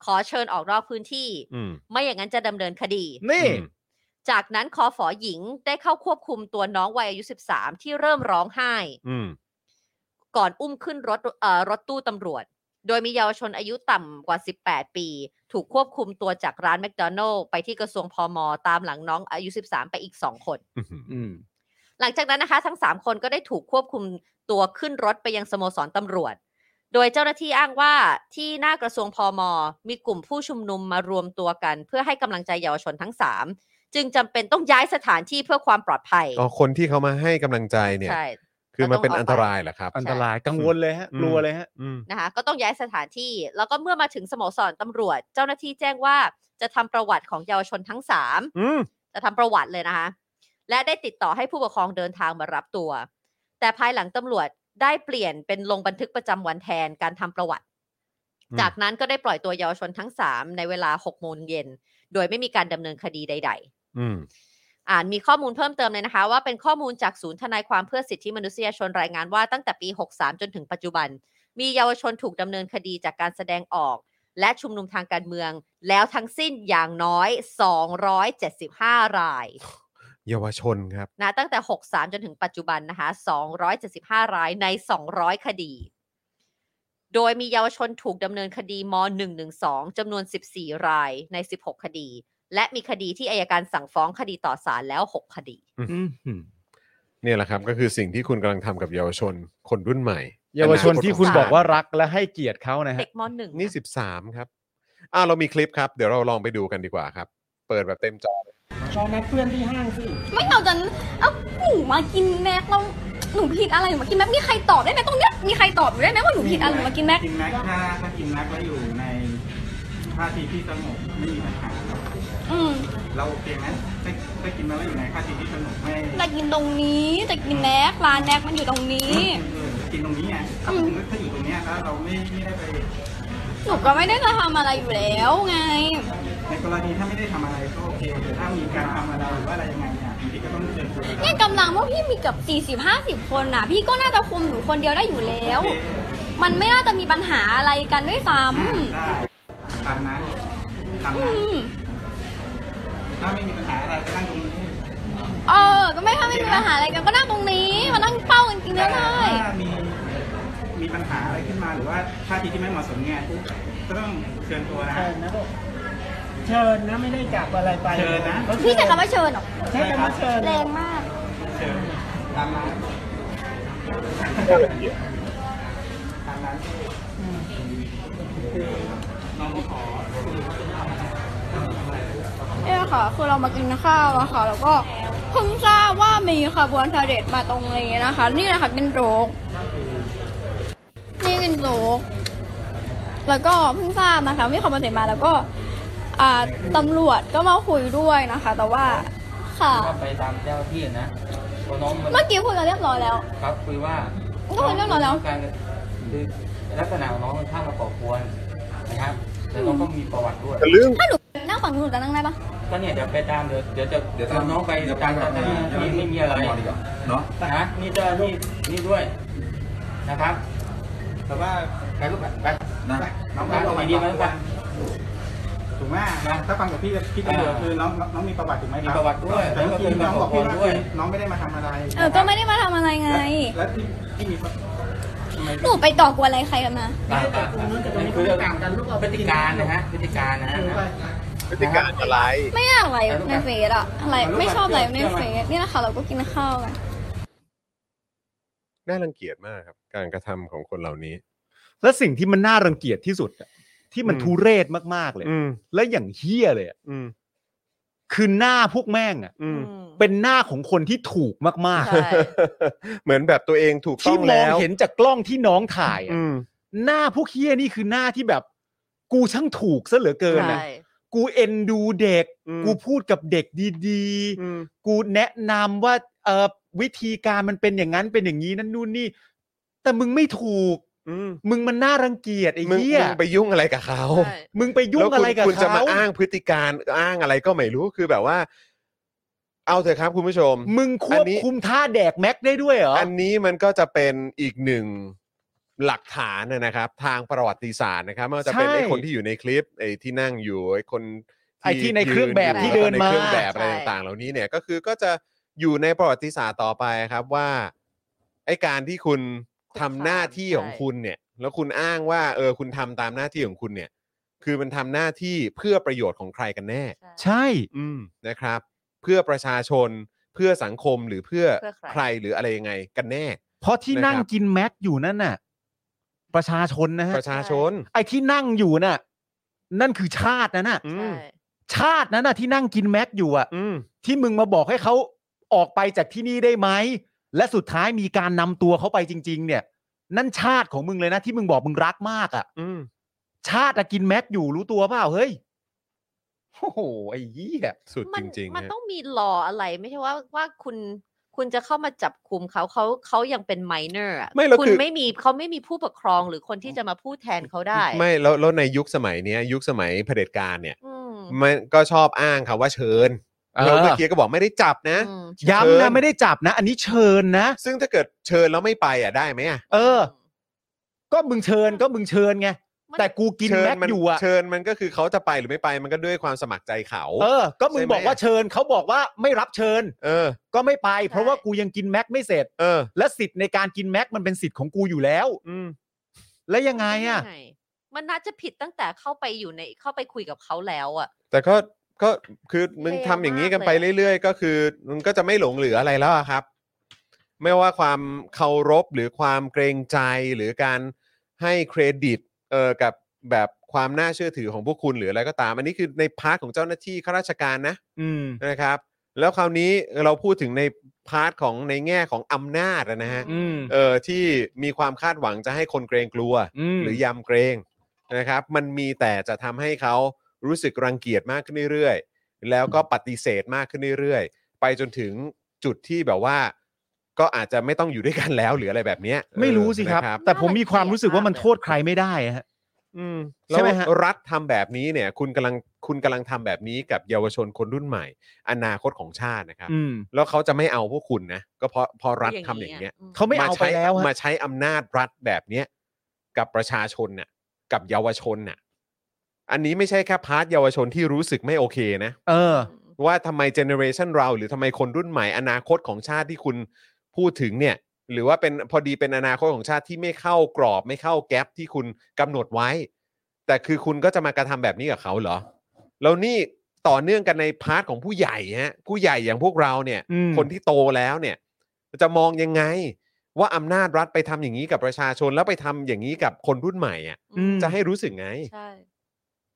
ขอเชิญออกนอกพื้นที่ อืม ไม่อย่างนั้นจะดำเนินคดี นี่ อืม จากนั้นคอฝอหญิงได้เข้าควบคุมตัวน้องวัยอายุ 13 ที่เริ่มร้องไห้ อืม ก่อนอุ้มขึ้นรถเอ่อรถตู้ตำรวจ โดยมีเยาวชนอายุต่ำกว่า 18 ปี ถูกควบคุมตัวจากร้านแมคโดนัลล์ไปที่กระทรวงพอมตามหลังน้องอายุ 13 ไปอีก 2 คน อืม อืม หลังจากนั้นนะคะ ทั้ง 3 คนก็ได้ถูกควบคุมตัวขึ้นรถไปยังสโมสรตำรวจ โดยเจ้าหน้าที่อ้างว่าที่หน้ากระทรวงพอมมีกลุ่มผู้ชุมนุมมารวมตัวกัน เพื่อให้กำลังใจเยาวชนทั้ง 3 จึงจำเป็นต้องย้ายสถานที่เพื่อความปลอดภัย อ๋อคนที่เขามาให้กำลังใจเนี่ย ใช่ คือมันเป็น เราต้อง อันตรายเหรอครับ อันตรายกังวลเลยฮะ อืม กลัวเลยฮะ อืม นะคะก็ต้องย้ายสถานที่ แล้วก็เมื่อมาถึงสโมสรตำรวจ เจ้าหน้าที่แจ้งว่าจะทำประวัติของเยาวชนทั้ง 3 อืม จะทำประวัติเลยนะคะ และได้ติดต่อให้ผู้ปกครองเดินทางมารับตัว แต่ภายหลังตำรวจได้เปลี่ยนเป็นลงบันทึกประจำวันแทนการทำประวัติ จากนั้นก็ได้ปล่อยตัวเยาวชนทั้ง 3 ในเวลา6โมงเย็น โดยไม่มีการดำเนินคดีใด อืม ๆ อ่านมีข้อมูลเพิ่มเติมเลยนะคะ ว่าเป็นข้อมูลจากศูนย์ทนายความเพื่อสิทธิมนุษยชนรายงานว่าตั้งแต่ปี 63 จนถึงปัจจุบัน มีเยาวชนถูกดำเนินคดีจากการแสดงออก และชุมนุมทางการเมือง แล้วทั้งสิ้นอย่างน้อย 275 ราย เยาวชนครับ นะตั้งแต่ 63 จนถึงปัจจุบันนะคะ 275 รายใน 200 คดี โดยมีเยาวชนถูกดำเนินคดีม 112 จำนวน 14 รายใน 16 คดี และมีคดีที่อายการสั่งฟ้องคดีต่อศาลแล้ว 6 คดี อืม เนี่ยแหละครับก็คือสิ่งที่คุณกำลังทำกับเยาวชนคนรุ่นใหม่ เยาวชนที่คุณ อ สาม ต บอกว่ารักและให้เกียรติเขานะฮะ เด็กม .1 นี่สิบสามครับอ่าเรามีคลิปครับ เดี๋ยวเราลองไปดูกันดีกว่าครับ เปิดแบบเต็มจอ ลองนัดเพื่อนที่ห้างสิ ไม่เอาจนเอาหนูมากินแม็กเราหนูผิดอะไรหนูมากินแม็กมีใครตอบได้ไหมตรงเนี้ยมีใครตอบหนูได้ไหมว่าหนูผิดอะไรหนูมากินแม็ก กินแม็กถ้าถ้ากินแม็กแล้วอยู่ในท่าทีที่สงบไม่มีปัญหา อืม เราโอเคไหมถ้าถ้ากินแม็กแล้วอยู่ในท่าทีที่สงบไม่ จะกินตรงนี้จะกินแม็กร้านแม็กมันอยู่ตรงนี้ เออกินตรงนี้ไงถ้าถ้าอยู่ตรงเนี้ยแล้วเราไม่ไม่ได้ไป หนูก็ไม่ได้จะทำอะไรอยู่แล้วไง ในกรณีถ้าไม่ได้ทำอะไรก็โอเคแต่ถ้ามีการทำอะไรหรือว่าอะไรยังไงเนี่ยบางทีก็ต้องเตือนตัว เนี่ยกำลังว่าพี่มีเกับ 40 50 คนน่ะ พี่ก็น่าจะคุมหนูคนเดียวได้อยู่แล้ว มันไม่น่าจะมีปัญหาอะไรกันด้วยซ้ ได้ตามนั้นตาม ำ นั้ อื น ม ถ้าไม่มีปัญหาอะไรก็นั่งตรงนี้ เออ ก็ไม่ถ้าไม่มีปัญหาอะไรกันก็นั่งตรงนี้มานั่งเป้ากันกิน แต่ ได้เล ถ้าย มีมีปัญหาอะไรขึ้นมาหรือว่าท่าทีที่ไม่เหมาะสมเนี่ยปุ๊บก็ต้องเตือนตัวนะ เชิญนะลูกเชิญนะไม่ได้จับอะไรไป เชิญนะ เขาเชิ พี่ ญ ใช้คำว่าเชิญเหรอ ใช่คำว่าเชิญ แรงมาก เชิญตามนั้นตามนั้นน้องก็ขอ เนี่ยค่ะ คือเรามากินข้าวอะค่ะ แล้วก็เพิ่งทราบว่ามีขบวนเสด็จมาตรงนี้นะคะ นี่แหละค่ะเป็นโรกนี่เป็นโรกแล้วก็เพิ่งทราบนะคะมีขบวนเสด็จมาแล้วก็อ่าตำรวจก็มาคุยด้วยนะคะ แต่ว่าค่ะ ก็ไปตามเจ้าหน้าที่นะตัวน้องมัน เมื่อกี้คุยกันเรียบร้อยแล้ว ครับคุยว่า ก็คุยเรื่องเราแล้ว การคือลักษณะของน้องมันข้างกระเป๋าควรนะครับแต่น้องก็มีประวัติด้วย ถ้าหนูนั่งฝั่งนู้นหนูจะนั่งได้ปะ ก็เนี่ยเดี๋ยวไปตามเดี๋ยวเดี๋ยวจะเดี๋ยวเอาน้องไปตามเจ้าหน้าที่ไม่มีอะไร เนาะ นะนี่เจ้าหน้าที่นี่ด้วยนะครับ แต่ว่า ไปลูกไปไป นะน้อง ไป มีประวั ไป ติ ดีไหมไป ถูกไหมนะถ้าฟังจากพี่พี่ตำรวจคือน้องน้องมีประวัติถูกไหมครับ มีประวัติด้วย แต่เมื่อกี้น้องบอกพี่ว่า ด้วย น้องไม่ได้มาทำอะไร เออ ก็ไม่ได้มาทำอะไรไง แล้วที่ที่มีประทำไม หนูไปต่อกวนอะไรใครกันมา ตามตามนี่คือเรื่องพฤติการนะฮะพฤติการนะฮะ พฤติการอะไร ไม่อยากไลฟ์ในเฟซอะอะไร ไม่ชอบไลฟ์ในเฟซนี่แหละค่ะ เราก็กินข้าวกัน น่ารังเกียจมากครับ การกระทำของคนเหล่านี้ และสิ่งที่มันน่ารังเกียจที่สุดอะที่มัน อืม ทุเรศมากๆเลย อืม และอย่างเฮี้ยเลยอะ อืม คือหน้าพวกแม่งอะ อืม อืม เป็นหน้าของคนที่ถูกมาก ใช่ เหมือนแบบตัวเองถูก ๆ ต้ ที่ อง มอ แล้ ง ว เห็นจากกล้องที่น้องถ่ายอะ อืม หน้าพวกเฮี้ยนี่คือหน้าที่แบบ กูช่างถูกซะเหลือเกินนะ ใช่ กูเอ็นดูเด็ก อืม กูพูดกับเด็กดี อืม ๆ กูแนะนำว่าเออวิธีการมันเป็นอย่างนั้นเป็นอย่างนี้นั่นนู่นนี่ แต่มึงไม่ถูก อืม มึงมันน่ารังเกียจไอ้ มึง เหี้ย มึงไปยุ่งอะไรกับเขา ใช่ มึงไปยุ่งอะไรแล้กับวคุณคุณจะมา เขา อ้างพฤติการอ้างอะไรก็ไม่รู้คือแบบว่า เอาเถอะครับคุณผู้ชม มึงควบคุมท่าแดกแม็กได้ด้วยเหรออ อันนี้มันก็จะเป็นอีกหนึ่งหลักฐานนะนะครับ ทางประวัติศาสตร์นะครับไม่ว่าจะเป็น ใช่ ไอ้คนที่อยู่ในคลิปไอ้ที่นั่งอยู่ไอ้คน ไอ้ที่ในเครื่องแบบ ยื ที่เดิน แล้วก็ใเครื่อง มา แบบอะไร ใช่ ต่างๆ เหล่านี้เนี่ยก็คือก็จะอยู่ในประวัติศาสตร์ต่อไปครับว่าไอ้การที่คุณทำหน้าที่ของคุณเนี่ย แล้วคุณอ้างว่าเออคุณทำตามหน้าที่ของคุณเนี่ย คือมันทำหน้าที่เพื่อประโยชน์ของใครกันแน่ ใช่ อืมนะครับ เพื่อประชาชนเพื่อสังคมหรือเพื่อ เพื่อใคร ใครหรืออะไรยังไงกันแน่ เพราะที่นั่ง นะครับ กินแม็กอยู่นั่นน่ะ ประชาชนนะฮะ ประชาชน ไอ้ที่นั่งอยู่น่ะ นั่นคือชาตินะน่ะ อื ใช่ ม ชาตินั้นน่ะที่นั่งกินแม็กอยู่อ่ะ อืม ที่มึงมาบอกให้เขาออกไปจากที่นี่ได้ไหมและสุดท้ายมีการนำตัวเขาไปจริง ๆ เนี่ย นั่นชาติของมึงเลยนะที่มึงบอกมึงรักมากอ่ะ อืม ชาติอะกินแม็กอยู่รู้ตัวเปล่าเฮ้ยโอ้โหไอ้เหี้ย สุด มั จ น ริงๆ มัน ฮะ ต้องมีลออะไรไม่ใช่ว่าว่าคุณคุณจะเข้ามาจับคุมเขาเขาเขายังเป็นไมเนอร์ ไม่แล้ว คุณ คือ ไม่มีเขาไม่มีผู้ปกครองหรือคนที่จะมาพูดแทนเขาได้ ไม่แล้วแล้วในยุคสมัยเนี้ย ยุคสมัยเผด็จการเนี่ย อืม มันก็ชอบอ้างคำว่าเชิญ เออ แล้วเมื่อกี้ก็บอกไม่ได้จับนะ อืม เชิ ย้ำนะ ญ ไม่ได้จับนะ อันนี้เชิญนะ ซึ่งถ้าเกิดเชิญแล้วไม่ไปอ่ะได้ไหมอ่ะ เออ ก็มึงเชิญก็มึงเชิญไง มัน แต่กูกิน เชิญ แม็ก มั อยู่อะ เชิญมันก็คือเขาจะไปหรือไม่ไปมันก็ด้วยความสมัครใจเขา เออ ก็มึง ใช่ไหม บอกว่าเชิญเขาบอกว่าไม่รับเชิญ เออ ก็ไม่ไป เพราะว่ากูยังกินแม็กไม่เสร็จ เออ และสิทธิ์ในการกินแม็กมันเป็นสิทธิ์ของกูอยู่แล้ว อืม แล้วยังไงอะ ด้มันน่าจะผิดตั้งแต่เข้าไปอยู่ในเข้าไปคุยกับเขาแล้วอ่ะ แต่ก็ก็คือมึง เลว ทำอย่างนี้กัน มาก ไป เลยอะ เรื่อยๆ ก็คือมึงก็จะไม่หลงเหลืออะไรแล้วอะครับ ไม่ว่าความเคารพหรือความเกรงใจหรือการให้เครดิตเออกับแบบความน่าเชื่อถือของพวกคุณหรืออะไรก็ตาม อันนี้คือในพาร์ทของเจ้าหน้าที่ข้าราชการนะ อืม นะครับ แล้วคราวนี้เราพูดถึงในพาร์ทของในแง่ของอำนาจอะนะฮะ อืม เออที่มีความคาดหวังจะให้คนเกรงกลัว อืม หรือยำเกรงนะครับ มันมีแต่จะทำให้เขารู้สึกรังเกียจมากขึ้นเรื่อยๆ แล้วก็ปฏิเสธมากขึ้นเรื่อยๆ ไปจนถึงจุดที่แบบว่า ก็อาจจะไม่ต้องอยู่ด้วยกันแล้วหรืออะไรแบบเนี้ย ไม่รู้สิครับ นะ แต่ผมมีความรู้สึกว่ามันโทษใครไม่ได้อะฮะ อืม ใช่ไหมฮะ แล้วรัฐทำแบบนี้เนี่ย คุณกำลังคุณกำลังทำแบบนี้กับเยาวชนคนรุ่นใหม่ อนาคตของชาตินะครับ อืม แล้วเขาจะไม่เอาพวกคุณนะก็เพราะเพอรัฐ อย่าง ทำอย่างเนี้ย ะม เขาไม่เอาไป ใช้ แล้วฮะ มาใช้อำนาจรัฐแบบเนี้ยกับประชาชนน่ะกับเยาวชนน่ะอันนี้ไม่ใช่แค่พาร์ทเยาวชนที่รู้สึกไม่โอเคนะ เออ ว่าทำไมเจเนอเรชันเรา หรือทำไมคนรุ่นใหม่อนาคตของชาติที่คุณพูดถึงเนี่ย หรือว่าเป็นพอดีเป็นอนาคตของชาติที่ไม่เข้ากรอบ ไม่เข้าแกลบที่คุณกำหนดไว้ แต่คือคุณก็จะมากระทำแบบนี้กับเขาเหรอแล้วนี่ต่อเนื่องกันในพาร์ทของผู้ใหญ่ฮะผู้ใหญ่อย่างพวกเราเนี่ย อืม คนที่โตแล้วเนี่ย จะมองยังไง ว่าอำนาจรัฐไปทำอย่างนี้กับประชาชนแล้วไปทำอย่างนี้กับคนรุ่นใหม่อ่ะ อืม จะให้รู้สึกไง ใช่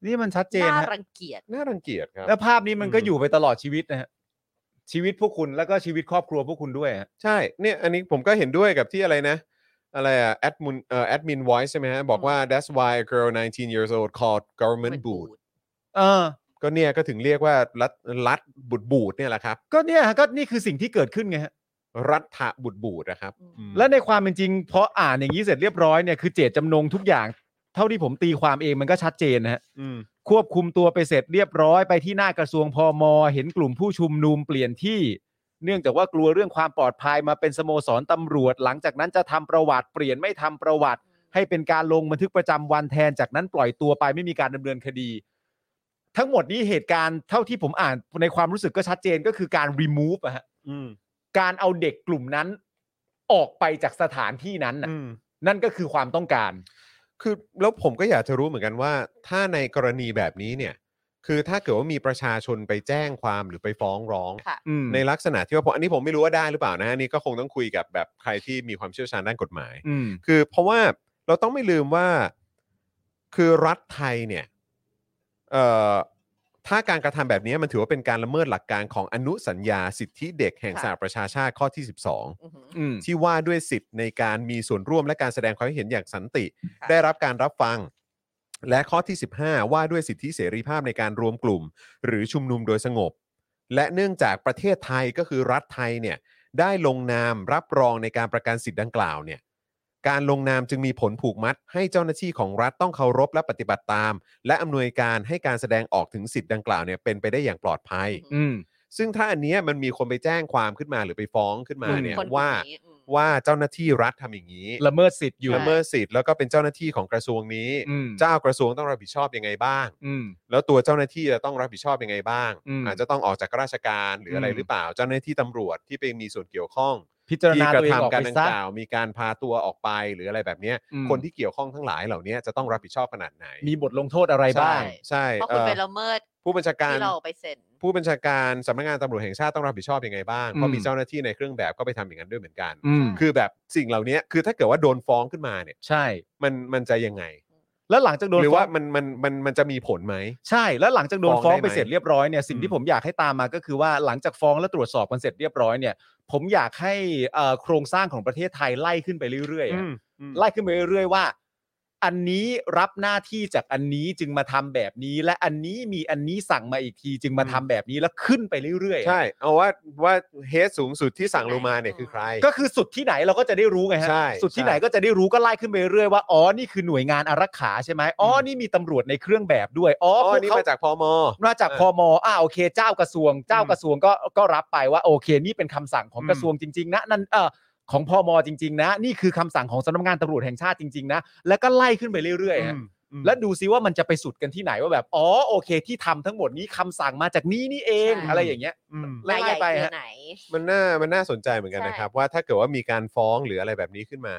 นี่มันชัดเจน น่า ฮะ รังเกียจ น่ารังเกียจครับ แล้วภาพนี้มันก็ อืม อยู่ไปตลอดชีวิตนะฮะชีวิตพวกคุณแล้วก็ชีวิตครอบครัวพวกคุณด้วยฮะ ใช่เนี่ยอันนี้ผมก็เห็นด้วยกับที่อะไรนะ อะไรอะแอดมินเอ่อแอดมินไวใช่ไหมฮะ บอกว่า that's why a girl 19 years old called government boot เออ ก็เนี่ยก็ถึงเรียกว่ารัฐรัฐบุตรบูดเนี่ยแหละครับ ก็เนี่ยฮะก็นี่คือสิ่งที่เกิดขึ้นไงฮะ รัฐะบุตรบูดนะครับ อืม อืม และในความเป็นจริงพออ่านอย่างนี้เสร็จเรียบร้อยเนี่ยคือเจตจำนงทุกอย่าง เท่าที่ผมตีความเองมันก็ชัดเจนนะฮะ อืม ควบคุมตัวไปเสร็จเรียบร้อยไปที่หน้ากระทรวงพอมเห็นกลุ่มผู้ชุมนุมเปลี่ยนที่ เนื่องจากว่ากลัวเรื่องความปลอดภัยมาเป็นสโมสรตำรวจ หลังจากนั้นจะทำประวัติเปลี่ยนไม่ทำประวัติ ให้เป็นการลงบันทึกประจำวันแทนจากนั้นปล่อยตัวไปไม่มีการดำเนินคดี ทั้งหมดนี้เหตุการณ์เท่าที่ผมอ่านในความรู้สึกก็ชัดเจนก็คือการ remove อะฮะ อืม การเอาเด็กกลุ่มนั้น ออกไปจากสถานที่นั้นน่ะ อืม นั่นก็คือความต้องการ คือแล้วผมก็อยากจะรู้เหมือนกันว่า ถ้าในกรณีแบบนี้เนี่ย คือถ้าเกิดว่ามีประชาชนไปแจ้งความหรือไปฟ้องร้อง ค่ะ อืม ในลักษณะที่ว่าผมอันนี้ผมไม่รู้ว่าได้หรือเปล่านะอันนี้ก็คงต้องคุยกับแบบใครที่มีความเชี่ยวชาญด้านกฎหมาย อืม คือเพราะว่าเราต้องไม่ลืมว่าคือรัฐไทยเนี่ยเอ่อถ้าการกระทำแบบนี้มันถือว่าเป็นการละเมิดหลักการของอนุสัญญาสิทธิเด็กแห่ง ค่ะ สหประชาชาติข้อที่ 12 อือหือ อืม ที่ว่าด้วยสิทธิ์ในการมีส่วนร่วมและการแสดงความคิดเห็นอย่างสันติ ค่ะ ได้รับการรับฟัง และข้อที่ 15 ว่าด้วยสิทธิเสรีภาพในการรวมกลุ่ม หรือชุมนุมโดยสงบ และเนื่องจากประเทศไทยก็คือรัฐไทยเนี่ยได้ลงนามรับรองในการประกันสิทธิ์ดังกล่าวเนี่ยการลงนามจึงมีผลผูกมัด ให้เจ้าหน้าที่ของรัฐต้องเคารพและปฏิบัติตาม และอำนวยการให้การแสดงออกถึงสิทธิ์ดังกล่าวเนี่ยเป็นไปได้อย่างปลอดภัย อืม ซึ่งถ้าอันเนี้ยมันมีคนไปแจ้งความขึ้นมาหรือไปฟ้องขึ้นมา อืม เนี่ย คน ว่า คนนี้อืม ว่าเจ้าหน้าที่รัฐทำอย่างนี้ ละเมิดสิทธิ์อยู่ ละเมิดสิทธิ์แล้วก็เป็นเจ้าหน้าที่ของกระทรวงนี้ อืม เจ้ากระทรวงต้องรับผิดชอบยังไงบ้าง อืม แล้วตัวเจ้าหน้าที่จะต้องรับผิดชอบยังไงบ้าง อืม อาจจะต้องออกจากราชการหรืออะไร อืม หรือเปล่า เจ้าหน้าที่ตำรวจที่ไปมีส่วนเกี่ยวข้อง พิจาร ที่ ณาก ระ ตัวเองออก ทำการ ไป ดัง ซะ กล่าวมีการพาตัวออกไปหรืออะไรแบบเนี้ย อืม คนที่เกี่ยวข้องทั้งหลายเหล่านี้จะต้องรับผิดชอบขนาดไหน มีบทลงโทษอะไรบ้าง ใช่ ใช่ เพราะคุณไป เอ่อ ละเมิด ผู้บัญชาการ ที่เราไปเซ็น ผู้บัญชาการสำนักงานตำรวจแห่งชาติต้องรับผิดชอบยังไงบ้าง อืม เพราะมีเจ้าหน้าที่ในเครื่องแบบก็ไปทำอย่างนั้นด้วยเหมือนกัน อืม คือแบบสิ่งเหล่านี้คือถ้าเกิดว่าโดนฟ้องขึ้นมาเนี่ย ใช่ มันมันจะยังไง แล้วหลังจากโดน หรือ ฟ้อ ว่าง มันมันมันมันจะมีผลไหม ใช่ แล้วหลังจากโดน ฟ้ ฟ้ อ อง ง ได้ไหม ไปเสร็จเรียบร้อยเนี่ยสิ่งที่ผมอยากให้ตามมาก็คือว่าหลังจากฟ้องและตรวจสอบกันเสร็จเรียบร้อยเนี่ย ผมอยากให้เอ่อโครงสร้างของประเทศไทยไล่ขึ้นไปเรื่อยๆอะไล่ขึ้นไปเรื่อยๆว่า อันนี้รับหน้าที่จากอันนี้จึงมาทำแบบนี้ และอันนี้มีอันนี้สั่งมาอีกทีจึงมา อืม ทำแบบนี้แล้วขึ้นไปเรื่อยๆอะ ใช่เอาว่าว่าเฮดสูงสุดที่สั่งลงมาเนี่ยคือใคร ก็คือสุดที่ไหนเราก็จะได้รู้ไงฮะ ใช่ สุดที่ ใช่ ไหนก็จะได้รู้ก็ไล่ขึ้นไปเรื่อยๆว่าอ๋อนี่คือหน่วยงานอารักขาใช่ไหมอ๋อนี่มีตำรวจในเครื่องแบบด้วยอ๋อ อ๋อ พวก นี่ เขา มาจากพม มาจาก เออ พมอ่าโอเค เจ้ากระทรวง เจ้า อืม กระทรวงก็ก็รับไปว่าโอเค นี่เป็นคำสั่งของ อืม กระทรวงจริง ๆ นะนั่นเออของพมจริง ๆ นะ นี่คือคำสั่งของสำนักงานตำรวจแห่งชาติจริง ๆ นะ แล้วก็ไล่ขึ้นไปเรื่อยๆฮะแล้วดูซิว่ามันจะไปสุดกันที่ไหนว่าแบบอ๋อโอเค ที่ทำทั้งหมดนี้คำสั่งมาจากนี่นี่เอง ใช่ อะไรอย่างเงี้ย อืม ไล่ รายใหญ่ ไป คือ ฮะ ไหน มันน่ามันน่าสนใจเหมือนกัน ใช่ นะครับ ว่าถ้าเกิดว่ามีการฟ้องหรืออะไรแบบนี้ขึ้นมา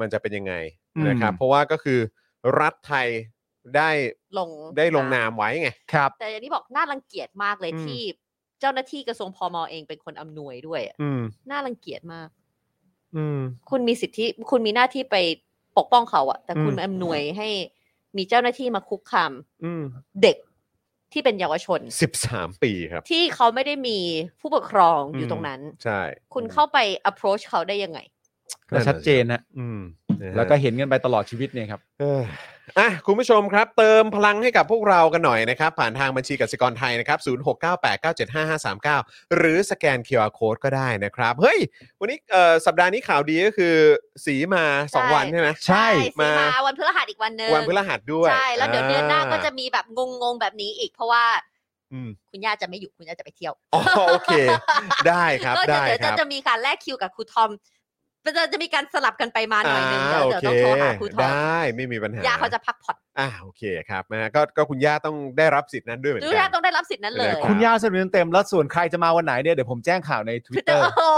มันจะเป็นยังไงนะครับ เพราะว่าก็คือรัฐไทยได้ ลง ได้ลงนามไว้ไง ครับ แต่อย่างที่บอกน่ารังเกียจมากเลย อืม ที่เจ้าหน้าที่กระทรวงพมเองเป็นคนอำนวยด้วยอะ อืม น่ารังเกียจมาก อืม คุณมีสิทธิ คุณมีหน้าที่ไปปกป้องเขาอะแต่คุณ อืม อำนวยให้มีเจ้าหน้าที่มาคุกคาม อืม เด็กที่เป็นเยาวชน สิบสามปีครับ ที่เขาไม่ได้มีผู้ปกครองอยู่ อืม ตรงนั้น ใช่ คุณเข้าไป approach เขาได้ยังไง ก็ชัดเจนนะ อืมนะฮะ แล้วก็เห็นกันไปตลอดชีวิตเนี่ยครับ เอ้ยอ่ะคุณผู้ชมครับ เติมพลังให้กับพวกเรากันหน่อยนะครับ ผ่านทางบัญชีกสิกรไทยนะครับ 0698975539 หรือสแกน QR Code ก็ได้นะครับ เฮ้ย วันนี้เอ่อสัปดาห์นี้ข่าวดีก็คือสีมา ใช่ 2 วันใช่ไหม ใช่ สิ มา มาวันพฤหัสอีกวันหนึ่ง วันพฤหัสด้วย ใช่ แล้วเดี๋ยวเดือนหน้าก็จะ อ่ มีแบบงงๆแบบนี้อีก เพราะว่า อืม คุณย่าจะไม่อยู่คุณย่าจะไปเที่ยว อ๋อโอเค ได้ ครับ ก็เดี๋ยว ได้ เดี๋ยว ค จะ รับ จะมีการแลกคิวกับครูทอมจะจะมีการสลับกันไปมาหน่อยนึงเดี๋ อ่าโอยวเดี๋ยว เค ต้องโทรหาครูทอ ได ม้ ไม่มีปัญหา ย่าเขาจะพักผ่อน อ่าโอเคครับนะก็ก็คุณย่าต้องได้รับสิทธิ์นั้นด้วยเหมือน ดู กั ย่าน ต้องได้รับสิทธิ์นั้นเลย เออ คุณย่าเสนอเต็มๆแล้วส่วนใครจะมาวันไหนเนี่ยเดี๋ยวผมแจ้งข่าวใน คือจะ Twitter โอ้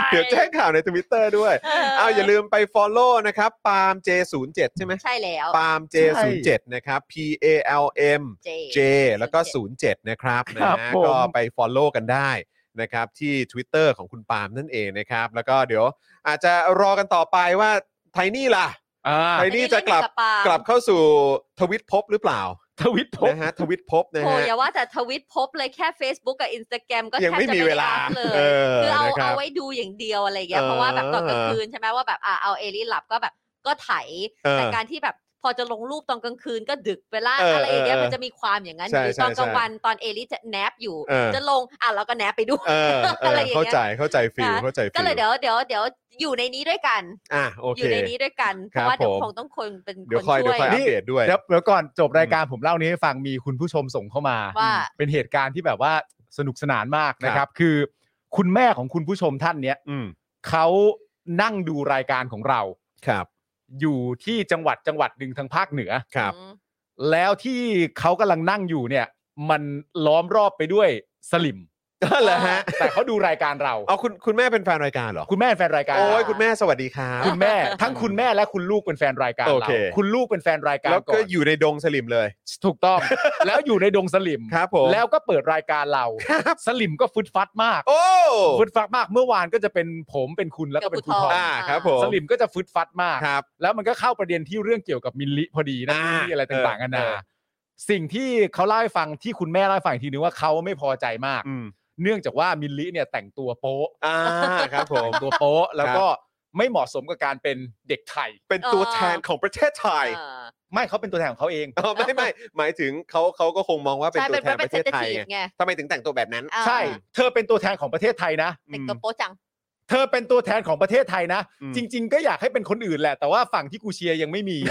ย เดี๋ยวแจ้งข่าวในทวิตเตอร์ด้วย เ เอาอย่าลืมไป Follow นะครับปาล์ม J07 ใช่ไหม ใช่แล้ว ปาล์ม J07 นะครับ P A L M J J แล้วก็ 07 นะครับ ค นะ รับ ฮะ ผม ก็ไป Follow กันได้นะครับที่ Twitter ของคุณปาล์มนั่นเองนะครับ แล้วก็เดี๋ยวอาจจะรอกันต่อไปว่าไทนี่ล่ะ อ่า ไทนี่จะกลับ ไทนี่จะกลับ กลับเข้าสู่ทวิตภพหรือเปล่า ทวิตพบ นะฮะทวิตภพนะ โอ้ ฮะ อย่าว่าแต่ทวิตพบเลยแค่ Facebook กับ Instagram ก็ ยัง แทบ ไม่ จะ มี ไม่ เว ได้ ลา อัพเลย เออ คือเอา นะครับ เอาไว้ดูอย่างเดียวอะไรอย่างเงี้ย เออ เพราะว่าแบบตอนกลางคืนใช่ไหมว่าแบบอ่ะเอาเอลี่หลับก็แบบก็ไถ เออ แต่การที่แบบพอจะลงรูปตอนกลางคืนก็ดึกไปล่า เออ อะไรอย่างเงี้ย เออ มันจะมีความอย่างนั้น ใช่ อยู่ ใช่ ตอนกลาง ใช่ วันตอนเอลี่จะแนบอยู่ เออ จะลงอ่ะเราก็แนบไปด้วย เออเอ อะไร อ อย่างเงี้ย เข้าใจเข้าใจฟิลเข้าใจฟิล ก็เลยเดี๋ยวเดี๋ยวเดี๋ยวอยู่ในนี้ด้วยกัน อ่ะโอเค อยู่ในนี้ด้วยกันเพ ครั ราะ บ ว่าเดี๋ยว ผม คงต้องคนเป็น เดี๋ยว คน คอย ช่ เดี๋ยว วย คอยอัปเดตด้วย เดี๋ยวเดี๋ยวก่อนจบรายการผมเล่านี้ให้ฟังมีคุณผู้ชมส่งเข้ามา ว่า เป็นเหตุการณ์ที่แบบว่าสนุกสนานมากนะครับ คือคุณแม่ของคุณผู้ชมท่านเนี้ย อืม เขานั่งดูรายการของเรา ครับ อยู่ที่จังหวัดจังหวัดหนึ่งทางภาคเหนือ ครับ อืม แล้วที่เขากำลังนั่งอยู่เนี่ย มันล้อมรอบไปด้วยสลิม เหรอฮะ แต่เขาดูรายการเรา เอาคุณคุณแม่เป็นแฟนรายการเหรอ คุณแม่แฟนรายการ โอ้ยคุณแม่สวัสดีครับ คุณแม่ ทั้งคุณแม่และคุณลูกเป็นแฟนรายการ โอ เรา เค คุณลูกเป็นแฟนรายการ แล้ว ก่ ก็ อน อยู่ในดงสลิมเลย ถูกต้อง แล้วอยู่ในดงสลิม ครับผม แล้วก็เปิดรายการเรา ครับ สลิมก็ฟึดฟัดมาก โอ้ ฟึดฟัดมากเมื่อวานก็จะเป็นผมเป็นคุณแล้วก็เป็นคุณทอม อ่าครับผม สลิมก็จะฟึดฟัดมาก ครับ แล้วมันก็เข้าประเด็นที่เรื่องเกี่ยวกับมิลลิพอดีนะ อ่า ที่อะไรต่างๆกันา เอ นา อ สิ่งที่เขาเล่าให้ฟังที่คุณแม่เล่าให้ฟังอีกทีนึงว่าเขาไม่พอใจมาก อืม เนื่องจากว่ามิลลิเนี่ยแต่งตัวโป๊ะ อ่าครับผม แต่งตัวโป๊ะแล้วก็ไม่เหมาะสมกับการเป็นเด็กไทย เป็นตัวแทนของประเทศไทย เออ ไม่เขาเป็นตัวแทนของเขาเอง เออไม่ไม่หมายถึงเขาเขาก็คงมองว่าเป็น ใช่ ตัวแทนประเทศไทย เป็น representative ไง ไงทำไมถึงแต่งตัวแบบนั้น อ่า ใช่ เธอเป็นตัวแทนของประเทศไทยนะ แต่งตัวโป๊จัง เธอเป็นตัวแทนของประเทศไทยนะ อืม จริง ๆ ก็อยากให้เป็นคนอื่นแหละ แต่ว่าฝั่งที่กูเชียร์ยังไม่มี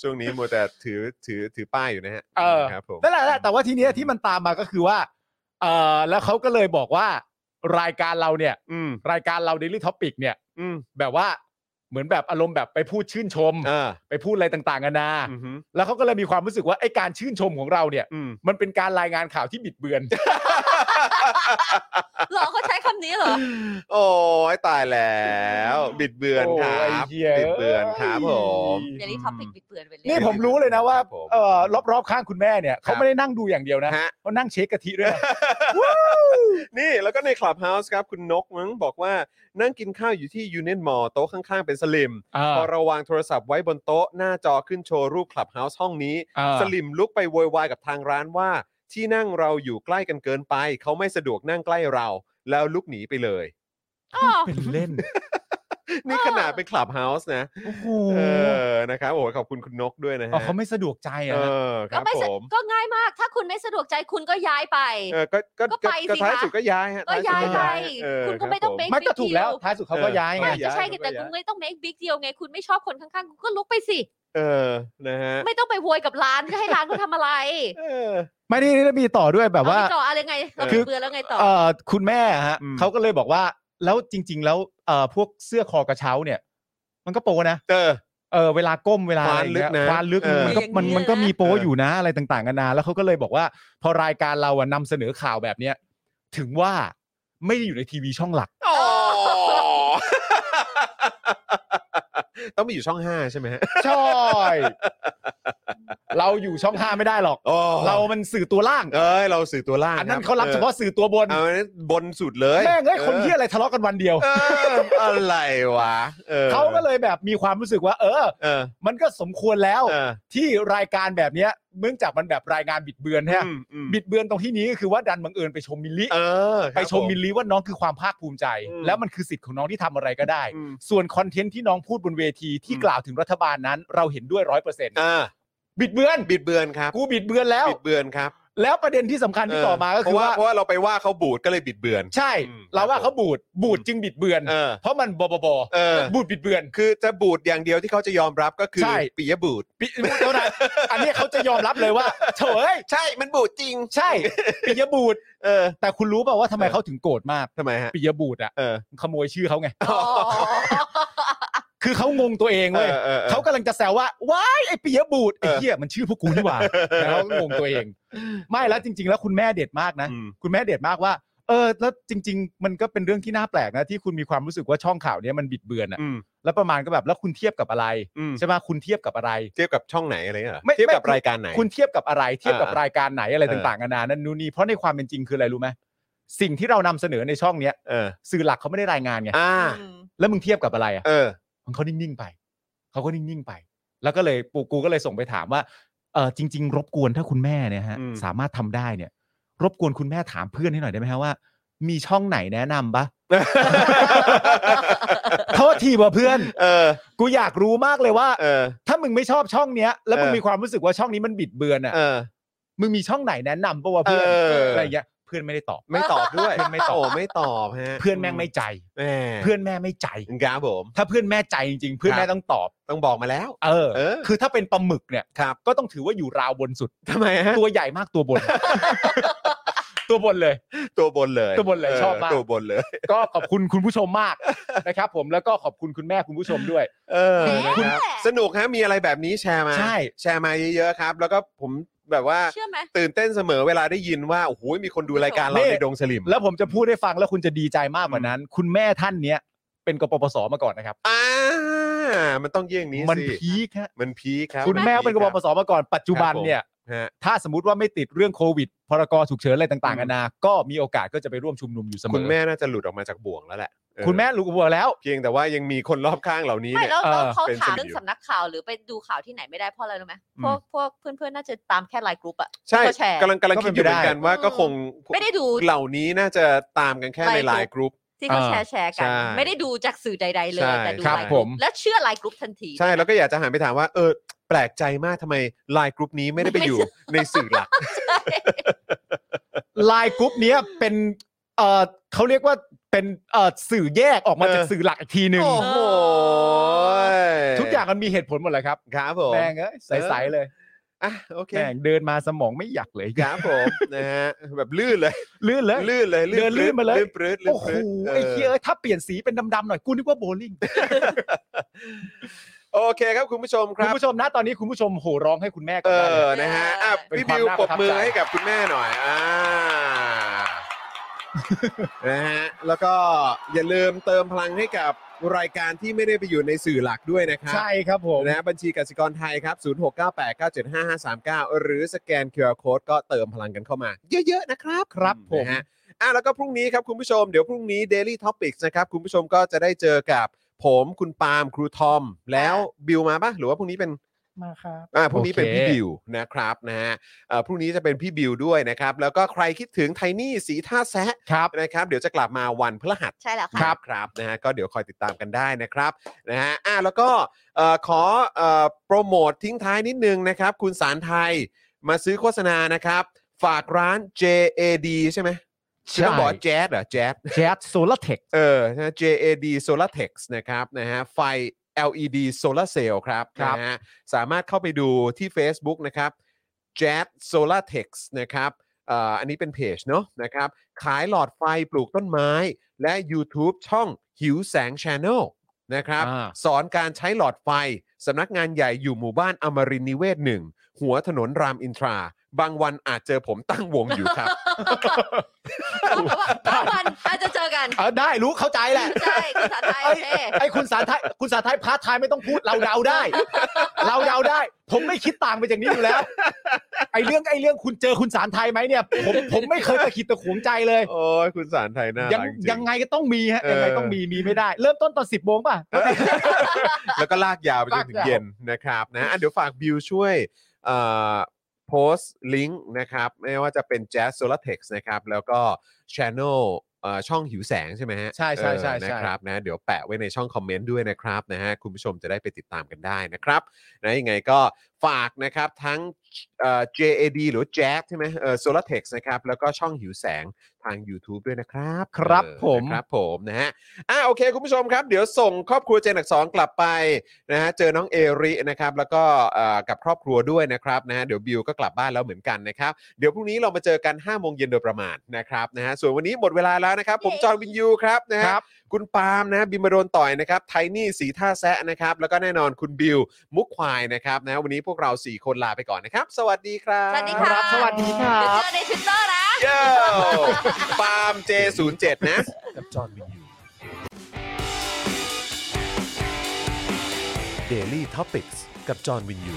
ช่วงนี้มัวแต่ถือถือถือป้ายอยู่นะฮะ เออ ครับผม นั่นแหละแหละแต่ว่าทีเนี้ยที่มันตามมาก็คือว่าเออแล้วเขาก็เลยบอกว่ารายการเราเนี่ย อืม รายการเรา Daily Topic เนี่ย อืม แบบว่าเหมือนแบบอารมณ์แบบไปพูดชื่นชม อ่า ไปพูดอะไรต่างๆกันานา อืม แล้วเขาก็เลยมีความรู้สึกว่าไอ้การชื่นชมของเราเนี่ย อืม มันเป็นการรายงานข่าวที่บิดเบือน เหรอเขาใช้คำนี้ เหรอ โอ้ยตายแล้วบิดเบือนครับ โอ้ยเหี้ย บิดเบือนครับผม เดลี่ท็อปิกบิดเบือนไปเลย นี่ผมรู้เลยนะว่า ครับผม เอ่อรอบๆข้างคุณแม่เนี่ยเขาไม่ได้นั่งดูอย่างเดียวนะ ฮะ เขานั่งเช็คกะทิด้วยนะ นี่แล้วก็ในคลับเฮาส์ครับคุณนกมั้งบอกว่านั่งกินข้าวอยู่ที่ยูเนียนมอโต๊ะข้างๆ เป็นสลิม อ่า พอเระวางโทรศัพท์ไว้บนโต๊ะหน้าจอขึ้นโชว์รูปคลับเฮาส์ห้องนี้ อ่า สลิมลุกไปโวยวายกับทางร้านว่า ที่นั่งเราอยู่ใกล้กันเกินไป เขาไม่สะดวกนั่งใกล้เรา แล้วลุกหนีไปเลย อ้อ เป็นเล่น นี่ขนาดเป็นคลับเฮาส์นะ โอ้โห เออนะครับโอ้โหขอบคุณคุณนกด้วยนะฮะ เอาเขาไม่สะดวกใจ เอ อ่ะนะ อค ก็ รับ ไม่ ผ สะ ม ก็ง่ายมาก ถ้าคุณไม่สะดวกใจคุณก็ย้ายไป เออก็ก็ ก็ไป ก็ สิ ท้าย คะ สุดก็ย้ายฮะท้ก็สุด ย้ายไป เออ คุณก็ไม่ รับ ต้อง ผ make ไม่ big ก็ถูกแล้ว deal ท้ายสุดเขาก็ย้ายไง ไม่ ย้าย ก็ใช่ คุณก็ แต่ ย้าย คุณไม่ต้อง make big deal ไง คุณไม่ชอบคนข้างๆ คุณก็ลุกไปสิ เออนะฮะ ไม่ต้องไปโวยกับร้านจะให้ร้านเขาทำอะไร เออ ไม่ได้ได้มีต่อด้วยแบบว่า เอไม่ต่ออะไรไงเรา คือ เบื่อแล้วไงต่อ เอ่อคุณแม่ฮะ อืม เขาก็เลยบอกว่าแล้วจริง ๆ แล้วเอ่อพวกเสื้อคอกระเช้าเนี่ย มันก็โปนะ เออ เออเวลาก้มเวลา ค อะ วา ไร นลึก เงี้ย นะ ควานลึก เออ มันก็ อย่างนี้ มันมัน นะ ก็มีโปอยู่นะอะไรต่างๆกันานาแล้วเขาก็เลยบอกว่า พอรายการเราอะนำเสนอข่าวแบบเนี้ยถึงว่าไม่ได้อยู่ในทีวีช่องหลัก อ๋อ ต้องมีอยู่ช่องห้าใช่ไหมฮะ ใช่เราอยู่ช่องห้าไม่ได้หรอก โอ้ เรามันสื่อตัวล่าง เอ้ยเราสื่อตัวล่าง อันนั้น ค เขารับเฉพาะสื่อตัวบน เออเอาอันนั้นบนสุดเลย แม่งเอ้ยคนเฮียอะไรทะเลาะกันวันเดียว เอออะไรวะออ เขาก็เลยแบบมีความรู้สึกว่า เออ เออ มันก็สมควรแล้ว เออ ที่รายการแบบเนี้ยเนื่องจากมันแบบรายงานบิดเบือนฮะ อืมอืม บิดเบือนตรงที่นี้ก็คือว่าดันบังเอิญไปชมมิลลิ เออครับ ไปชมมิลลิว่าน้องคือความภาคภูมิใจ อืม แล้วมันคือสิทธิ์ของน้องที่ทำอะไรก็ได้ อืม ส่วนคอนเทนต์ที่น้องพูดบนเวทีที่กล่าวถึงรัฐบาลนั้น เราเห็นด้วยร้อยเปอร์เซ็นต์ อ่า บิดเบือน บิดเบือนครับ กูบิดเบือนแล้ว บิดเบือนครับ แล้วประเด็นที่สำคัญที่ต่อมาก็ เพ คือ ระ ว่า เพราะว่าเราไปว่าเขาบูดก็เลยบิดเบือน ใช่ อืม เราว่าเขาบูดบูดจึงบิดเบือน เออ เพราะมันบบบบ เออ บูดบิดเบือน คือจะบูดอย่างเดียวที่เขาจะยอมรับก็คือ ใช่ ปิยบูด ปิเท่านั้นอันนี้เขาจะยอมรับเลยว่าเฉย ใช่มันบูดจริง ใช่ปิยบูด เออ แต่คุณรู้เปล่าว่าทำไมเขาถึงโกรธมาก ทำไมฮะ ปิยบูดอ่ะ เออ ขโมยชื่อเขาไง อ๋อ คือเขางงตัวเอง เอ เว้ย อออออ เขากำลังจะแซวว่าว้ายไอ้ปิยบูดไอ้เหี้ยมันชื่อพวกกูนี่หว่าแล้วเขาก็งงตัวเอง ไม่แล้วจริง ๆ แล้วคุณแม่เด็ดมากนะ อืม คุณแม่เด็ดมากว่า เออ แล้วจริง ๆ มันก็เป็นเรื่องที่น่าแปลกนะที่คุณมีความรู้สึกว่าช่องข่าวเนี้ยมันบิดเบือนอะ อืม แล้วประมาณก็แบบแล้วคุณเทียบกับอะไร อืม ใช่ป่ะคุณเทียบกับอะไร เทียบกับช่องไหนอะไรเงี้ยเหรอ ไม่ เทียบกับ ไม่ รายการไหน คุณเทียบกับอะไรเทียบกับ อ่าร รายการไหนอะไรต่างๆนานานั่นนู่นนี่เพราะในความเป็นจริงคืออะไรรู้ไหมสิ่งที่เรานำเสนอในช่องเนี้ย เออ สื่อหลักเขาไม่ได้รายงานไง อ่า อืม แล้วมึงเทียบกับอะไรอ่ะ เออ มันเขานิ่งๆไปเขาก็นิ่งๆไป แล้วก็เลยปูกูก็เลยส่งไปถามว่า เออจริง ๆ รบกวนถ้าคุณแม่เนี่ยฮะ อืม สามารถทำได้เนี่ย รบกวนคุณแม่ถามเพื่อนให้หน่อยได้ไหมฮะว่า มีช่องไหนแนะนำปะ โทษทีว่ะเพื่อน เออ กูอยากรู้มากเลยว่า เออ ถ้ามึงไม่ชอบช่องเนี้ย แล้วมึง เออ มีความรู้สึกว่าช่องนี้มันบิดเบือนอ่ะ เออ มึงมีช่องไหนแนะนำปะวะเพื่อน เอออ อะไรอย่างเงี้ยเพื่อนไม่ได้ตอบ ไม่ตอบด้วย เพื่อนไม่ตอบ โไม่ตอบฮะ เพื่อนแม่งไม่ใจ แม่ เพื่อนแม่ไม่ใจ ครับผม ถ้าเพื่อนแม่ใจจริงๆ เพื่อน ครับ แม่ต้องตอบ ต้องบอกมาแล้ว เออ เออ คือถ้าเป็นปลาหมึกเนี่ย ครับ ก็ต้องถือว่าอยู่ราวบนสุด ทำไมฮะ ตัวใหญ่มาก ตัวบน ตัวบนเลย ตัวบนเลย ตัวบนเลยชอบมาก ตัวบนเลย ก็ขอบคุณ คุณผู้ชมมากนะครับ ผมแล้วก็ขอบคุณคุณแม่คุณผู้ชมด้วย เออนะครับสนุกฮะมีอะไรแบบนี้แชร์มา ใช่ แชร์มาเยอะๆครับ แล้วก็ผมแบบว่า เชื่อไหม ตื่นเต้นเสมอเวลาได้ยินว่าโอ้โหมีคนดูรายการเราในดงสลิม แล้วผมจะพูดให้ฟังแล้วคุณจะดีใจมากกว่านั้น คุณแม่ท่านเนี้ยเป็นกปปสมาก่อนนะครับ อ่ามันต้องเยี่ยงนี้ มัน สิ พีคฮะ มันพีคครับ คุณแม่เป็นกปปสมาก่อนปัจจุบันเนี่ย ฮะ ถ้าสมมติว่าไม่ติดเรื่องโควิดพรกฉุกเฉินอะไรต่างๆกันานาก็มีโอกาสก็จะไปร่วมชุมนุมอยู่เสมอ คุณแม่น่าจะหลุดออกมาจากบ่วงแล้วแหละเออ คุณแม่รู้กบัวแล้ว เพียงแต่ว่ายังมีคนรอบข้างเหล่านี้ ไม่ เนี่ย แล้วแล้ว เออ เขา เป็น ถาม สลิม เรื่อง อยู่ สำนักข่าวหรือไปดูข่าวที่ไหนไม่ได้เพราะอะไรรู้ไหม อืม พวกพวกเพื่อนๆน่าจะตามแค่ไลน์กรุ๊ปอะ ใช่ แล้วก็แชร์ กำลังกำลังคิดอยู่เหมือนกันว่าก็คง ไม่ได้ดู เหล่านี้น่าจะตามกันแค่ในไล Line น์กรุ๊ป ที่เขา อ่า แชร์แชร์กัน ใช่ ไม่ได้ดูจากสื่อใด ๆ เล ใช่ ยแต่ดู ครับ ไลน์กรุ๊ผปม และเชื่อไลน์กรุ๊ปทันที ใช่แล้วก็อยากจะหันไปถามว่าเออแปลกใจมากทำไมไลน์กรุ๊ปนี้ไม่ได้ไปอยู่ในสื่อหลัก ไลน์กรุ๊ปเนี้ยเป็นเออเขาเรียกว่าเป็นเออสื่อแยกออกมาจาก เออ สื่อหลักอีกทีหนึ่ง โอ้โห ทุกอย่างมันมีเหตุผลหมดเลยครับ ครับผม แม่งเอ้ยใสๆเลย อ่ะโอเค แม่งเดินมาสมองไม่หยักเลย ครับ ผมนะฮะแบบลื่นเลย ลื่นเลย ลื่นเลย เดินลื่นมาเลย ลื่นปรื้ดลื่น โอ้โห ปรื้ด ไอ้เหี้ยเอ้ยถ้าเปลี่ยนสีเป็นดำๆหน่อยกูนึกว่าโบลิ่ง โอเคครับคุณผู้ชมค คุณ รับ ผู้ชมนะตอนนี้คุณผู้ชมโห่ร้องให้คุณแม่ก เอ อนได้เล อย นะฮะอ่ะ เป็น พี่ ความ บิว น่า ป ป ร ระ บ ทับ มือ ใจ ให้กับคุณแม่หน่อย อ่านะฮะแล้วก็อย่าลืมเติมพลังให้กับรายการที่ไม่ได้ไปอยู่ในสื่อหลักด้วยนะครับ ใช่ครับผม นะฮะบัญชีกสิกรไทยครับ 0698975539 หรือสแกน QR Code ก็เติมพลังกันเข้ามา เยอะ ๆ นะครับ ครับผม นะฮะอ่ะแล้วก็พรุ่งนี้ครับ คุณผู้ชมเดี๋ยวพรุ่งนี้ Daily Topics นะครับ คุณผู้ชมก็จะได้เจอกับผมคุณปาล์มครูทอม แล้วบิวมาปะหรือว่าพรุ่งนี้เป็น มาครับ อ่าพรุ่งนี้ โอเค เป็นพี่บิวนะครับนะฮะเอ่อพรุ่งนี้จะเป็นพี่บิวด้วยนะครับ แล้วก็ใครคิดถึงไทนี่สีท่าแซะ ครับ นะครับ เดี๋ยวจะกลับมาวันพฤหัส ใช่แล้วค่ะ ครับครับนะฮะก็เดี๋ยวคอยติดตามกันได้นะครับนะฮะอ่ะแล้วก็เอ่อขอเอ่อโปรโมททิ้งท้ายนิดนึงนะครับ คุณสารไทยมาซื้อโฆษณานะครับ ฝากร้าน JAD ใช่ไหมคือต้องบอกแจ๊ดเหรอแจ๊ด แจ๊สโซลาเทค เออนะ JAD Solar Tex นะครับนะฮะไฟ LED Solar Cell ครับ ครับ นะฮะสามารถเข้าไปดูที่ Facebook นะครับ j a d Solar Tex นะครับเอ่ออันนี้เป็นเพจเนาะนะครับ ขายหลอดไฟปลูกต้นไม้ และ YouTube ช่องหิวแสง Channel นะครับ อ่า สอนการใช้หลอดไฟ สำนักงานใหญ่อยู่หมู่บ้านอมรินทร์นิเวศหนึ่ง หัวถนนรามอินทรา บางวันอาจเจอผมตั้งวงอยู่ครับ เพราะว่าบางวันอาจจะเจอกัน เออได้รู้เข้าใจแหละ ใช่คุณสารไทย ไอ้ โอเค ไอ้คุณสารไทยคุณสารไทยพาร์ทไทยไม่ต้องพูดเราเดาได้ เราเดาได้ ผมไม่คิดต่างไปจากนี้อยู่แล้ว ไอ้เรื่องไอ้เรื่องคุณเจอคุณสารไทยไหมเนี่ย ผมผมไม่เคยตะขิดตะขวงใจเลย โอ้ยคุณสารไทยน่า ยัง รักจริ ยัง งไงก็ต้องมีฮะ เออ ยังไงต้องมีมีไม่ได้ เริ่มต้นตอนสิบโมงป่ะ แล้วก็ลากยาวไปจนถึง ลากยาว เย็นนะครับนะอ่ะเดี๋ยวฝากบิวช่วยเอ่อโพสต์ลิงก์นะครับ ไม่ว่าจะเป็น Jazz Solar Tex นะครับ แล้วก็ Channel เอ่อช่องหิวแสงใช่ไหมฮะ ใช่ใช่ใช่ เออ ใช่ นะครับนะเดี๋ยวแปะไว้ในช่องคอมเมนต์ด้วยนะครับนะฮะคุณผู้ชมจะได้ไปติดตามกันได้นะครับนะยังไงก็ฝากนะครับทั้งเอ่อ JAD หรือ Jazz ใช่ไหมเออ Solar Tex นะครับ แล้วก็ช่องหิวแสงทาง YouTube ด้วยนะครับ ครับ เออ ผม นะครับผมนะฮะ อ่ะโอเค คุณผู้ชมครับเดี๋ยวส่งครอบครัวเจนอักสองกลับไปนะฮะเจอน้องเอรินะครับแล้วก็เอ่อกับครอบครัวด้วยนะครับนะฮะเดี๋ยวบิวก็กลับบ้านแล้วเหมือนกันนะครับเดี๋ยวพรุ่งนี้เรามาเจอกัน5้าโมงเย็นโดยประมาณนะครับนะฮะส่วนวันนี้หมดเวลาแล้วนะครับ ผมจอห์นวินยูครับนะฮะ ครับ คุณปาล์มนะบิมมาโดนต่อยนะครับไทนี่สีท่าแซะนะครับแล้วก็แน่นอนคุณบิวมุกควายนะครับนะวันนี้พวกเราสี่คนลาไปก่อนนะครับ สวัสดีครับ สวัสดีค่ะ รับสวัสดีครั เดี๋ยว บ เจอในทวิตเตอร์นะ เย้ปาล์มเจศูนย์เจ็ดนะ กับจอห์นวินยู Daily Topics กับจอห์นวินยู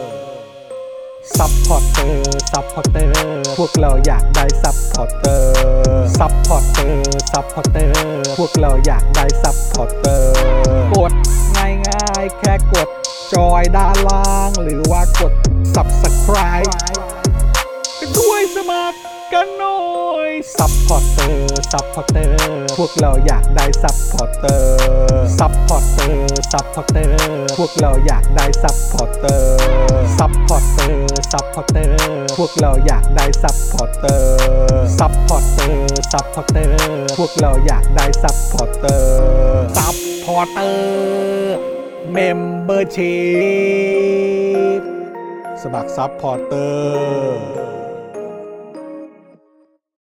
ซัพพอร์เตอร์ซัพพอร์เตอร์พวกเราอยากได้ซัพพอร์เตอร์ซัพพอร์เตอร์ซัพพอร์เตอร์พวกเราอยากได้ซัพพอร์เตอร์กดง่ายง่ายๆแค่กดจอยด้านล่าง หรือว่ากด subscribe ไปด้วยสมัครกันหน่อยซัพพอร์เตอร์ซัพพอร์เตอร์พวกเราอยากได้ซัพพอร์เตอร์ซัพพอร์เตอร์ซัพพอร์เตอร์พวกเราอยากได้ซัพพอร์เตอร์ซัพพอร์เตอร์ซัพพอร์เตอร์พวกเราอยากได้ซัพพอร์เตอร์ซัพพอร์เตอร์ซัพพอร์เตอร์พวกเราอยากได้ซัพพอร์เตอร์ซัพพอร์เตอร์เมมเบอร์ชีพสมัครซัพพอร์เตอร์